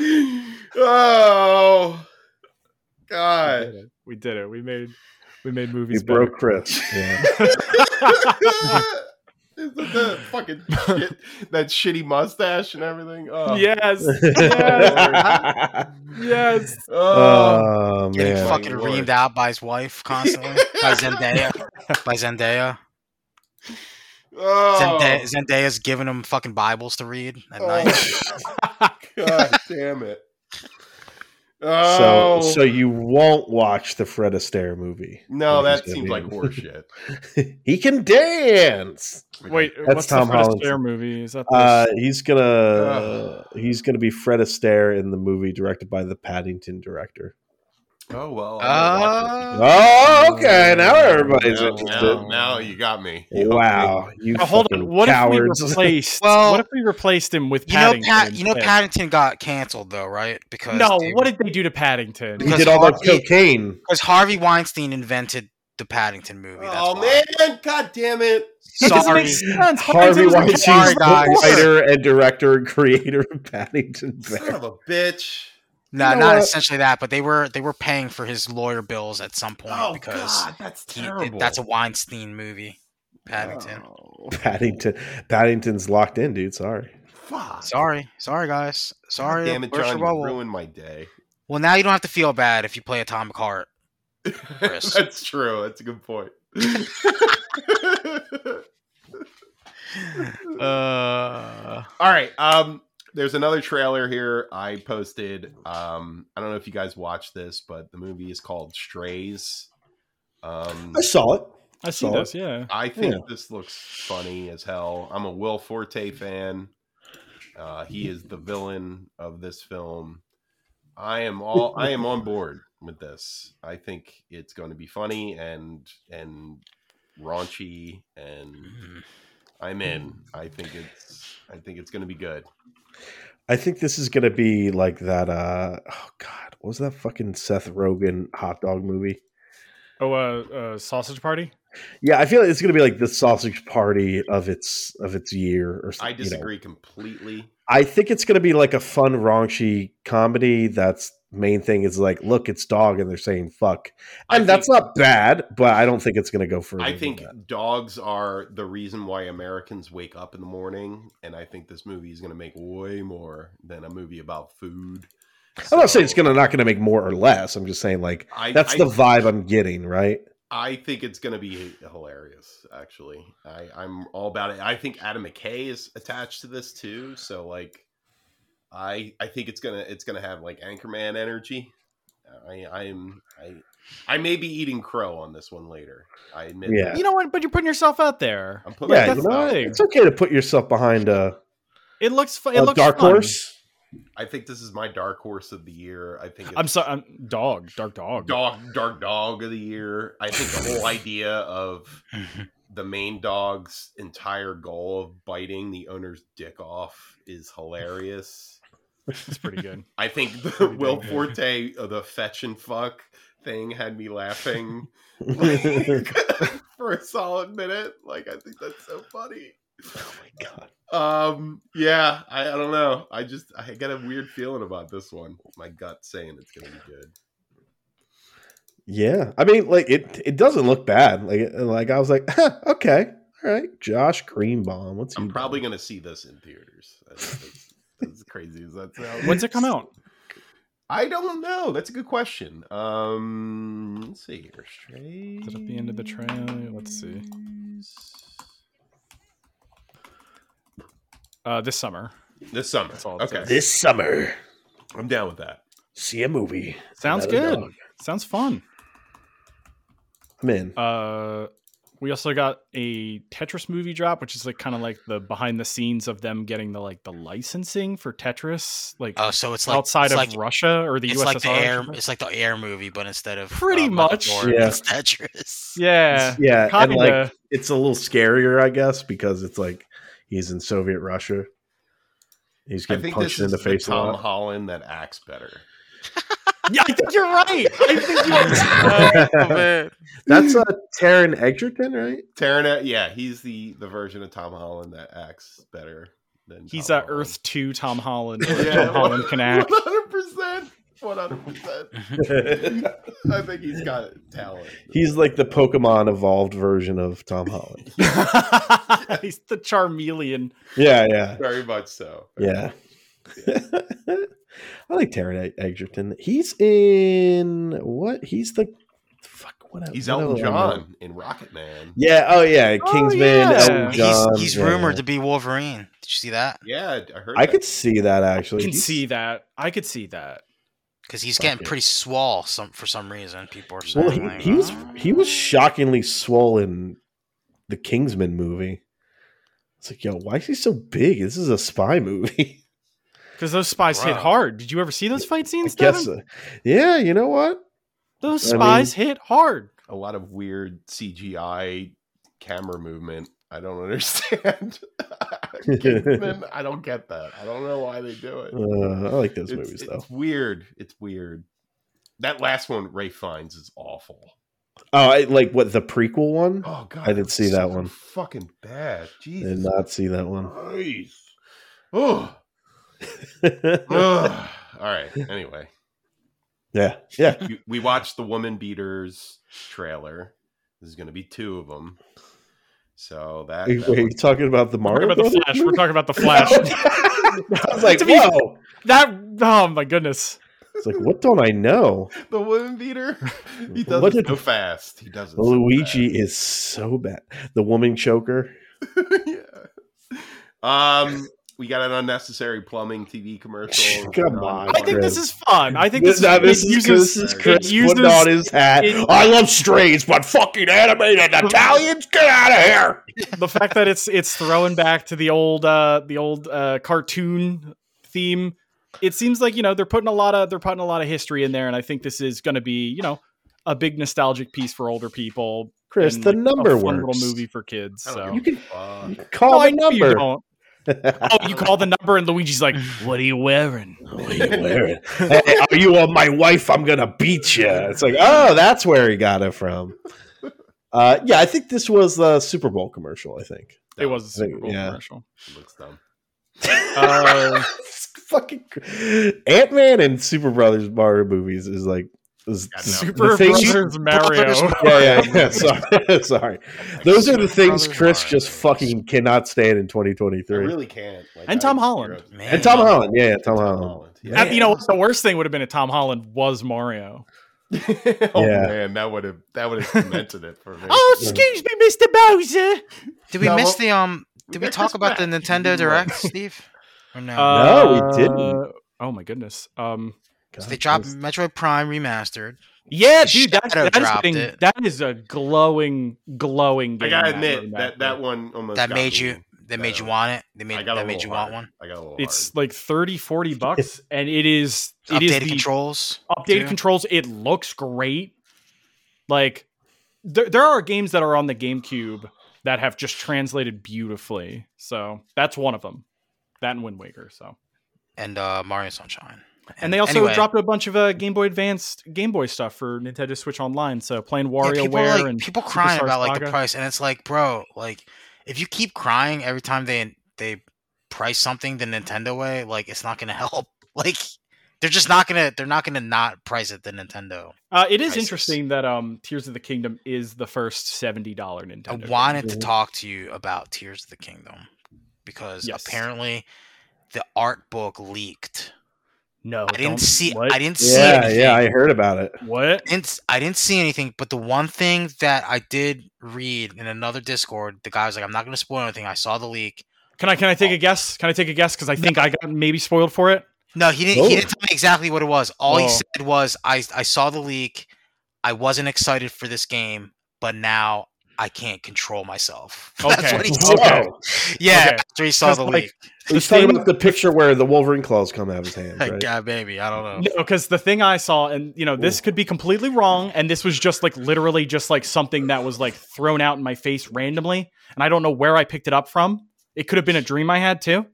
(laughs) oh God.
We did it. We made we made
he
movies.
broke Chris. (laughs) Yeah.
Is it the (laughs) fucking shit- that shitty mustache and everything. Oh,
(laughs) Yes.
(laughs)
Yes.
Uh,
Oh.
oh
Getting
man.
fucking
Lord.
reamed out by his wife constantly by Zendaya. By Zendaya.
Oh.
Zendaya. Zendaya's giving him fucking Bibles to read at night. (laughs)
Oh. God Oh. damn it.
So
Oh,
so you won't watch the Fred Astaire movie.
no,
Ladies
that
and
seems like
gentlemen.
horseshit.
(laughs) he can dance.
Wait,
That's
what's
Tom
the Fred
Holland's-
Astaire movie? Is that the
Uh, he's gonna
Ugh.
he's gonna be Fred Astaire in the movie directed by the Paddington director.
Oh well. I'm gonna watch
Uh,
Oh, okay. Now
it.
everybody's
Now-
interested.
now, now you got me. You hooked
Wow, you
Oh, hold on.
fucking
What
cowards.
if
(laughs)
we replaced?
Well-
what if we replaced him with
You know,
Paddington?
Pat. You know,
instead?
Paddington got canceled though, right? Because
No,
they-
what did they do to Paddington?
he
Because
did all that
Harvey-
cocaine.
Because Harvey Weinstein invented the Paddington movie.
me.
That's
Oh
why.
man! God damn it!
It doesn't
Sorry.
make sense.
Hans
Harvey
Paddington was a
Weinstein's
Sorry,
the
guys.
writer and director (laughs) and creator of Paddington
Son
Bear.
of a bitch!
No,
You know
not
what?
essentially that, but they were they were paying for his lawyer bills at some point
Oh
because
god, that's
he-
terrible.
that's a Weinstein movie. Paddington.
(laughs)
Oh,
Paddington. Paddington's locked in, dude. Sorry.
fuck.
Sorry, sorry guys, sorry.
God Oh. damn it,
Lord
John! You
Chihuahua.
ruined my day. (laughs)
Well, now you don't have to feel bad if you play Atomic Heart. Chris.
That's true. That's a good point. (laughs)
Uh,
All right. Um, there's another trailer here I posted. Um, I don't know if you guys watched this, but the movie is called Strays. Um,
I saw it.
I see
Solid.
this. Yeah.
I think
Yeah.
this looks funny as hell. I'm a Will Forte fan. Uh, he is the villain of this film. I am all I am on board with this. I think it's going to be funny and and raunchy and
Mm-hmm.
I'm in. I think it's I think it's going to be good.
I think this is gonna be like that. Uh, oh God, what was that fucking Seth Rogen hot dog movie?
Oh, uh, uh, sausage party.
Yeah, I feel like it's gonna be like the sausage party of its of its year or
I
something. you know.
disagree completely.
I think it's going to be like a fun raunchy comedy. That's main thing is like, look, it's dog, and they're saying fuck,
I
and that's
think-
not bad, but I don't think it's going to go further.
I
than
think
that.
dogs are the reason why Americans wake up in the morning, and I think this movie is going to make way more than a movie about food.
I'm not saying it's going to not going to make more or less. I'm just saying like
I,
that's
I,
the vibe I'm getting. Right?
I think it's going to be hilarious. Actually, I, I'm all about it. I think Adam McKay is attached to this too, so like, I I think it's gonna it's gonna have like Anchorman energy. I I'm I I may be eating crow on this one later. I admit.
Yeah.
that.
You know what? But you're putting yourself out there.
I'm putting
Yeah,
that's
you
myself
know,
out
right.
there.
it's okay to put yourself behind a,
It looks. Fu- it
a
looks
dark
fun.
(laughs)
horse.
I think this is my dark horse of the year. I think it's
I'm sorry. I'm, dog. Dark dog.
dog dark dog of the year. I think the
(laughs)
whole idea of the main dog's entire goal of biting the owner's dick off is hilarious.
It's pretty good.
I think the
Pretty
Will
damn good.
Forte of the fetch and fuck thing had me laughing
(laughs)
oh
(laughs) for a solid minute. Like I think that's so funny.
my god!
Um yeah, I, I don't know. I just I got a weird feeling about this one. My gut saying it's gonna be good.
Yeah, I mean, like it. It doesn't look bad. Like, uh, like I was like, huh, okay, all right, Josh Greenbaum. What's he
I'm
done?
probably going to see this in theaters. (laughs) That's, that's crazy as that sounds.
When's it come out?
I don't know. That's a good question. Um, let's see here. Strays.
Is it at the end of the trailer? Let's see. Uh, this summer.
This summer.
That's all it
Okay,
says.
this summer.
I'm down with that.
See a movie.
Sounds
About a
good.
dog.
Sounds fun.
I'm in.
Uh, we also got a Tetris movie drop, which is like kind of like the behind the scenes of them getting the like the licensing for Tetris, like
oh, so it's like
outside
it's
of
like,
Russia or the
it's
USSR.
like the
or
air.
something.
It's like the air movie, but instead of
Pretty
Michael
much.
Jordan,
Yeah.
it's (laughs) Tetris.
yeah,
yeah, and
kinda.
like it's a little scarier, I guess, because it's like he's in Soviet Russia. He's
I
getting
think
punched
this
in
is
the face a
Tom
lot.
Holland that acts better.
yeah, I think you're right. I think you (laughs) Oh,
That's uh, Taron Egerton,
(laughs)
right? (laughs)
Taryn, yeah, he's the the version of Tom Holland that acts better than
He's
Tom
uh,
(laughs)
Earth Two Tom Holland.
Holland.
Tom Holland
(laughs)
can
(laughs)
act.
One hundred percent. One hundred percent. I think he's got talent.
he's like the Pokemon evolved version of Tom Holland.
(laughs) He's the Charmeleon.
Yeah, yeah,
Very much so.
yeah. (laughs) I like Taron Eg- Egerton. He's in what? He's the fuck. What?
He's
what
Elton
other one?
John in Rocket Man.
Yeah. Oh yeah.
Oh,
Kingsman.
yeah.
Elton
he's
John.
he's
yeah.
rumored to be Wolverine. Did you see that?
Yeah, I heard.
I
that.
could see that
I
actually.
can
He's-
see that. I could see that.
because he's getting pretty swall some for some reason. People are saying
Well, he,
like,
he was
"Oh."
he was shockingly swollen. The Kingsman movie. It's like, yo, why is he so big? This is a spy movie. (laughs)
because those spies hit
Wow.
hard. Did you ever see those fight
I
scenes?
guess.
Devin?
uh, yeah, you know what?
Those
I mean-
spies hit hard.
A lot of weird CGI camera movement. I don't (laughs) understand. Kingsman, I don't get that. I don't know why they do it.
Uh, I like those
it's,
movies though.
it's weird. It's weird. That last one, Ray finds, is awful.
Oh, I like what the prequel one.
Oh god,
didn't
was
see that
so
one. um,
Fucking bad.
I did
Jesus.
not see that one. (laughs)
Christ. Oh,
yeah,
Oh.
all right. Anyway,
yeah.
you- we watched the Woman Beaters trailer. There's going to be two of them. So that,
Are you, are you
that
talking about the
We're
Mario?
talking about the
Brothers
Flash.
movie?
We're talking about the Flash.
(laughs) I was like,
To be-
whoa.
that oh my goodness.
It's like, what don't I know?
the
(laughs)
Woman Beater. He does
What
it
did-
so fast. He does it. so
Luigi is so bad. The woman choker.
fast. (laughs) yeah. Um, we got an unnecessary plumbing TV commercial.
(laughs) Come
Um,
on,
I think this is fun. I think this,
now,
is, it uses-
this is
it
Chris
uses-
putting on his hat.
it-
I love strays, but fucking animated Italians, get out of here!
the fact that it's it's throwing back to the old uh the old uh cartoon theme it seems like you know they're putting a lot of they're putting a lot of history in there and i think this is going to be you know a big nostalgic piece for older people
Chris,
and,
the
like,
number
a fun
works.
little movie for kids
I don't give
so
You
a
can-
fuck.
You can Call
No,
the
I know you
number.
don't. (laughs) oh you call the number and
(laughs)
luigi's like what are you wearing
What are you wearing? hey, are you on my wife? I'm gonna beat you. It's like, oh, that's where he got it from. Uh, yeah, I think this was the Super Bowl commercial. I think.
it was
I
a
think-
super bowl
yeah.
commercial
Looks dumb.
uh,
(laughs) Fucking Ant Man and Super Brothers Mario movies is like is
Yeah, no.
super
(laughs) the things-
brothers mario
(laughs) Yeah, yeah, yeah. Sorry, (laughs) sorry. Those are the things
Brothers
Chris
Mario
just fucking cannot stand in 2023.
I really can't. Like, I-
And Tom Holland.
Man.
and Tom Holland, yeah, Tom
Tom
Holland.
Holland.
Man.
you know what the worst thing would have been if tom holland was mario
(laughs) oh
Yeah.
man, that would have that would have cemented it for me.
Oh,
excuse me mr bowser
Did we
No,
miss
well-
the um? Did we
There's
talk about the
that.
Nintendo Direct, Steve? Or no?
No, we didn't.
Uh, Oh my goodness. Um,
God,
So they dropped
that's-
Metroid Prime remastered.
yeah,
The
dude, that's,
Shadow
that is
dropped
being-
it.
that is a glowing, glowing. Game
I gotta
that
admit
roadmap
that
is.
that one almost
That
got
made
me.
you. That made you
Uh,
want it. They
I
made.
got a
That made
little
you
hard.
want one.
I got a little.
it's
It's
like 30
(laughs)
40 bucks and it is it is
Updated
the
controls.
updated
too.
controls it looks great like there, there are games that are on the gamecube that have just translated beautifully so that's one of them that and wind waker so
and uh, Mario Sunshine.
and they also
anyway,
dropped a bunch of uh, game boy advanced game boy stuff for nintendo switch online so playing
yeah,
WarioWare
people, are, like,
and
people crying
Superstar
about like
Saga.
the price, and it's like, bro, like if you keep crying every time they they price something the Nintendo way, like it's not gonna (laughs) help. Like they're just not gonna they're not gonna not price it the Nintendo.
Uh, it is
Crisis.
interesting that um, Tears of the Kingdom is the first seventy dollar
I
Nintendo. Mm-hmm.
wanted to
Mhm.
talk to you about Tears of the Kingdom because
Yes.
apparently the art book leaked.
no,
I didn't see
Oh, What?
I didn't see
Yeah,
anything.
yeah, I heard about it.
what?
didn't I didn't see anything, but the one thing that I did read in another Discord, the guy was like, "I'm not going to spoil anything." I saw the leak.
Can I can I take a guess? Can I take a guess? Because I think I got maybe spoiled for it.
No, he didn't. He
Oh.
didn't tell me exactly what it was. All he
Oh.
said was, "I I saw the leak. I wasn't excited for this game, but now I can't control myself." (laughs) That's
Okay. (laughs)
what he
Whoa.
said. Yeah,
Okay.
after he saw
'Cause,
the
like,
leak,
He's
The
talking
thing-
about the picture where the Wolverine claws come out of his hand,
like,
right?
God, baby, (laughs) I don't know.
No, because the thing I saw, and you know, this
Ooh.
could be completely wrong, and this was just like literally just like something that was like thrown out in my face randomly, and I don't know where I picked it up from. It could have been a dream I had too.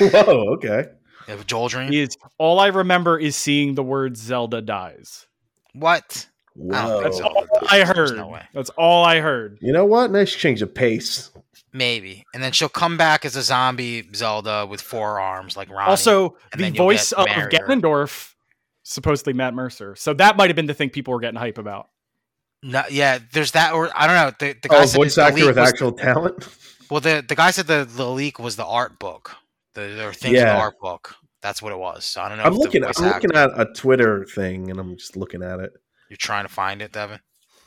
Whoa, okay.
Yeah, with Joel Dream.
Is all I remember is seeing the word Zelda dies.
What? I
Wow.
don't think
That's
so.
all I
There's
heard.
no way.
That's all I heard.
You know what? Nice change of pace.
Maybe, and then she'll come back as a zombie Zelda with four arms, like Ronnie.
Also,
and
the
then you'll
voice
get
of
Mario.
Ganondorf, supposedly Matt Mercer. So that might have been the thing people were getting hype about.
No, yeah, there's that, or I don't know. The, the guy
Oh,
said
voice
the
actor
leak
with
was-
actual
(laughs)
talent.
Well, the the guy said the, the leak was the art book. The, there were things in
Yeah.
the art book. That's what it was. So I don't know.
I'm
if the
looking. I'm
voice
looking
actor-
at a Twitter thing, and I'm just looking at it.
You're trying to find it, Devin.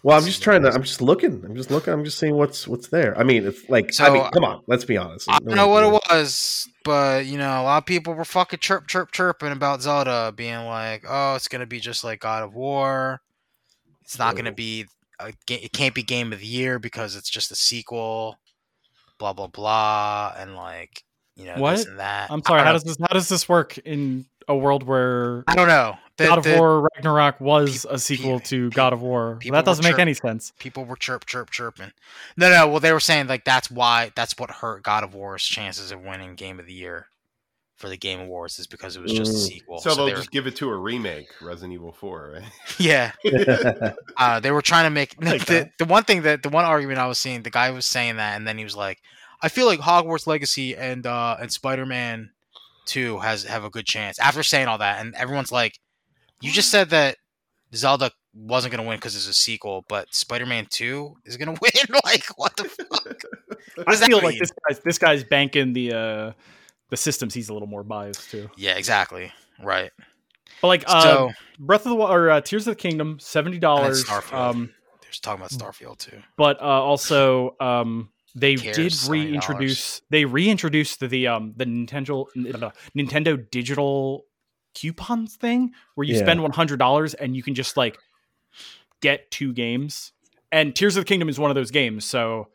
Well, I'm just trying to. I'm just looking. I'm just looking. I'm just seeing what's what's there. I mean, it's like. I
So-
mean, come on. Let's be honest.
I don't know what it was, but you know, a lot of people were fucking chirp chirp chirping about Zelda, being like, "Oh, it's gonna be just like God of War. It's not gonna
Oh.
be. A, ga- it can't be Game of the Year because it's just a sequel." Blah blah blah, and like you know
What?
this and that.
I'm sorry.
I
How
don't
does this how does this work in a world where
know. I don't know. The-
God of
the-
War Ragnarok was a sequel
pe-
to
pe-
God of War?
people
That doesn't
were
make any sense.
people were chirp chirp chirping. No, no. Well, they were saying like that's why that's what hurt God of War's chances of winning Game of the Year for the Game Awards is because it was just a
Mm.
sequel.
So,
they
they'll
were-
just give it to a remake, Resident Evil Four, right?
(laughs) yeah,
(laughs) it
uh, they were trying to make
I'll take
(laughs) the, the one thing that the one argument I was seeing. The guy was saying that, and then he was like, "I feel like Hogwarts Legacy and uh, and Spider Man Two has have a good chance." After saying all that, and everyone's like, "You just said that Zelda." Wasn't gonna win because it's a sequel, but Spider-Man Two is gonna (laughs) win. like, what the fuck? What does
I
that
feel like
mean?
this guy's this guy's banking the uh the systems he's a little more biased to.
Yeah, exactly. Right.
But like uh
so
Breath of the Wild or uh, Tears of the Kingdom, seventy dollars.
Starfield.
Um
they're just talking about Starfield too.
but uh also um they
Cares,
did
$70.
reintroduce they reintroduced the um the Nintendo Nintendo digital coupons thing where you
Yeah.
spend one hundred dollars and you can just like get two games. And Tears of the Kingdom is one of those games, so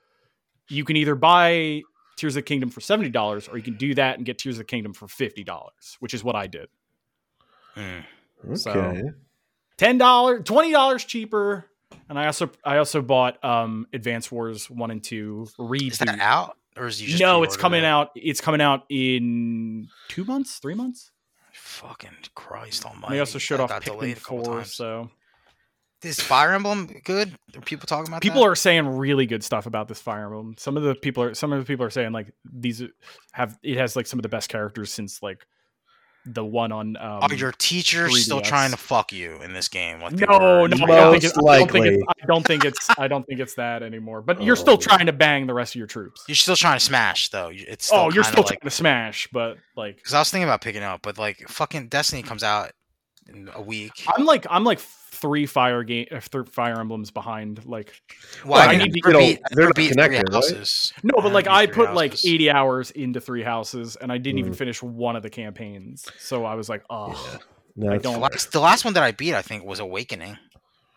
you can either buy Tears of the Kingdom for seventy dollars, or you can do that and get Tears of the Kingdom for fifty dollars, which is what I did.
Hmm.
So-
okay.
ten dollars, twenty dollars cheaper. And I also I also bought um Advance Wars one and two
Is that
reboot.
out or is you just
No, it's
pre-ordered
coming
it?
out. It's coming out in two months, three months.
Fucking Christ Almighty!
And they also showed
That
off
got
Pikmin
delayed a couple
four.
times.
So
Is Fire Emblem good? Are people talking about
people
that?
are saying really good stuff about this Fire Emblem. Some of the people are some of the people are saying like these have it has like some of the best characters since like the one on. Um,
Are your teachers still
3DS.
trying to fuck you in this game? Like they
no,
were-
no, I
Most
don't, think it,
likely.
I, don't think it's, I don't think it's I don't think it's that anymore. But you're
Oh.
still trying to bang the rest of your troops.
You're still trying to smash though. You- It's still
oh, you're
kinda
still
like
trying to smash, but like
because I was thinking about picking up, but like fucking Destiny comes out in a week.
I'm like I'm like three fire game uh, three fire emblems behind. Like
Why
I
I
need
to
never
get all-
beat, I
they're
never
not
beat
connected,
three
right?
houses.
no, but
don't
like
need
I
three
put like
houses.
80 hours into three houses, and I didn't even
Mm.
finish one of the campaigns. So I was like, oh,
No,
I
it's-
don't.
The last, the last one that I beat, I think, was Awakening,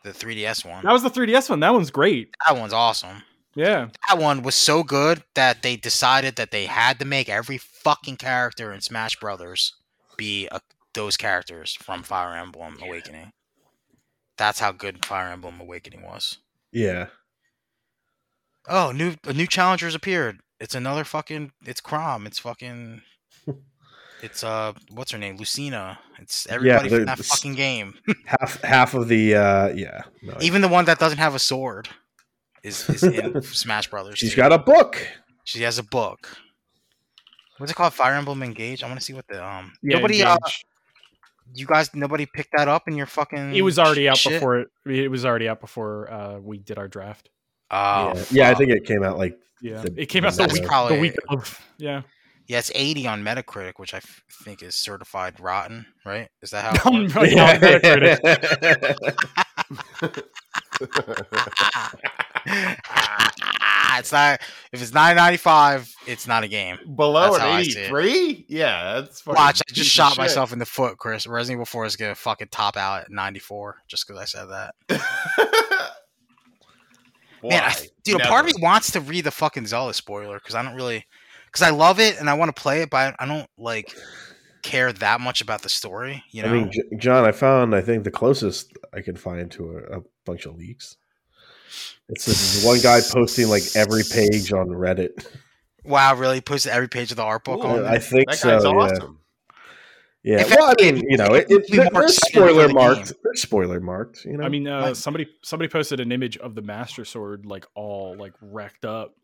the 3DS one.
That was the 3ds one. That one's great.
That one's awesome.
Yeah,
That one was so good that they decided that they had to make every fucking character in Smash Brothers be a, those characters from Fire Emblem Awakening. That's how good Fire Emblem Awakening was.
Yeah.
Oh, new a new challenger's appeared. It's another fucking. It's Crom.
(laughs)
It's fucking. It's uh, what's her name? Lucina. It's everybody
they're-
from that
this-
fucking game.
Half half of the uh yeah. No,
Even the one that doesn't have a sword is,
(laughs)
is in Smash Brothers.
she's
too.
got a book.
She has a book. What's it called? Fire Emblem Engage. I want to see what the um.
yeah.
nobody, uh,
Engage.
you guys, nobody picked that up in your fucking.
it was already out
shit?
before it. It was already out before uh, we did our draft.
Oh,
yeah. Yeah, I
fuck.
think it came out like
Yeah,
The-
it came
the
out the
That's
week.
probably-
The week of yeah. (laughs)
Yeah, it's eighty on Metacritic, which I f- think is certified rotten. Right? Is that how?
(laughs)
it
On-
works?
on Metacritic.
(laughs)
(laughs) it's not. If it's nine ninety five, it's not a game.
(laughs) Below
That's how
an
I see it.
eighty-three? Yeah, that's fucking
Watch, I
piece
just
of
shot
shit. (laughs)
myself in the foot, Chris. Resident Evil 4 is going to fucking top out at 94 just because I said that. Man, I,
Why?
dude, a
Never.
part of me wants to read the fucking Zelda spoiler because I don't really, because I love it and I want to play it, but I don't like care that much about the story. You know,
I mean, J- John, I found I think the closest I can find to a, a bunch of leaks. It's this one guy posting like every page on Reddit.
wow, really puts every page of the art book
Ooh,
on.
yeah.
I think
That
so.
guy's
yeah.
awesome.
Yeah.
If
well, I
anything,
mean, you know, it, it,
be more
they're, they're
excited for
spoiler
the
marked.
game.
They're spoiler marked. You know.
I mean, uh,
Like-
somebody somebody posted an image of the Master Sword, like all like wrecked up.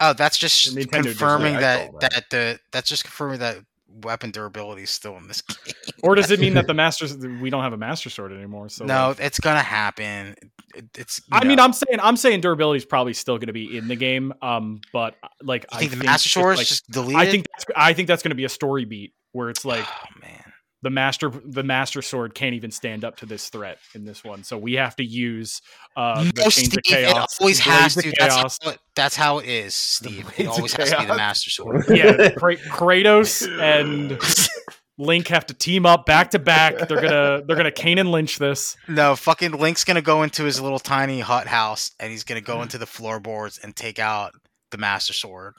Oh, that's just
Nintendo does
confirming
that. I
that
saw
that.
that.
the that's just confirming that weapon durability is still in this (laughs) game.
Or does it mean that the Master we don't have a Master Sword anymore? So
no,
like-
it's gonna happen. It- it's. you
I mean,
know.
I'm saying I'm saying durability is probably still going to be in the game. Um, but like
You
I
think the
think
Master
it's,
Sword is
like-
just deleted? (sighs)
I think that's, I think that's going to be a story beat where it's like
oh man,
the master the master sword can't even stand up to this threat in this one. So we have to use uh the
no,
chains
Steve,
of chaos.
it always
the Blades
has
of
to.
Chaos.
That's how, it, that's how it is, Steve. It
Blades of
always has to be the
Chaos.
master sword. (laughs)
yeah, Kra- Kratos and Link have to team up back to back. They're gonna they're gonna Kane and Lynch this.
No, fucking Link's gonna go into his little tiny hut house and he's gonna
Mm.
go into the floorboards and take out the Master Sword.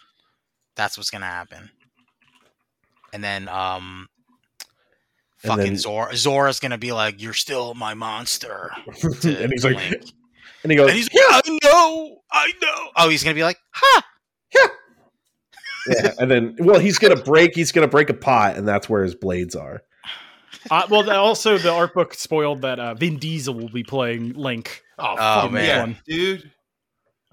That's what's gonna happen. And then um
And
fucking
then-
Zora Zora's gonna be like, You're still
(laughs)
my monster.
(laughs)
to-
and he's
to
like,
Link.
and he goes,
And he's like, I know, I know. Oh, he's gonna be like, Ha!
(laughs) yeah, and then well, he's gonna break, he's gonna break a pot, and that's where his blades are.
Uh, well, the- also the art book spoiled that uh, Vin Diesel will be playing Link.
Oh,
Oh,
fuck
man.
yeah, dude.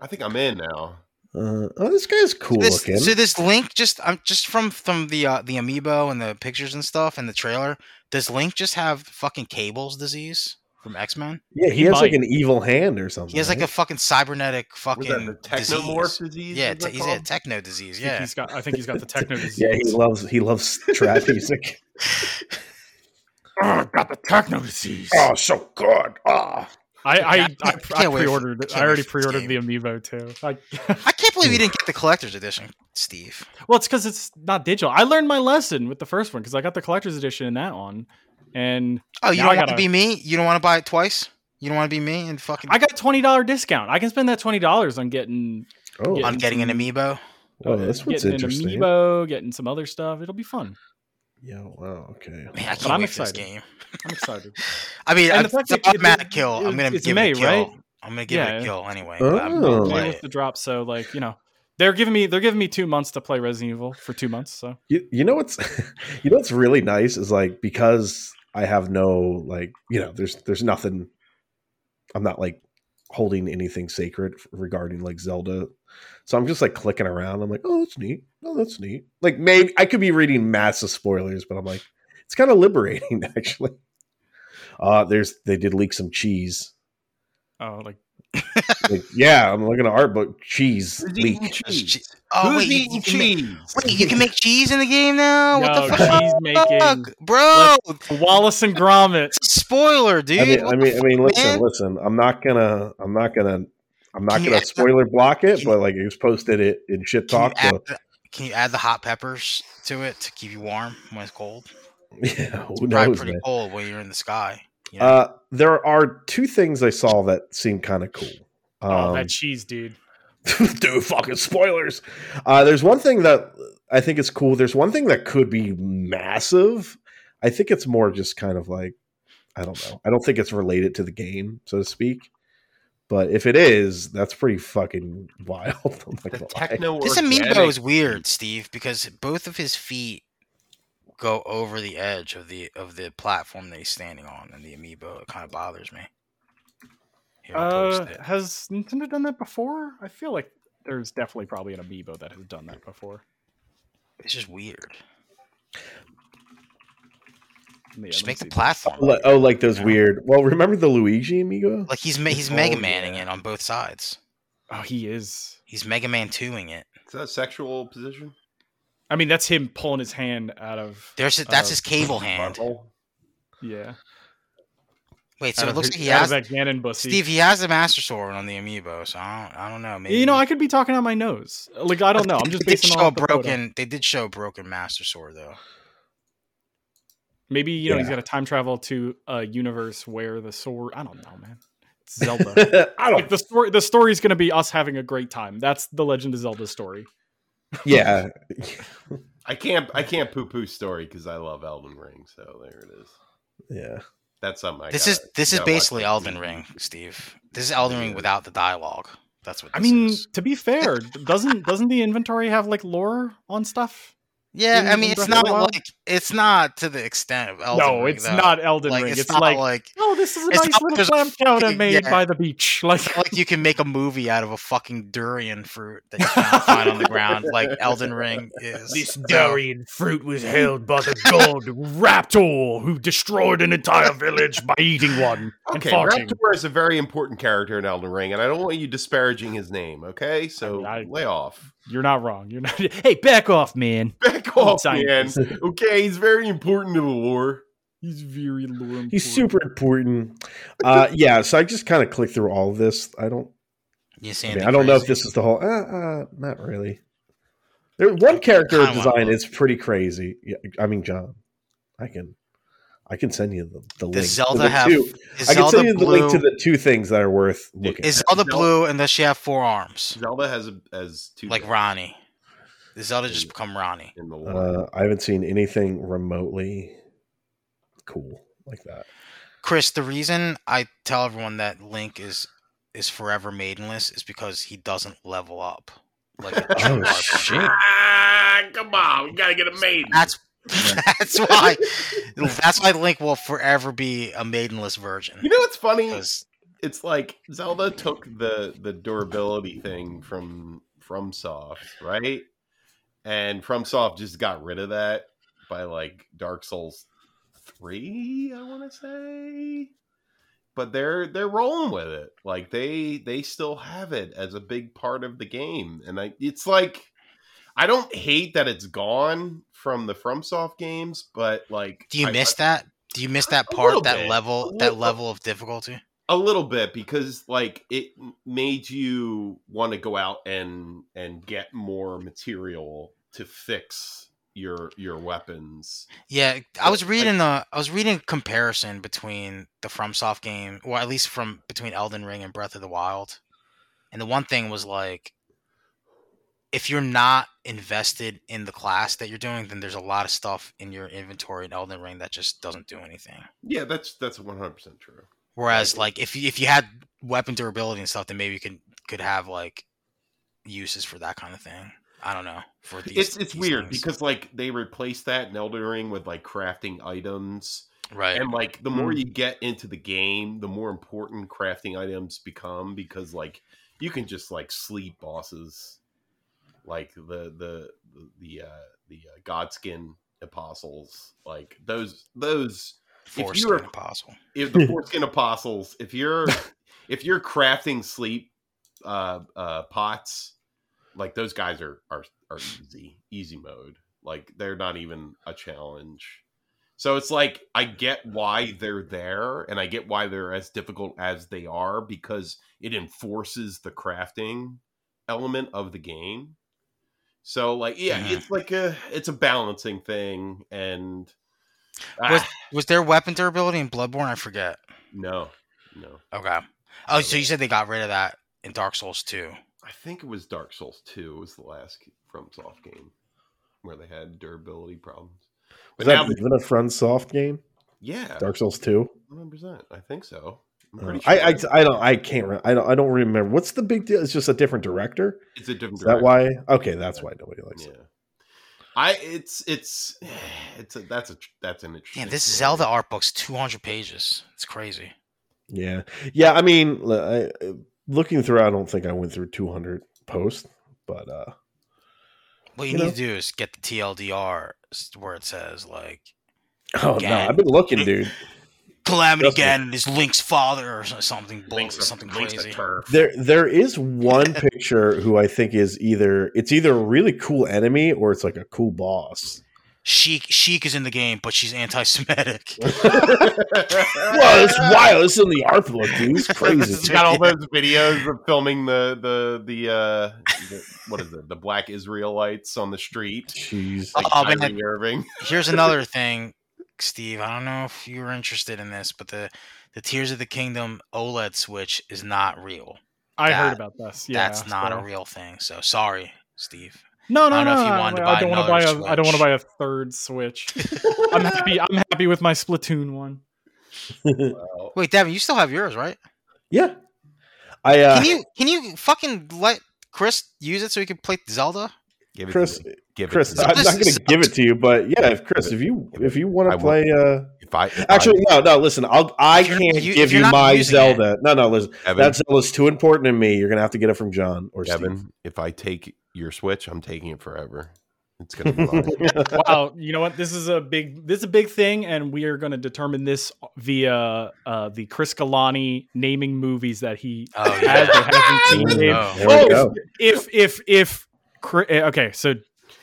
I think I'm in now.
Uh, oh, this guy's cool
This,
looking.
so this Link just I'm just from from the uh, the amiibo and the pictures and stuff and the trailer, does Link just have fucking cables disease from X-Men?
yeah, he,
he
has like
might.
an evil hand or something.
He has like a
right?
fucking cybernetic
Was that the
fucking
technomorph
disease.
disease?
Yeah,
is
te-
that
he's a
called?
techno disease.
I think
Yeah,
he's got. I think he's got the
(laughs)
techno disease.
yeah, he loves he loves trap music.
Ugh, Oh, got the techno disease.
Oh, so good. Ah,
I I,
Yeah,
I,
I
I,
can't wait for-
pre-ordered.
I
I,
can't
already
wait for this
pre-ordered the amiibo too. I,
I can't believe you didn't get the collector's edition, Steve.
(laughs) well, it's because it's not digital. I learned my lesson with the first one because I got the collector's edition in that one, and
Oh, you
Now I
don't want to
gotta-
be me. You don't want to buy it twice. You don't want to be me and fucking
I got a twenty dollar discount. I can spend that twenty dollars on getting
oh,
Yeah.
on getting an amiibo.
oh, this one's
getting an
interesting.
amiibo, getting some other stuff. It'll be fun.
Yeah, wow, okay.
Man, I can't
I'm
wait for
excited.
this game.
I'm excited.
(laughs) I mean,
And
I,
the fact
it's
that it-
an automatic
it-
kill. I'm gonna
it's
give
May,
it a kill.
right?
I'm gonna give it
Yeah.
a kill anyway. but I'm gonna
Oh.
May
play
was
it.
the drop, so like you know, they're giving me they're giving me two months to play Resident Evil for two months. So
You, you know what's (laughs) you know what's really nice is like because I have no like you know there's there's nothing I'm not like holding anything sacred regarding like Zelda. So I'm just like clicking around. I'm like, oh, that's neat. Oh, that's neat. Like maybe I could be reading massive spoilers, but I'm like, it's kind of liberating (laughs) actually. Uh there's they did leak some cheese.
oh, like
Like, yeah, I'm looking at art book cheese
Who's
leak.
eating cheese?
cheese. Oh
Who's
wait, you,
eating
you can make,
cheese?
wait, you can make cheese in the game now.
no,
Oh, what the fuck,
cheese making
bro? (laughs)
Wallace and Gromit.
It's a spoiler, dude.
I mean,
What
I
the
mean, I mean. Listen,
man?
listen. I'm not gonna. I'm not gonna. I'm not
Can you
gonna
add-
spoiler block it,
can-
but like it was posted it in shit
Can you,
talk.
add,
So,
the- can you add the hot peppers to it to keep you warm when it's cold?
(laughs) yeah, who
Probably
knows?
pretty
Man.
cold when you're in the sky. you know?
Uh, there are two things I saw that seemed kind of cool. Um,
Oh, that cheese, dude.
(laughs) dude, fucking spoilers. Uh, there's one thing that I think is cool. There's one thing that could be massive. I think it's more just kind of like I don't know. I don't think it's related to the game, so to speak. But if it is, that's pretty fucking (laughs) wild. I'm not
The
gonna
(laughs)
lie.
techno
this amiibo is weird, Steve, because both of his feet go over the edge of the of the platform that he's standing on, and the amiibo it kind of bothers me. Here, I'll
Uh,
post it.
has Nintendo done that before? I feel like there's definitely probably an amiibo that has done that before.
It's just weird.
Yeah,
just
let
make
me see.
the platform.
Oh, like, oh, like those weird. Well, remember the Luigi amigo?
Like he's ma- he's
Oh,
Mega Manning
yeah.
it on both sides.
Oh, he is.
He's Mega Man 2ing it.
Is that a sexual position?
I mean, that's him pulling his hand out of.
There's that's
Uh,
his cable hand.
Butthole?
Yeah.
Wait,
out
so it
of
looks
his-
like he
out
has
of that Ganon bussy.
Steve, he has the Master Sword on the amiibo, so I don't, I don't know. Maybe
you know, I could be talking out my nose. Like I don't know. I'm just
they did
basing
show a
off the photo.
broken. They did show a broken Master Sword though.
Maybe you know he's
Yeah.
got to time travel to a universe where the sword. I don't know, man. It's
(laughs)
Zelda.
(laughs) I
like
don't.
the story. The story's going to be us having a great time. That's the Legend of Zelda story.
Yeah,
I can't. I
(laughs)
can't poo poo story because I love Elden Ring. So there it is.
yeah.
That's something. I
this
gotta-
is this is
gotta watch
basically
that
Elden
movie.
Ring, Steve. This is Elden Ring without the dialogue. That's what.
I
This
mean,
is.
to be fair, doesn't doesn't the inventory have like lore on stuff?
yeah, I
in-
mean,
in
it's
Breath of
not
the Wild?
like it's not to the extent of Elden
no,
Ring.
it's
though.
not Elden
like,
Ring. It's,
It's, not
like,
like,
oh, this is a
it's
nice
not-
little
there's a
clam chowder (laughs)
fucking-
made
yeah.
by the beach. Like,
like you can make a movie out of a fucking durian fruit
(laughs)
that you can't find on the ground. Like Elden Ring is So,
fruit was held by the god Raptor, who destroyed an entire village by eating one
Okay, Raptor is a very important character in Elden Ring, and I don't want you disparaging his name. Okay, so
I-
lay
(laughs)
off, (laughs)
You're not wrong. You're not. (laughs) Hey, back off, man.
back off, man.
(laughs) scientist.
Okay, he's very important to the war.
He's very lore. Important.
He's super
(laughs)
important. Uh, yeah, so I just kind of clicked through all of this. I don't.
You
I,
saying?
mean, I don't know if this is the whole. Uh, uh, not really. There, one character
I want
design
one.
is pretty crazy. Yeah, I mean, John, I can, I can send you the, the link. to
Zelda
the
have-
two-
Is
I can
Zelda
send you the
blue?
link to the two things that are worth looking.
is
at.
Zelda
Zelda-
blue? And does she have four arms
Zelda has a, has two
like
things
Ronnie? Does Zelda just become Ronnie?
in the war.
Uh, I haven't seen anything remotely cool like that.
Chris, the reason I tell everyone that Link is is forever maidenless is because he doesn't level up.
(laughs)
Like a
Oh,
true RPG.
shit.
Ah, come on, we gotta get a maid.
that's (laughs) that's why that's why Link will forever be a maidenless virgin.
You know what's funny?
'Cause-
It's like Zelda took the the durability thing from FromSoft, right? And FromSoft just got rid of that by like Dark Souls three, I want to say. But they're they're rolling with it. Like they they still have it as a big part of the game, and I it's like I don't hate that it's gone from the FromSoft games, but like
do you
I-
miss that? Do you miss that
A
part,
little
that
bit. A
level,
little
that
bit.
level of difficulty?
a little bit because like it made you want to go out and and get more material to fix your your weapons
Yeah, I was reading the I was reading a comparison between the FromSoft game, or at least from between Elden Ring and Breath of the Wild, and the one thing was like, if you're not invested in the class that you're doing, then there's a lot of stuff in your inventory in Elden Ring that just doesn't do anything.
yeah that's that's 100% true
Whereas like if you, if you had weapon durability and stuff, then maybe you could could have like uses for that kind of thing. I don't know. For these,
it's it's
these
weird
things.
because like they replaced that in Elden Ring with like crafting items
right,
and like the more you get into the game the more important crafting items become because like you can just like sleep bosses like the the the uh the uh, godskin apostles like those those
force
you
you
were-
impossible.
if the foreskin apostles if you're if you're crafting sleep uh uh pots like those guys are are are easy easy mode like they're not even a challenge so it's like i get why they're there and i get why they're as difficult as they are because it enforces the crafting element of the game so like yeah
Mhm.
it's like a it's a balancing thing and
Was-
ah,
Was there weapon durability in Bloodborne? I forget.
no no
Okay. Oh, so you said they got rid of that in Dark Souls 2.
I think it was Dark Souls 2 was the last FromSoft game where they had durability problems.
Is
But now,
that even a FromSoft game?
yeah,
Dark Souls Two.
100%. I think so. I'm
Uh,
pretty
I,
sure
I I don't I can't re- I don't I don't remember what's the big deal. It's just a different director.
it's a different
Is that
direction.
why? Okay, that's why nobody likes
Yeah.
it.
I it's it's (sighs) it's a, that's a that's an interesting.
Damn, this
story.
Zelda art book's 200 pages. It's crazy.
Yeah, yeah. I mean, l- I- uh, looking through, I don't think I went through 200 posts, but uh,
What you,
You
need
know?
to do is get the TLDR s- where it says, like,
oh no,
Gang.
I've been looking, dude.
Calamity
Trust me.
Ganon is Link's father or s- something, bull-
Links a-
something
links a
crazy.
(laughs)
turf.
There, there is one picture who I think is either it's either a really cool enemy or it's like a cool boss.
Sheik, Sheik is in the game, but she's anti Semitic.
Whoa,
(laughs)
it's wild! It's in the art book, dude. It's
It's
crazy.
got all those videos of filming the the the uh the, what is it the black Israelites on the street
Jeez. (laughs)
like
Oh, man.
Kyrie Irving.
Here's another thing, Steve. I don't know if you were interested in this, but the, the Tears of the Kingdom OLED Switch is not real.
I heard
That-
about this. Yeah,
That's not
so-
a real thing. So sorry, Steve.
No, no,
I don't
no.
know if you
I-
wanted to
I
buy
don't want to buy
another
a. I don't want to
Switch.
buy a third Switch. I'm happy. I'm happy with my Splatoon one.
Well,
Wait, Devin, you still have yours, right?
Yeah, I uh,
Can you can you fucking let Chris use it so he can play Zelda?
give it to
Chris,
me. Give it
Chris,
to me.
I'm not going
This
to give it to you, but yeah, if Chris, if you if you want
I
to
will.
play, uh,
If I if
actually, no, no, listen, I'll I
If you're-
can't
you- if
give
you're
you
not
my
using
Zelda. No, no, listen,
I, Evan,
that Zelda's too important to me. You're going to have to get it from John or Steve.
Evan, if I take your Switch, I'm taking it forever. It's (laughs)
(laughs)
gonna be mine.
Wow, you know what? This is a big. This is a big thing, and we are going to determine this via uh, the Chris Galani naming movies that he
Oh
has or
(laughs)
hasn't seen. made.
There we
Oh,
go. (laughs)
if if if Chri- eh, okay, so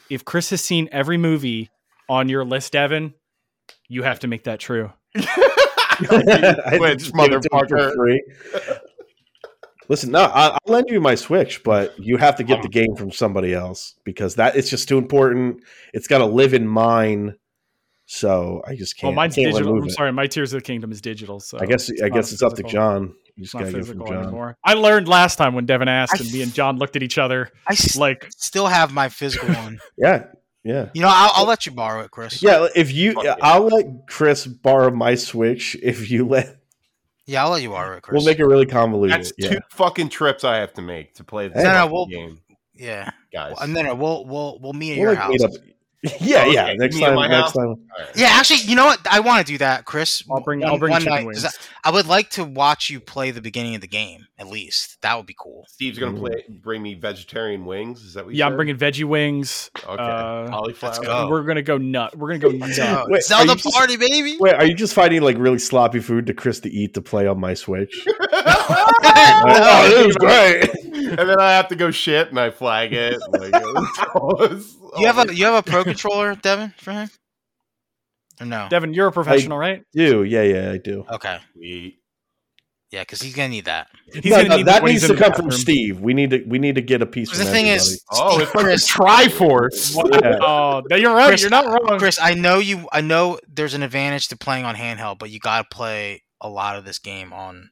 if Chris has seen every movie on your list, Evan, You have to make that true.
Switch,
Give it to me for
motherfucker.
free. Listen, no, I, I'll lend you my Switch, but you have to get the game from somebody else because that it's just too important. It's got to live in mine, so I just
Oh,
can't.
mine's
I can't
digital.
remove
I'm
it.
sorry, my Tears of the Kingdom is digital. So
I guess I
not
guess it's up to
physical.
John. You
It's
just
not
gotta get it from
physical
John.
anymore. I learned last time when Devin asked,
I-
and me and John looked at each other
I s-
like,
still have my physical one.
Yeah, yeah,
You know, I'll, I'll let you borrow it, Chris.
yeah. If you,
Fuck yeah.
I'll let Chris borrow my Switch if you let.
Yeah, I'll let you borrow it, Chris.
We'll make it really convoluted.
That's
yeah.
two fucking trips I have to make to play this
No,
no,
fucking
we'll-
game,
yeah,
guys.
well, and then we'll we'll we'll meet at
We'll,
your
like,
house.
meet up- (laughs) Yeah,
Okay,
yeah. Next
me and
time,
my
next
house.
time.
All right.
Yeah, actually, you know what? I want to do that, Chris.
"I'll bring,
One-
I'll bring
one
chicken
night, 'cause
wings."
I would like to watch you play the beginning of the game at least. That would be cool.
Steve's gonna
Mm.
play bring me vegetarian wings. Is that what? You
yeah,
said?
I'm bringing veggie wings.
Okay,
uh,
cauliflower.
let's go. Oh.
We're gonna go nut. We're gonna go
(laughs)
nut.
Wait,
Zelda
are you just-
party, baby. (laughs)
Wait, are you just finding like really sloppy food to Chris to eat to play on my Switch?
Oh, this is
great.
(laughs)
(laughs)
and then I have to go shit and I flag it. Like,
(laughs)
it's-
you have a you have a
(laughs)
pro controller, Devin, for him? Or no?
Devin, you're a professional, right?
Do yeah, yeah, I do.
okay.
Sweet.
Yeah, because he's gonna need that.
He's
No, no,
this
that
when he's
needs to
in the
come from
bathroom.
Steve. We need to we need to get a piece.
Because
Of
the thing is,
Oh,
Steve,
it's like a
Chris,
Triforce.
Yeah.
Oh, no, you're right.
Chris-
you're not wrong.
Chris, I know you. I know there's an advantage to playing on handheld, but you gotta play a lot of this game on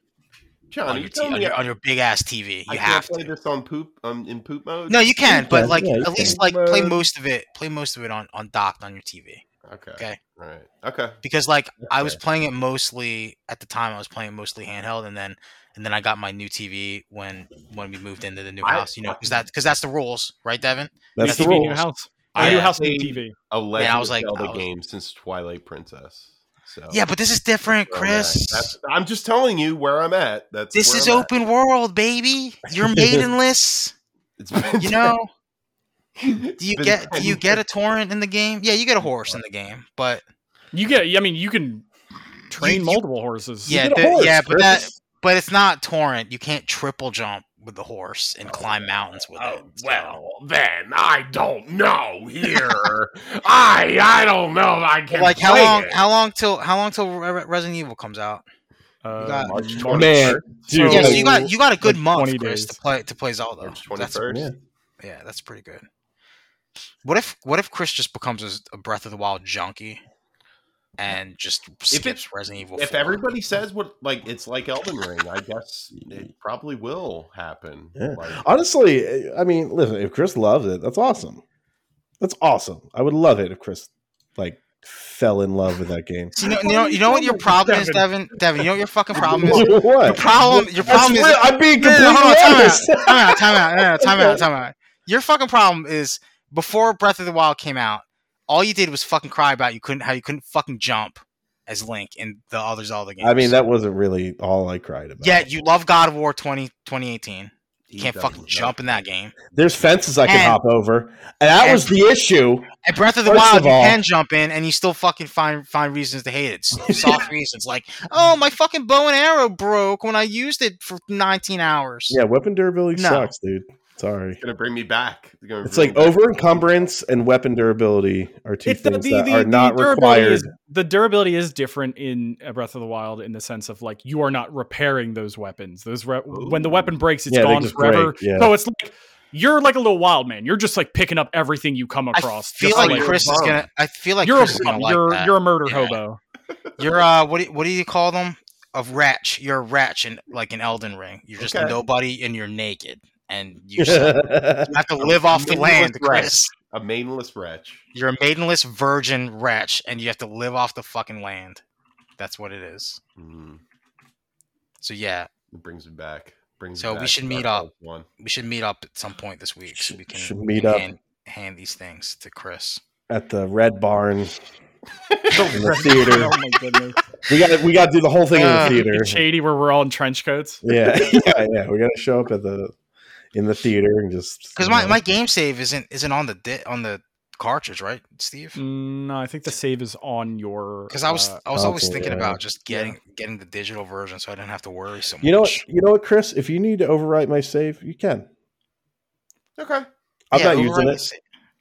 John,
on
are you
your, t-
telling
on,
me
your,
I
on your big ass TV.
I
You
can't
have
play
to.
this on poop um, in poop mode?
No, you can,
You
but
can,
like
yeah, you
at least
can.
like play
Mode.
most of it. Play most of it on on docked on your TV.
Okay.
Okay.
All right. Okay.
because like I was playing it mostly at the time I was playing mostly handheld and then and then I got my new TV when when we moved into the new
I-
house you know because that because that's the rules right Devin
that's
New
the
TV, new
rules.
house.
I
new
have
house, new
played
TV.
A Legend
was
of
like-
Zelda
I was-
game since Twilight Princess. So
yeah but this is different
Oh, where I'm at.
Chris
That's- I'm just telling you where I'm at. That's
this
where
is
I'm at.
open world baby
(laughs)
you're maidenless
It's been (laughs)
you know
do
do you get do
(laughs)
you get a torrent in the game yeah you get a horse in the game but
You get. I mean, you can train
you-
multiple horses.
yeah
Get a
the-
horse,
yeah but
Chris.
that but it's not torrent you can't triple jump with the horse and climb mountains with it
Oh,
so-
well, then I don't know here. I I don't know if I can
like how
play
long?
it.
How long till? How long till Re- Re- Resident Evil comes out?
Uh,
got-
March
March-
Man, dude,
So-
yeah, so
like,
you got you got a good
like
month,
20
Chris,
days.
to play to play Zelda.
March twenty
That's,
first.
yeah.
yeah, that's pretty good. What if what if Chris just becomes a- a Breath of the Wild junkie and just skips
it-
Resident Evil?
If
4?
everybody says what like it's like Elden Ring, I guess it probably will happen.
Yeah.
Oh,
Like,
honestly, I mean, listen, if Chris loves it, that's awesome. That's awesome. I would love it if Chris like fell in love with that game.
you know, you know, you know what your problem is, Devin. Devin, you know what your fucking (laughs) problem
(laughs)
is.
(laughs)
Your
what?
problem, your
That's
problem is.
li- I'm being
No, no, no,
completely
(laughs) hold on, time
honest. (laughs)
out, time out, time out, no, no, time
(laughs)
out, time out. Your fucking problem is before Breath of the Wild came out, all you did was fucking cry about you couldn't how you couldn't fucking jump as Link in the other Zelda games.
I mean, that wasn't really all I cried about.
yeah, you love God of War 20, 2018.
he
You can't
doesn't
fucking
know.
jump in that game.
There's fences I can
And-
hop over, and that
and-
was the issue.
At Breath of the
First
Wild,
of
you
all-
can jump in, and you still fucking find find reasons to hate it.
(laughs)
S- Soft reasons like, oh, my fucking bow and arrow broke when I used it for nineteen hours.
Yeah, weapon durability
No.
sucks, dude. Sorry.
It's gonna bring me back. gonna
It's
bring
like
me back.
over encumbrance and weapon durability are two
It-
things that are not
durability
required.
Is, the durability is different in uh, Breath of the Wild in the sense of like you are not repairing those weapons. Those re- when the weapon breaks, it's
Yeah, they
gone
just
forever.
break, yeah.
So it's like you're like a little wild man. You're just like picking up everything you come
I
across.
feel
just
like,
like-
Chris is
Bum.
gonna. I feel like
you're
Chris
a
is gonna
bum.
like
you're
that.
you're a murder
Yeah.
hobo.
You're uh, what do, what do you call them? A wretch. You're a wretch, and like an Elden Ring. You're just
Okay.
nobody, and you're naked, and
(laughs)
you just you have to live off the
Maidenless
land,
wretch.
Chris.
a mainless wretch.
You're a maidenless virgin wretch, and you have to live off the fucking land. That's what it is.
Mm,
So yeah,
it brings me back. Brings me
So we
back
should
to
meet
Dark
up.
Souls One.
we should meet up at some point this week. So we can
Should
we
meet
can
up.
Hand, hand these things to Chris.
At the Red
(laughs)
Barn in the
oh
theater,
my goodness.
we got to we got to do the whole thing
Uh,
in the theater.
It's shady where we're all in trench coats.
Yeah, (laughs) yeah, yeah. We got to show up at the in the theater and just
Because my, my game save isn't isn't on the di- on the cartridge, right, Steve?
Mm, no, I think the save is on your.
Because I was
uh,
I was always
console,
thinking
yeah.
about just getting getting the digital version, so I didn't have to worry so much.
You know what? You know what, Chris? If you need to overwrite my save, you can.
Okay.
I'm
Yeah,
not using
override
it.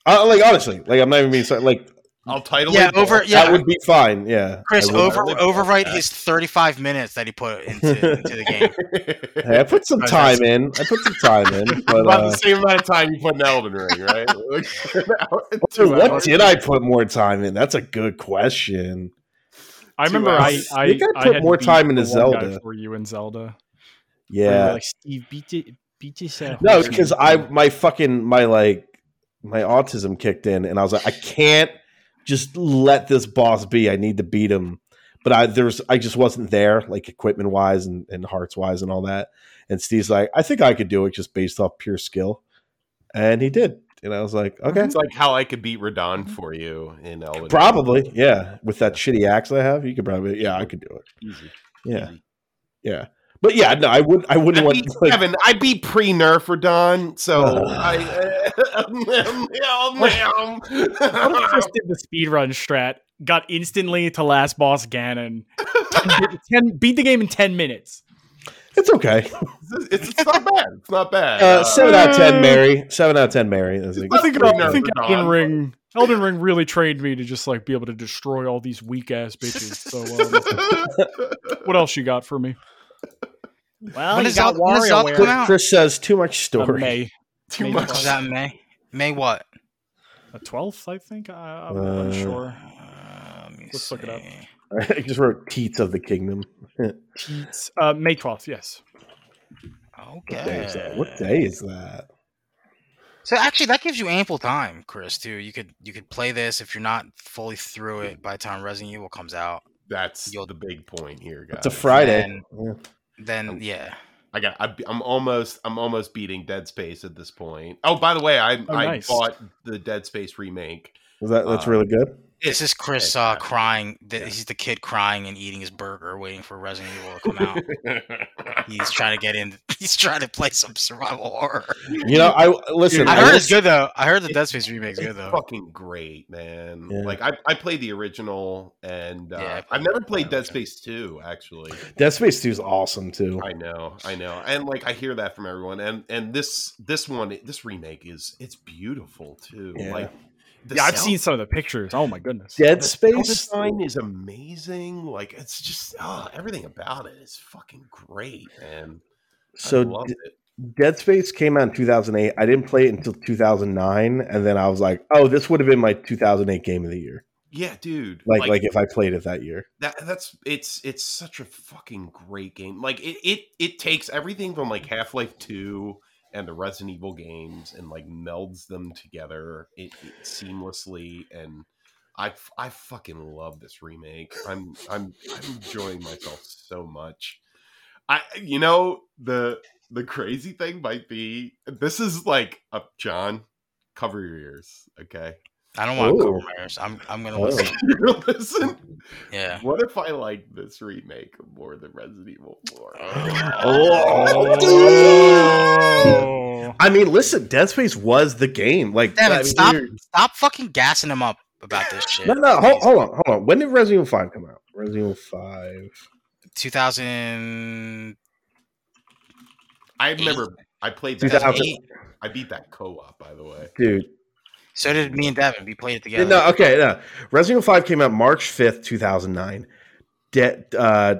Uh,
the-
I, like honestly, like I'm not even being sorry. Like
I'll title
Yeah,
it
over. Yeah,
That would be fine. Yeah.
Chris,
I would-
over
would-
overwrite his 35 minutes that he
(laughs)
put into, into the game.
Hey, I put some time in. I put some time in. But
About
uh,
the same amount of time you put in Elden Ring,
(laughs)
right? Like, (laughs) an hour- two
dude, what
hours.
did I put more time in? That's a good question.
I
Two
remember I
hours.
I,
You gotta
I
put
had
more
beat
time into
the one guy
Zelda.
for you in Zelda. Where you were
Yeah.
like Steve beat it, beat this. uh,
No,
horse
because
man."
I my fucking my like my autism kicked in, and I was like, I can't just let this boss be. I need to beat him. But I there's I just wasn't there, like equipment wise and, and hearts wise and all that. And Steve's like, I think I could do it just based off pure skill, and he did. And I was like, okay,
It's like how I could beat Radon for you in Elden Ring.
probably, yeah. With that shitty axe I have, you could probably, yeah, I could do it,
Easy,
yeah,
easy.
yeah. But yeah, no, I wouldn't. I wouldn't
I
want
beat
like,
Kevin. I beat pre nerf Radon, so
Ugh.
I.
What
eh,
if Chris did the speedrun strat, got instantly to last boss Ganon, ten, beat the game in ten minutes.
it's okay.
(laughs) it's, it's not bad. It's not bad.
Uh, seven out of
Mm.
ten, Mary. Seven out of ten, Mary. That's a-
I think,
Pretty
I think
nervous,
Elden
Don.
Ring, Elden Ring really trained me to just like be able to destroy all these weak ass bitches. So, um, what else you got for me? Well,
When
you
does
got
Zelda- when does Zelda
WarioWare.
come out?
Chris says too much
Uh,
story.
May
(laughs) Too
May
much.
twelfth.
Was that in May? May what?
a twelfth, I think. I, I'm
Uh,
unsure.
Uh, let me
Let's look it up.
see.
(laughs) I just wrote teats of the kingdom.
Teats- Uh, May twelfth, yes.
What day is that?
Okay.
What day is that?
So actually, that gives you ample time, Chris. Too. You could you could play this if you're not fully through it by the time Resident Evil comes out.
That's
You'll-
the big point here, guys.
It's a Friday.
Man. Then yeah,
I got. I, I'm almost. I'm almost beating Dead Space at this point. Oh, by the way, I
Oh,
I
nice.
bought the Dead Space remake.
Is that that's
Uh,
really good.
this is Chris
Yeah.
uh, crying. th-
Yeah.
He's the kid crying and eating his burger, waiting for Resident Evil to
(laughs)
come out. he's trying to get in. (laughs) He's trying to play some survival horror.
You know, I listen.
I
I
heard
will-
it's good though. I heard the Dead Space remake's
It's
good though.
fucking great, man.
Yeah.
Like I, I played the original, and uh,
Yeah, I
I've
played
never
the
played Dead
original.
Space two. Actually,
Dead Space Two is awesome too.
I know, I know, and like I hear that from everyone, and and this this one, this remake is it's beautiful too.
Yeah.
Like, the
Yeah, I've
sound
seen some of the pictures. Oh my goodness.
Dead
The
Space.
design is amazing. Like it's just oh, everything about it is fucking great, man. I
So
love
D-
it.
Dead Space came out in 2008. I didn't play it until 2009, and then I was like, oh, this would have been my 2008 game of the year.
yeah, dude.
Like, like, if I played it that year.
that that's it's it's such a fucking great game. Like it it it takes everything from like Half Life Two and the Resident Evil games and like melds them together it, it seamlessly and. I, f- I fucking love this remake. I'm I'm I'm enjoying myself so much. I you know the the crazy thing might be this is like a John cover your ears, okay? (laughs)
I don't want to
Ooh.
cover my ears. I'm I'm gonna
Oh.
listen.
Listen,
Yeah.
what if I like this remake more than Resident Evil 4?
Oh,
Oh.
I mean, listen, Dead Space was the game. Like,
Damn it,
I mean,
stop.
you're-
Stop fucking gassing him up about this shit.
No, no, hold, hold on, hold on. When did Resident Evil Five come out? Resident Evil Five.
2000.
I remember I played
Dude, that was-
that.
2008.
I beat that co-op, by the way.
Dude,
So did me and Devin. We played it
Yeah,
together.
no, okay, no. Resident Evil Five came out March fifth, two thousand nine. Dead uh,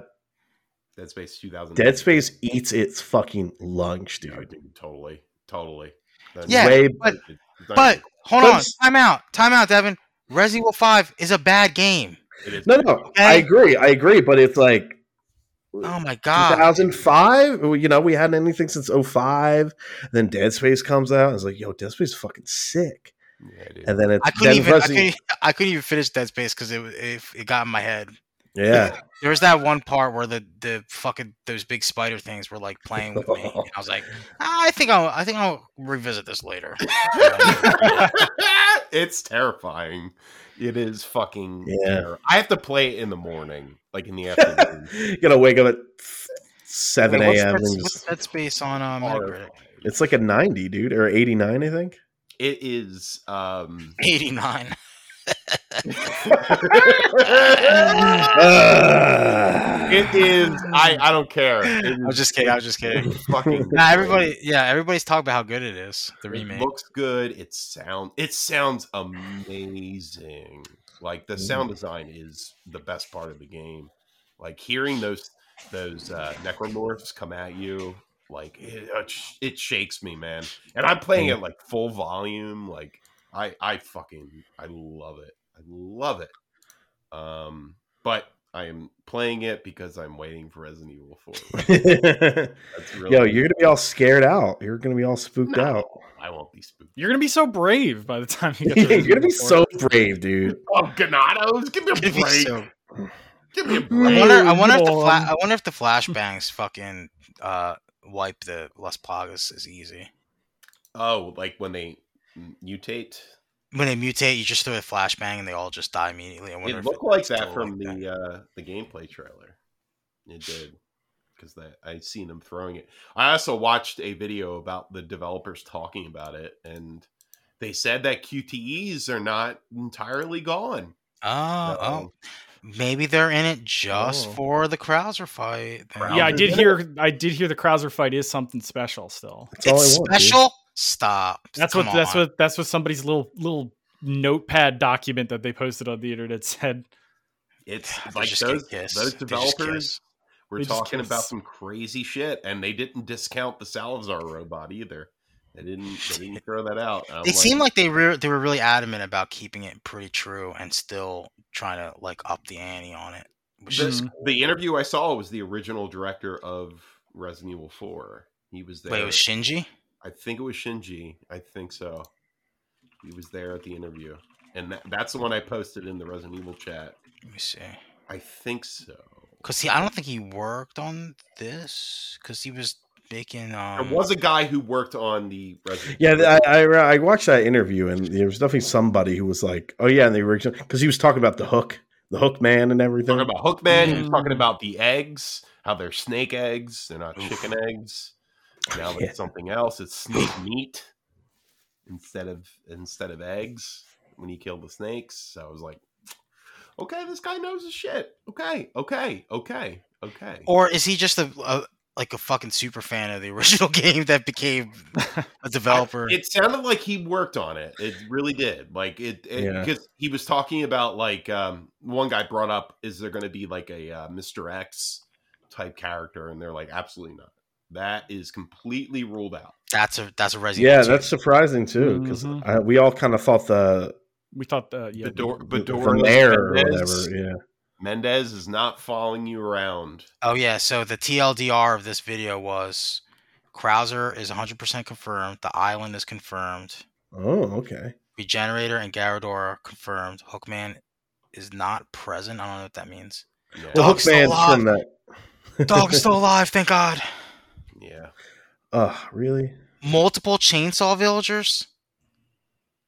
Dead Space 2000.
Dead Space eats its fucking lunch,
Yeah,
dude.
dude, totally. Totally. That's-
Yeah,
Way-
but-
it's not
But hold
But-
on. Time out. Time out, Devin. Resident Evil 5 is a bad game.
even- it is-
no, no, I agree, I agree, but it's like
Oh my
two
god.
thousand five. You know, we hadn't anything since 05. Then Dead Space comes out. and It's like, yo, Dead Space is fucking sick.
Yeah, it is.
And then it's
I couldn't
then
even. I
Resident-
couldn't, I couldn't even finish Dead Space because it, was- it it got in my head.
(laughs) yeah,
There was that one part where the the fucking those big spider things were like playing with me, and I was like, "Ah, I think I'll I think I'll revisit this later. (laughs)
(laughs) it's terrifying. It is fucking
Yeah.
terri- I have to play it in the morning, like in the
(laughs)
afternoon.
you gotta wake up at seven
Wait, what's
a.m.
Dead-
and
What's
just-
Dead Space on um, Metacritic?
Horrifying.
It's like a ninety, dude, or eighty nine, I think.
It is um
Eighty nine.
Ugh.
It is. I. I don't care. It
I was
is
just kidding. I was just
(laughs)
(laughs)
kidding.
fucking.
Nah, everybody. Yeah, everybody's talking about how good it is. The
It
remake.
looks good. It sound. It sounds amazing. Like the
Mm.
sound design is the best part of the game. Like hearing those those uh, necromorphs come at you, like it, it sh- it shakes me, man. And I'm playing it like full volume. Like I I fucking I love it. I love it. Um, but I am playing it because I'm waiting for Resident Evil Four. That's
(laughs) (laughs)
really
Yo, you're gonna be all scared out. You're gonna be all spooked
No,
out.
I won't be spooked.
You're gonna be so brave by the time
(laughs)
you get. to
you're
Resident
gonna be
Evil four.
so brave, dude.
Oh, Ganados, give me
(laughs)
a
(laughs) It'd be
break.
so-
Give me a
I
break.
wonder. I wonder if the fla-
Lord.
I wonder if the flashbangs fucking uh, wipe the Las Plagas is easy.
Oh, like when they mutate.
When they mutate, you just throw a flashbang and they all just die immediately. I wonder
It
if
looked like that
still
from
like
the uh, the gameplay trailer. It did because that I seen them throwing it. I also watched a video about the developers talking about it, and they said that QTEs are not entirely gone.
Oh, oh,
Uh-oh.
maybe they're in it just
Oh.
for the Krauser fight. then.
Krauser.
Yeah, I did hear. I did hear the Krauser fight is something special. Still,
That's all I
It's
want. dude.
special. Stop.
that's
Come
what. That's
on.
what. That's what somebody's little little notepad document that they posted on the internet said.
It's
They
like
just get
those
kissed.
those
They just
developers
kiss.
were
They just
talking
kiss.
about some crazy shit, and they didn't discount the Salazar robot either. They didn't they didn't throw that out. I'm
They seem like they re- they were really adamant about keeping it pretty true and still trying to like up the ante on it. Which
the,
is
the interview I saw was the original director of Resident Evil Four. He was there.
wait, it was Shinji.
I think it was Shinji. I think so. He was there at the interview, and that, that's the one I posted in the Resident Evil chat.
Let me see.
I think so.
Cause he, I don't think he worked on this. Cause he was making. Um,
There was a guy who worked on the Resident.
Yeah,
Evil.
th- I, I I watched that interview, and there was definitely somebody who was like, "Oh yeah," and they were because he was talking about the hook, the hook man, and everything.
talking about Hookman. He was
Mm.
talking about the eggs, how they're snake eggs. They're not chicken eggs. Now
(laughs) Yeah.
it's something else. It's snake meat instead of instead of eggs. When he killed the snakes, so I was like, okay, this guy knows his shit. Okay, okay, okay, okay.
Or is he just a, a like a fucking super fan of the original (laughs) game that became
(laughs)
a developer?
It sounded like he worked on it. It really did. Like it because
Yeah.
he was talking about like um, one guy brought up, is there going to be like a uh, Mister X type character? And they're like, absolutely not. That is completely ruled out.
that's a that's a Resident.
yeah,
Evil
that's surprising too, because
Mhm.
we all kind of thought the
We thought the yeah.
Bador-
the, the
Bador-
mayor or
Mendez-
whatever. Yeah,
Mendez is not following you around.
Oh yeah, so the TLDR of this video was Krauser is 100% confirmed, the island is confirmed,
Oh, okay.
Regenerator and Garador are confirmed, Hookman is not present. I don't know what that
(laughs)
means.
Yeah.
The
Dog's
hook man's
alive.
from that. (laughs)
Dog is still alive, thank God.
yeah.
Oh, really?
Multiple chainsaw villagers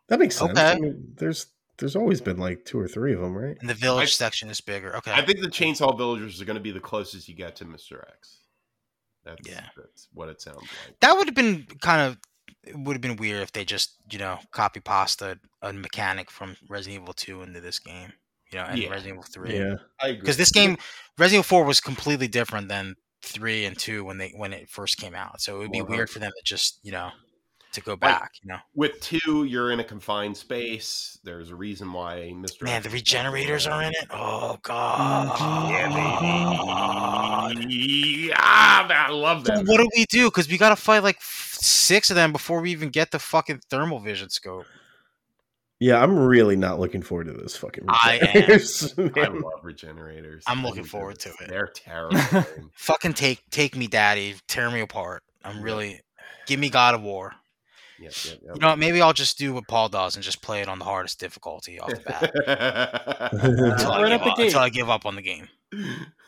That makes sense.
Okay.
I mean, there's there's always been like two or three of them, right?
and the village
I-
section is bigger. Okay.
I think the Chainsaw Villagers are going to be the closest you get to Mister X. That's,
Yeah.
that's what it sounds like.
that would have been kind of it would have been weird if they just, you know, copy pasta a mechanic from Resident Evil 2 into this game, you know, and
Yeah.
Resident Evil 3.
Yeah.
I agree.
because this game Resident Evil 4 was completely different than 3 and 2 when they when it first came out. So it would be
Uh-huh.
weird for them to just, you know, to go back, you know.
with two, you're in a confined space. There's a reason why Mr.
Man, the regenerators are in it. Oh god.
Yeah, baby. Ah, I love
So
that.
what do we do? Because we gotta fight like f- six of them before we even get the fucking thermal vision scope.
Yeah, I'm really not looking forward to this fucking.
I am.
(laughs) regenerators,
I
man.
love regenerators.
I'm
I
looking
hate
forward
those.
to it. (laughs)
They're terrifying.
Fucking take take me, daddy. Tear me apart. I'm really give me God of War.
yep, yep,
You know what? Maybe I'll just do what Paul does and just play it on the hardest difficulty off the
(laughs)
bat.
yep.
until, I
Right
give
up the
up,
gate.
until I give up on the game.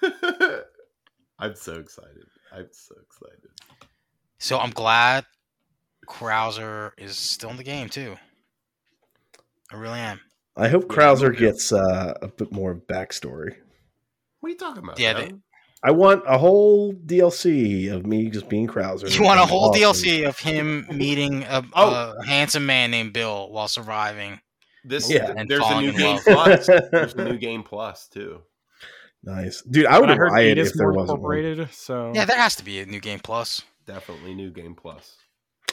(laughs) I'm so excited. I'm so excited.
So I'm glad Krauser is still in the game too. I really am.
(laughs) I hope
Yeah,
Krauser
me too.
gets uh, a bit more backstory.
What are you talking about?
Yeah,
man?
I want a whole DLC of me just being Krauser.
You want a
and
whole
awesome.
DLC of him meeting a,
Oh.
a handsome man named Bill while surviving?
this
Yeah.
th-
And
there's a
falling
new
in
game
love.
(laughs)
plus. There's
(laughs)
a new game plus too.
Nice, dude. I would
But I
have
heard
riot
it
if
is
there
more
wasn't one.
Oh. incorporated. So
Yeah, there has to be a new game plus. (laughs)
Definitely new game plus.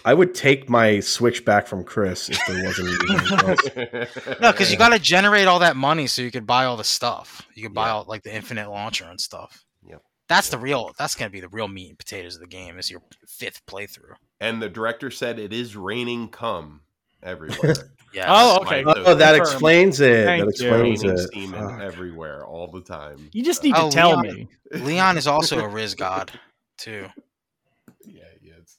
I would take my switch back from Chris if there
(laughs)
wasn't. anything else.
(laughs)
No, because you got to generate all that money so you could buy all the stuff. You could buy
Yeah.
all like the infinite launcher and stuff.
Yep.
That's the real. That's gonna be the real meat and potatoes of the game. Is your fifth playthrough.
And the director said it is raining cum
(laughs)
everywhere.
Yeah.
Oh, okay.
Like
Oh, that
Confirmed.
explains it.
Thank
that
you.
explains
raining
it. Ah.
semen
Fuck.
everywhere all the time.
You just need
Oh,
to tell
Leon.
me.
Leon is also
(laughs)
a Riz god too.
Yeah, yeah. It's,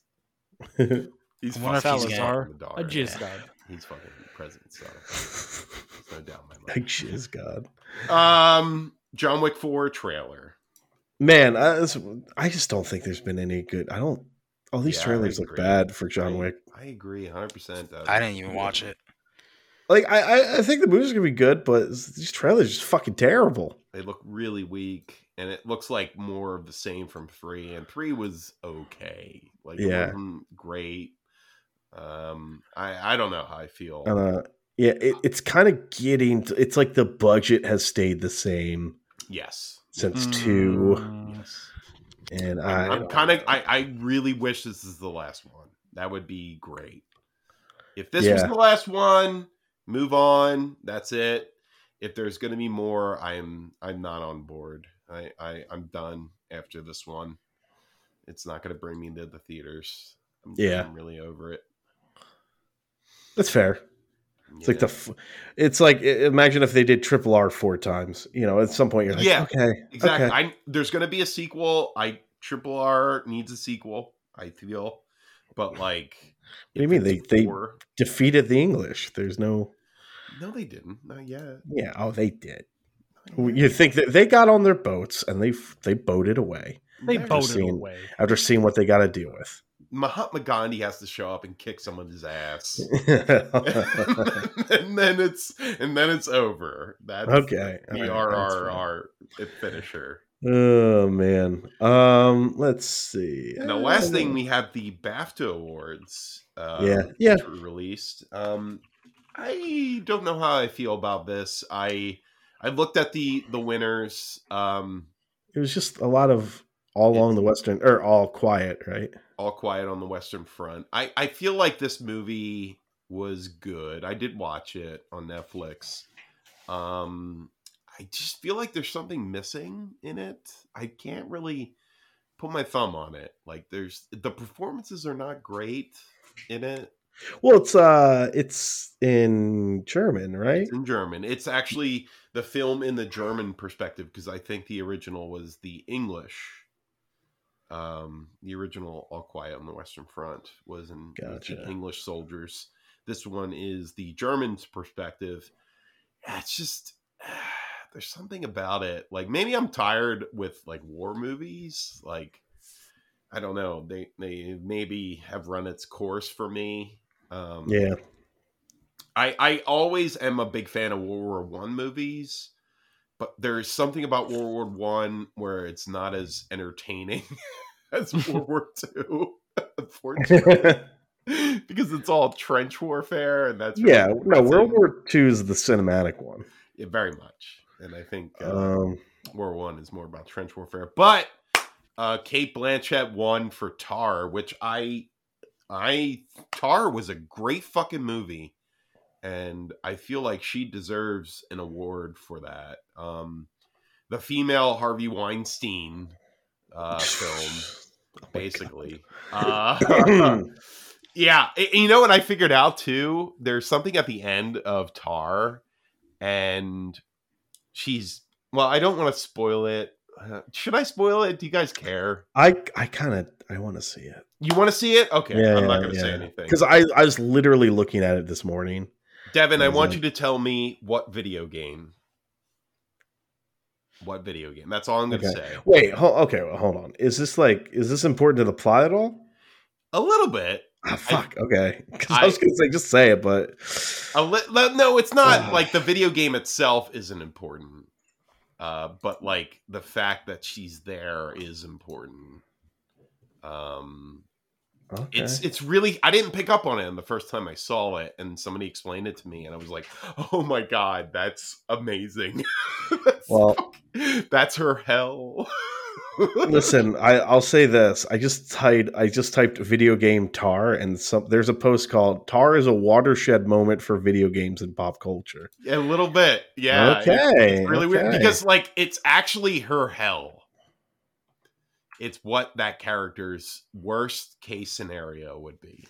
I
(laughs)
he's
wonder if
fucking
he's
Salazar,
gay.
the daughter.
I just
Yeah,
died.
He's fucking present. So there's no doubt in my
Like shiz, God. (laughs)
mind. Um, John Wick Four trailer.
Man, I, this- I just don't think there's been any good. I don't. All these
Yeah, I
trailers look
agree.
bad for John
I-
Wick.
I agree, hundred percent.
I didn't even watch it.
Like, I, I, I think the movie's gonna be good, but these trailers are just fucking terrible.
They look really weak, and it looks like more of the same from three. And three was okay. Like, it
Yeah.
wasn't great. Um, I I don't know how I feel.
And uh, yeah, it, it's kind of getting. to- it's like the budget has stayed the same
yes,
since two,
Mm.
yes.
and I,
I'm kind of. I I really wish this is the last one. That would be great. If this was
Yeah.
the last one, move on. That's it. If there's going to be more, I'm I'm not on board. I, I I'm done after this one. It's not going to bring me to the theaters. I'm,
Yeah.
I'm really over it.
that's fair. It's like
Yeah.
the, f- it's like i- imagine if they did triple R four times. You know, at some point you're like,
Yeah.
okay,
Exactly.
Okay.
I there's going to be a sequel. I Triple R needs a sequel. I feel, but like,
What do you
if
mean?
it's
They- they-
four-
defeated the English. There's no,
no, they didn't. Not yet.
yeah, oh, they did.
Mm.
You think that they got on their boats and they f- they boated away
They
They're
boated
seen-
away.
after seeing what they got to deal
(laughs)
with. (laughs)
Mahatma Gandhi has to show up and kick someone's
(laughs)
ass.
okay,
and then it's and then it's over. That's
all
the
right, that's fine.
RRR finisher.
Oh man. Um, let's see.
And the last thing we have the BAFTA awards. Uh,
Yeah. Yeah.
which were released. Um, I don't know how I feel about this. I I looked at the the winners. Um,
it was just a lot of all along the western or all quiet, right?
All Quiet on the Western Front. I, I feel like this movie was good. I did watch it on Netflix. Um, I just feel like there's something missing in it. I can't really put my thumb on it. Like there's the performances are not great in it.
Well, it's uh, it's in German, right?
It's in German. It's actually the film in the German perspective because I think the original was the English. Um, the original All Quiet on the Western Front was in was the
Gotcha.
English soldiers. This one is the German's perspective. Yeah, It's just (sighs) there's something about it. Like maybe I'm tired with like war movies. Like I don't know. They they maybe have run its course for me. Um,
Yeah. (laughs)
I I always am a big fan of World War One movies, but there is something about World War One where it's not as entertaining (laughs) as
(laughs)
World War Two, unfortunately, because it's all trench warfare, and that's really
yeah. No,
depressing.
World War II is the cinematic one.
Yeah, very much, and I think uh,
Um,
World War One is more about trench warfare. But uh Kate Blanchett won for Tar, which I I Tar was a great fucking movie. And I feel like she deserves an award for that. Um the female Harvey Weinstein
(sighs) (laughs)
uh film,
oh
basically. (laughs) Uh Yeah, a- you know what I figured out too? There's something at the end of Tar, and she's well. I don't want to spoil it. Uh, should I spoil it? Do you guys care?
(clears throat) I I kind of I want to see it
You want to see it? Okay,
Yeah,
I'm not
yeah,
going to say
yeah.
anything.
because I I was literally looking at it this morning.
Devin, I
I was
want
like-
you to tell me what video game. What video game? That's all I'm going to
Okay.
say.
Wait, ho- okay, well, hold on. Is this like is this important to the plot at all?
A little bit.
Ah, fuck. okay, (laughs) 'Cause I,
I- Oh,
was gonna say just say it, but
A li- le- no, it's
Oh.
not like the video game itself isn't important, uh, but like the fact that she's there is important. Um,
(sighs) okay.
it's it's really I didn't pick up on it the first time I saw it, and somebody explained it to me, and I was like, (laughs) "Oh my god, (laughs) that's amazing! that's,
well,
that's her hell." (laughs)
Listen, I, I'll say this. I just typed I just typed video game tar and some there's a post called Tar is a watershed moment for video games and pop culture.
a little bit. Yeah.
okay.
It's really weird
okay.
because like it's actually her hell. It's what that character's worst case scenario would be.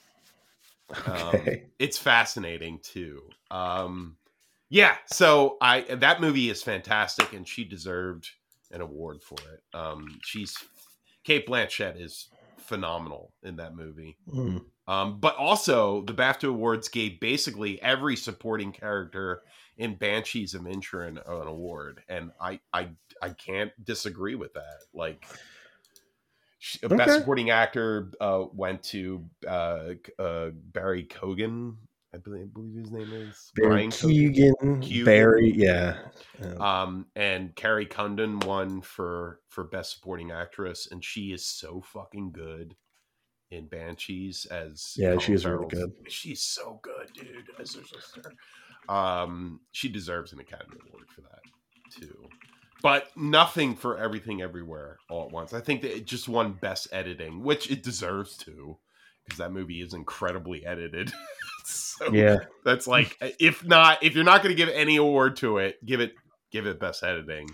Um,
Okay.
it's fascinating too. Um, yeah, so I that movie is fantastic, and she deserved an award for it. Um, she's Kate Blanchett is phenomenal in that movie.
Hmm.
Um, but also, the BAFTA Awards gave basically every supporting character in Banshees of Inisherin an award, and I, I, I can't disagree with that. Like, sh-
Okay.
best supporting actor uh, went to uh, uh, Barry Cogan, I believe, I believe his name is
Barry
Brian
Keegan,
Keoghan.
Barry, yeah. Yeah.
um, and Carrie Condon won for for best supporting actress, and she is so fucking good in Banshees as
Yeah,
Colin
she is really
Farrell's- She's so good, dude. As her sister, um, she deserves an Academy Award for that too. But nothing for everything everywhere all at once. I think that it just won best editing, which it deserves to, because that movie is incredibly edited. (laughs) so
yeah.
that's like uh, if not if you're not going to give any award to it, give it give it best editing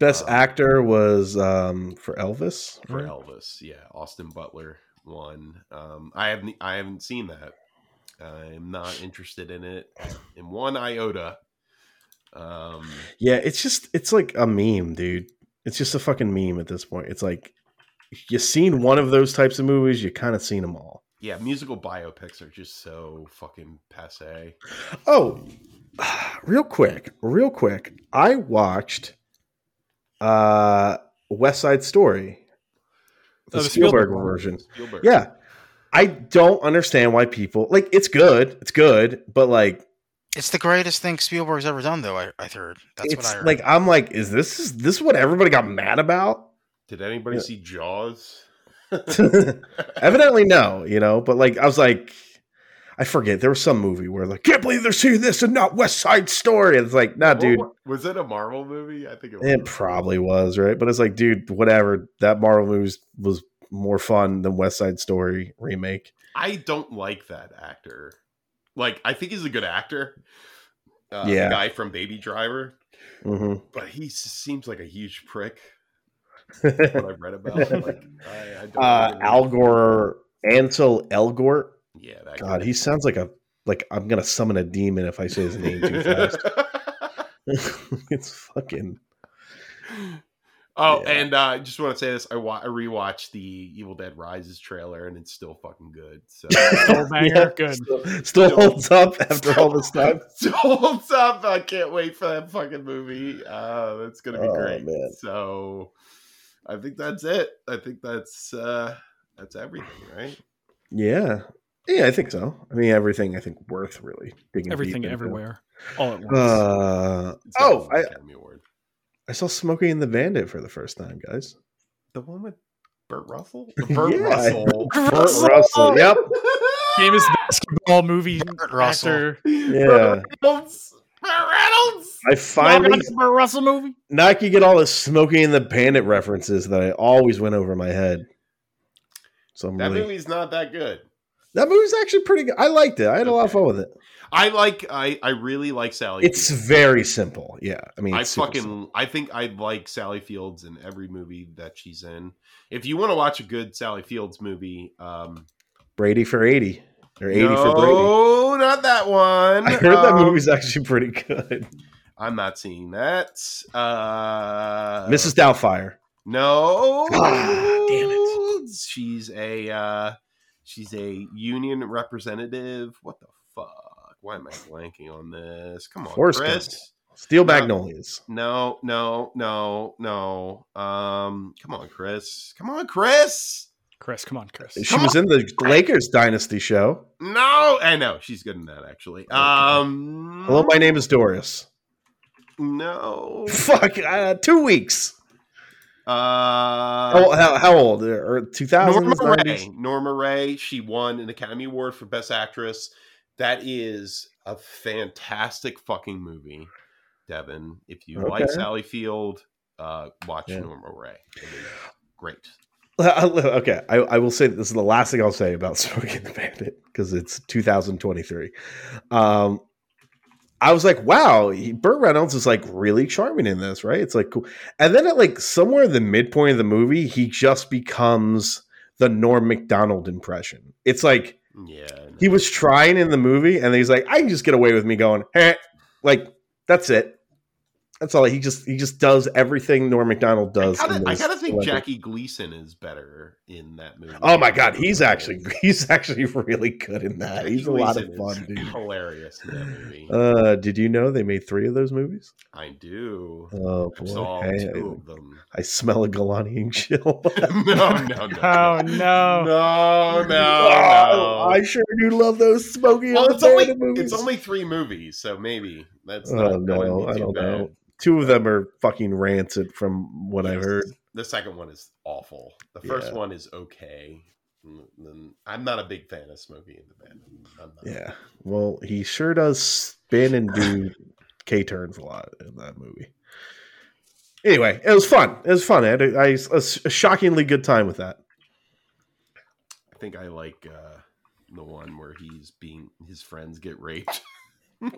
Best
Um,
actor was um for Elvis.
for
right?
Elvis. Yeah, Austin Butler won. Um, I haven't I haven't seen that. I'm not interested in it in one iota. Um,
Yeah, it's just it's like a meme, dude. It's just a fucking meme at this point. It's like you've seen one of those types of movies, you kind of seen them all.
yeah, musical biopics are just so fucking passe.
Oh, (sighs) real quick, real quick. I watched uh West Side Story, the,
Oh, the
Spielberg,
Spielberg
version.
Spielberg.
Yeah, I don't understand why people like. It's good, it's good, but like
It's the greatest thing Spielberg's ever done, though. I, I heard. That's
it's
what I heard.
like I'm like, is this is this what everybody got mad about? (laughs)
Did anybody
Yeah.
see Jaws?
Evidently, no, you know, but like I was like, I forget there was some movie where like can't believe they're seeing this and not West Side Story. It's like, nah,
What
dude,
wa- was it a Marvel movie? I think it was.
it probably was right, but it's like, dude, whatever. That Marvel movie was, was more fun than West Side Story remake.
I don't like that actor. Like, I think he's a good actor. Uh,
Yeah.
The guy from Baby Driver,
hmm
Mm-hmm.
but he s- seems like a huge prick. What I've read about. Like, I, I
(laughs)
don't
uh,
really-
Al Gore, Ansel Elgort.
Yeah, that
God, he sounds like a like I'm gonna summon a demon if I say his name too
(laughs)
(laughs)
fast. (laughs) it's fucking
oh,
Yeah.
and uh, I just want to say this: I, wa- I rewatched the Evil Dead Rises trailer, and it's still fucking good. So
(laughs)
Soul banger, good.
Still, still holds up after all
(laughs)
(laughs)
this time.
still holds up. I can't wait for that fucking movie. Uh, that's gonna be
Oh,
great.
man.
So, I think that's it. I think that's uh, that's everything, right?
Yeah. Yeah, I think so. I mean, everything I think worth really digging
Everything,
deep into.
everywhere, all at once.
Uh,
It's not
oh,
an
I,
Academy Award.
I saw Smokey and the Bandit for the first time, guys.
The one with Burt Russell.
(laughs)
Burt
Yeah.
Russell.
Burt Russell. Yep.
Famous basketball movie
Burt Russell.
actor.
Yeah.
Burt Reynolds. Burt Reynolds.
I finally
Burt Russell movie.
now I can get all the Smokey and the Bandit references that I always went over my head. So I'm
That
really
movie's not that good.
that movie's actually pretty good. I liked it. I had a lot of
Okay.
fun with it.
I like. I I really like Sally.
It's
Fields.
very simple. Yeah. I mean,
I
it's super
fucking.
simple.
I think I like Sally Fields in every movie that she's in. If you want to watch a good Sally Fields movie, um,
Brady for 80 or 80
no,
for Brady.
not that one.
I heard that
Um,
movie's actually pretty good.
I'm not seeing that. Uh,
Mrs. Doubtfire.
No.
Ah, damn
She's a uh, she's a union representative. What the fuck? Why am I blanking on this? Come on,
Forrest
Chris.
Gump. Steel
No.
Magnolias.
No, no, no, no. Um, come on, Chris. Come on, Chris.
Chris, come on, Chris.
She
Come
was in the Lakers dynasty show.
No, I know she's good in that actually. Um,
Hello, my name is Doris.
no.
(laughs) Fuck, uh, two weeks.
Uh,
How, how, how old? Or two Oh, thousand?
Norma Ray. Norma Ray. She won an Academy Award for Best Actress. That is a fantastic fucking movie, Devin. If you like
Okay.
Sally Field, uh, watch
Yeah.
Norma Ray. Great.
okay, (laughs) I, I will say that this is the last thing I'll say about (laughs) Smokey and the Bandit because it's 2023. Um, I was like, wow, he, Burt Reynolds is like really charming in this, right? It's like cool. And then at like somewhere in the midpoint of the movie, he just becomes the Norm McDonald impression. It's like
Yeah. no.
he was trying in the movie, and he's like, I can just get away with me going, eh. like that's it. That's all. He just he just does everything Norm McDonald does.
I
in
gotta, I
this
gotta think
celebrity.
Jackie Gleason is better in that movie.
Oh my god, he's actually (laughs) he's actually really good in that. He's a lot of fun, dude.
(laughs) Hilarious in that movie.
Uh, did you know they made three of those movies?
I do.
Oh
I saw
boy, Hey,
two
(laughs)
of them. (laughs)
I, I smell a Galanian chill.
no,
(laughs)
no, no.
Oh no.
Oh,
(laughs)
No, no, no.
Oh, I sure do love those smoky
well,
well,
it's only,
movies.
it's only three movies, so maybe that's not
oh
going to
no,
be
I
too
don't
bad.
know. Two of them are fucking rancid from what I
Yes.
heard.
The second one is awful. The first
Yeah.
one is okay. Mm, Then I'm not a big fan of Smokey and the Bandit. I'm not.
Yeah. Well, he sure does spin and do K turns a lot in that movie. Anyway, it was fun. It was fun. I had a, I, a shockingly good time with (laughs) that.
I think I like uh, the one where he's being his friends get raped.
Wait,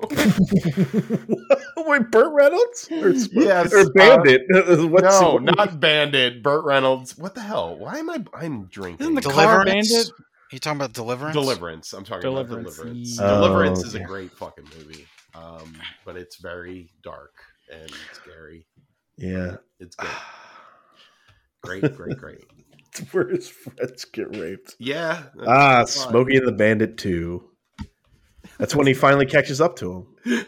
Burt Reynolds or, Sp-
Yes,
or
uh,
Bandit? (laughs) What's-
no,
what-
not Bandit. Burt Reynolds. What the hell? Why am I? I'm
Isn't
drinking.
the car
Deliverance?
bandit?
you talking about Deliverance?
Deliverance. I'm talking
Deliverance,
about Deliverance.
yeah.
Deliverance
Oh,
is a
yeah.
great fucking movie, um, but it's very dark and scary.
Yeah,
It's good. Great, great, great.
(laughs) where his friends get raped.
Yeah. that's (laughs)
Ah,
fun.
Smokey and the Bandit Two. That's when he finally catches up to him.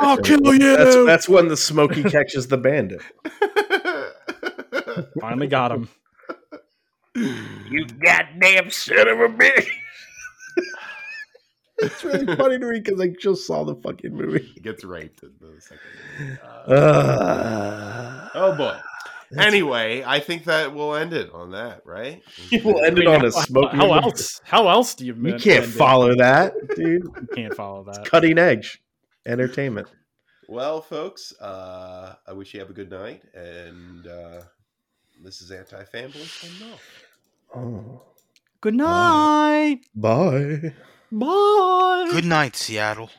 I'll kill
(laughs)
you.
That's that's when the Smokey catches the Bandit.
Finally got him.
You goddamn son of a bitch. it's really funny to me because I just saw the fucking movie.
He gets raped in the second movie. Uh,
Uh, (laughs)
oh boy. Anyway, I think that we'll end it on that, right?
(laughs) We'll end it
I mean,
on a
how-
Smokey.
How
and the-
else? How else do you?
You
men-
can't
end it?
follow that, dude.
You Can't follow that.
Cutting edge entertainment.
Well, folks, uh, I wish you have a good night, and uh, this is Anti Fanboy signing off.
Oh,
Good night.
bye.
Bye.
Good night, Seattle.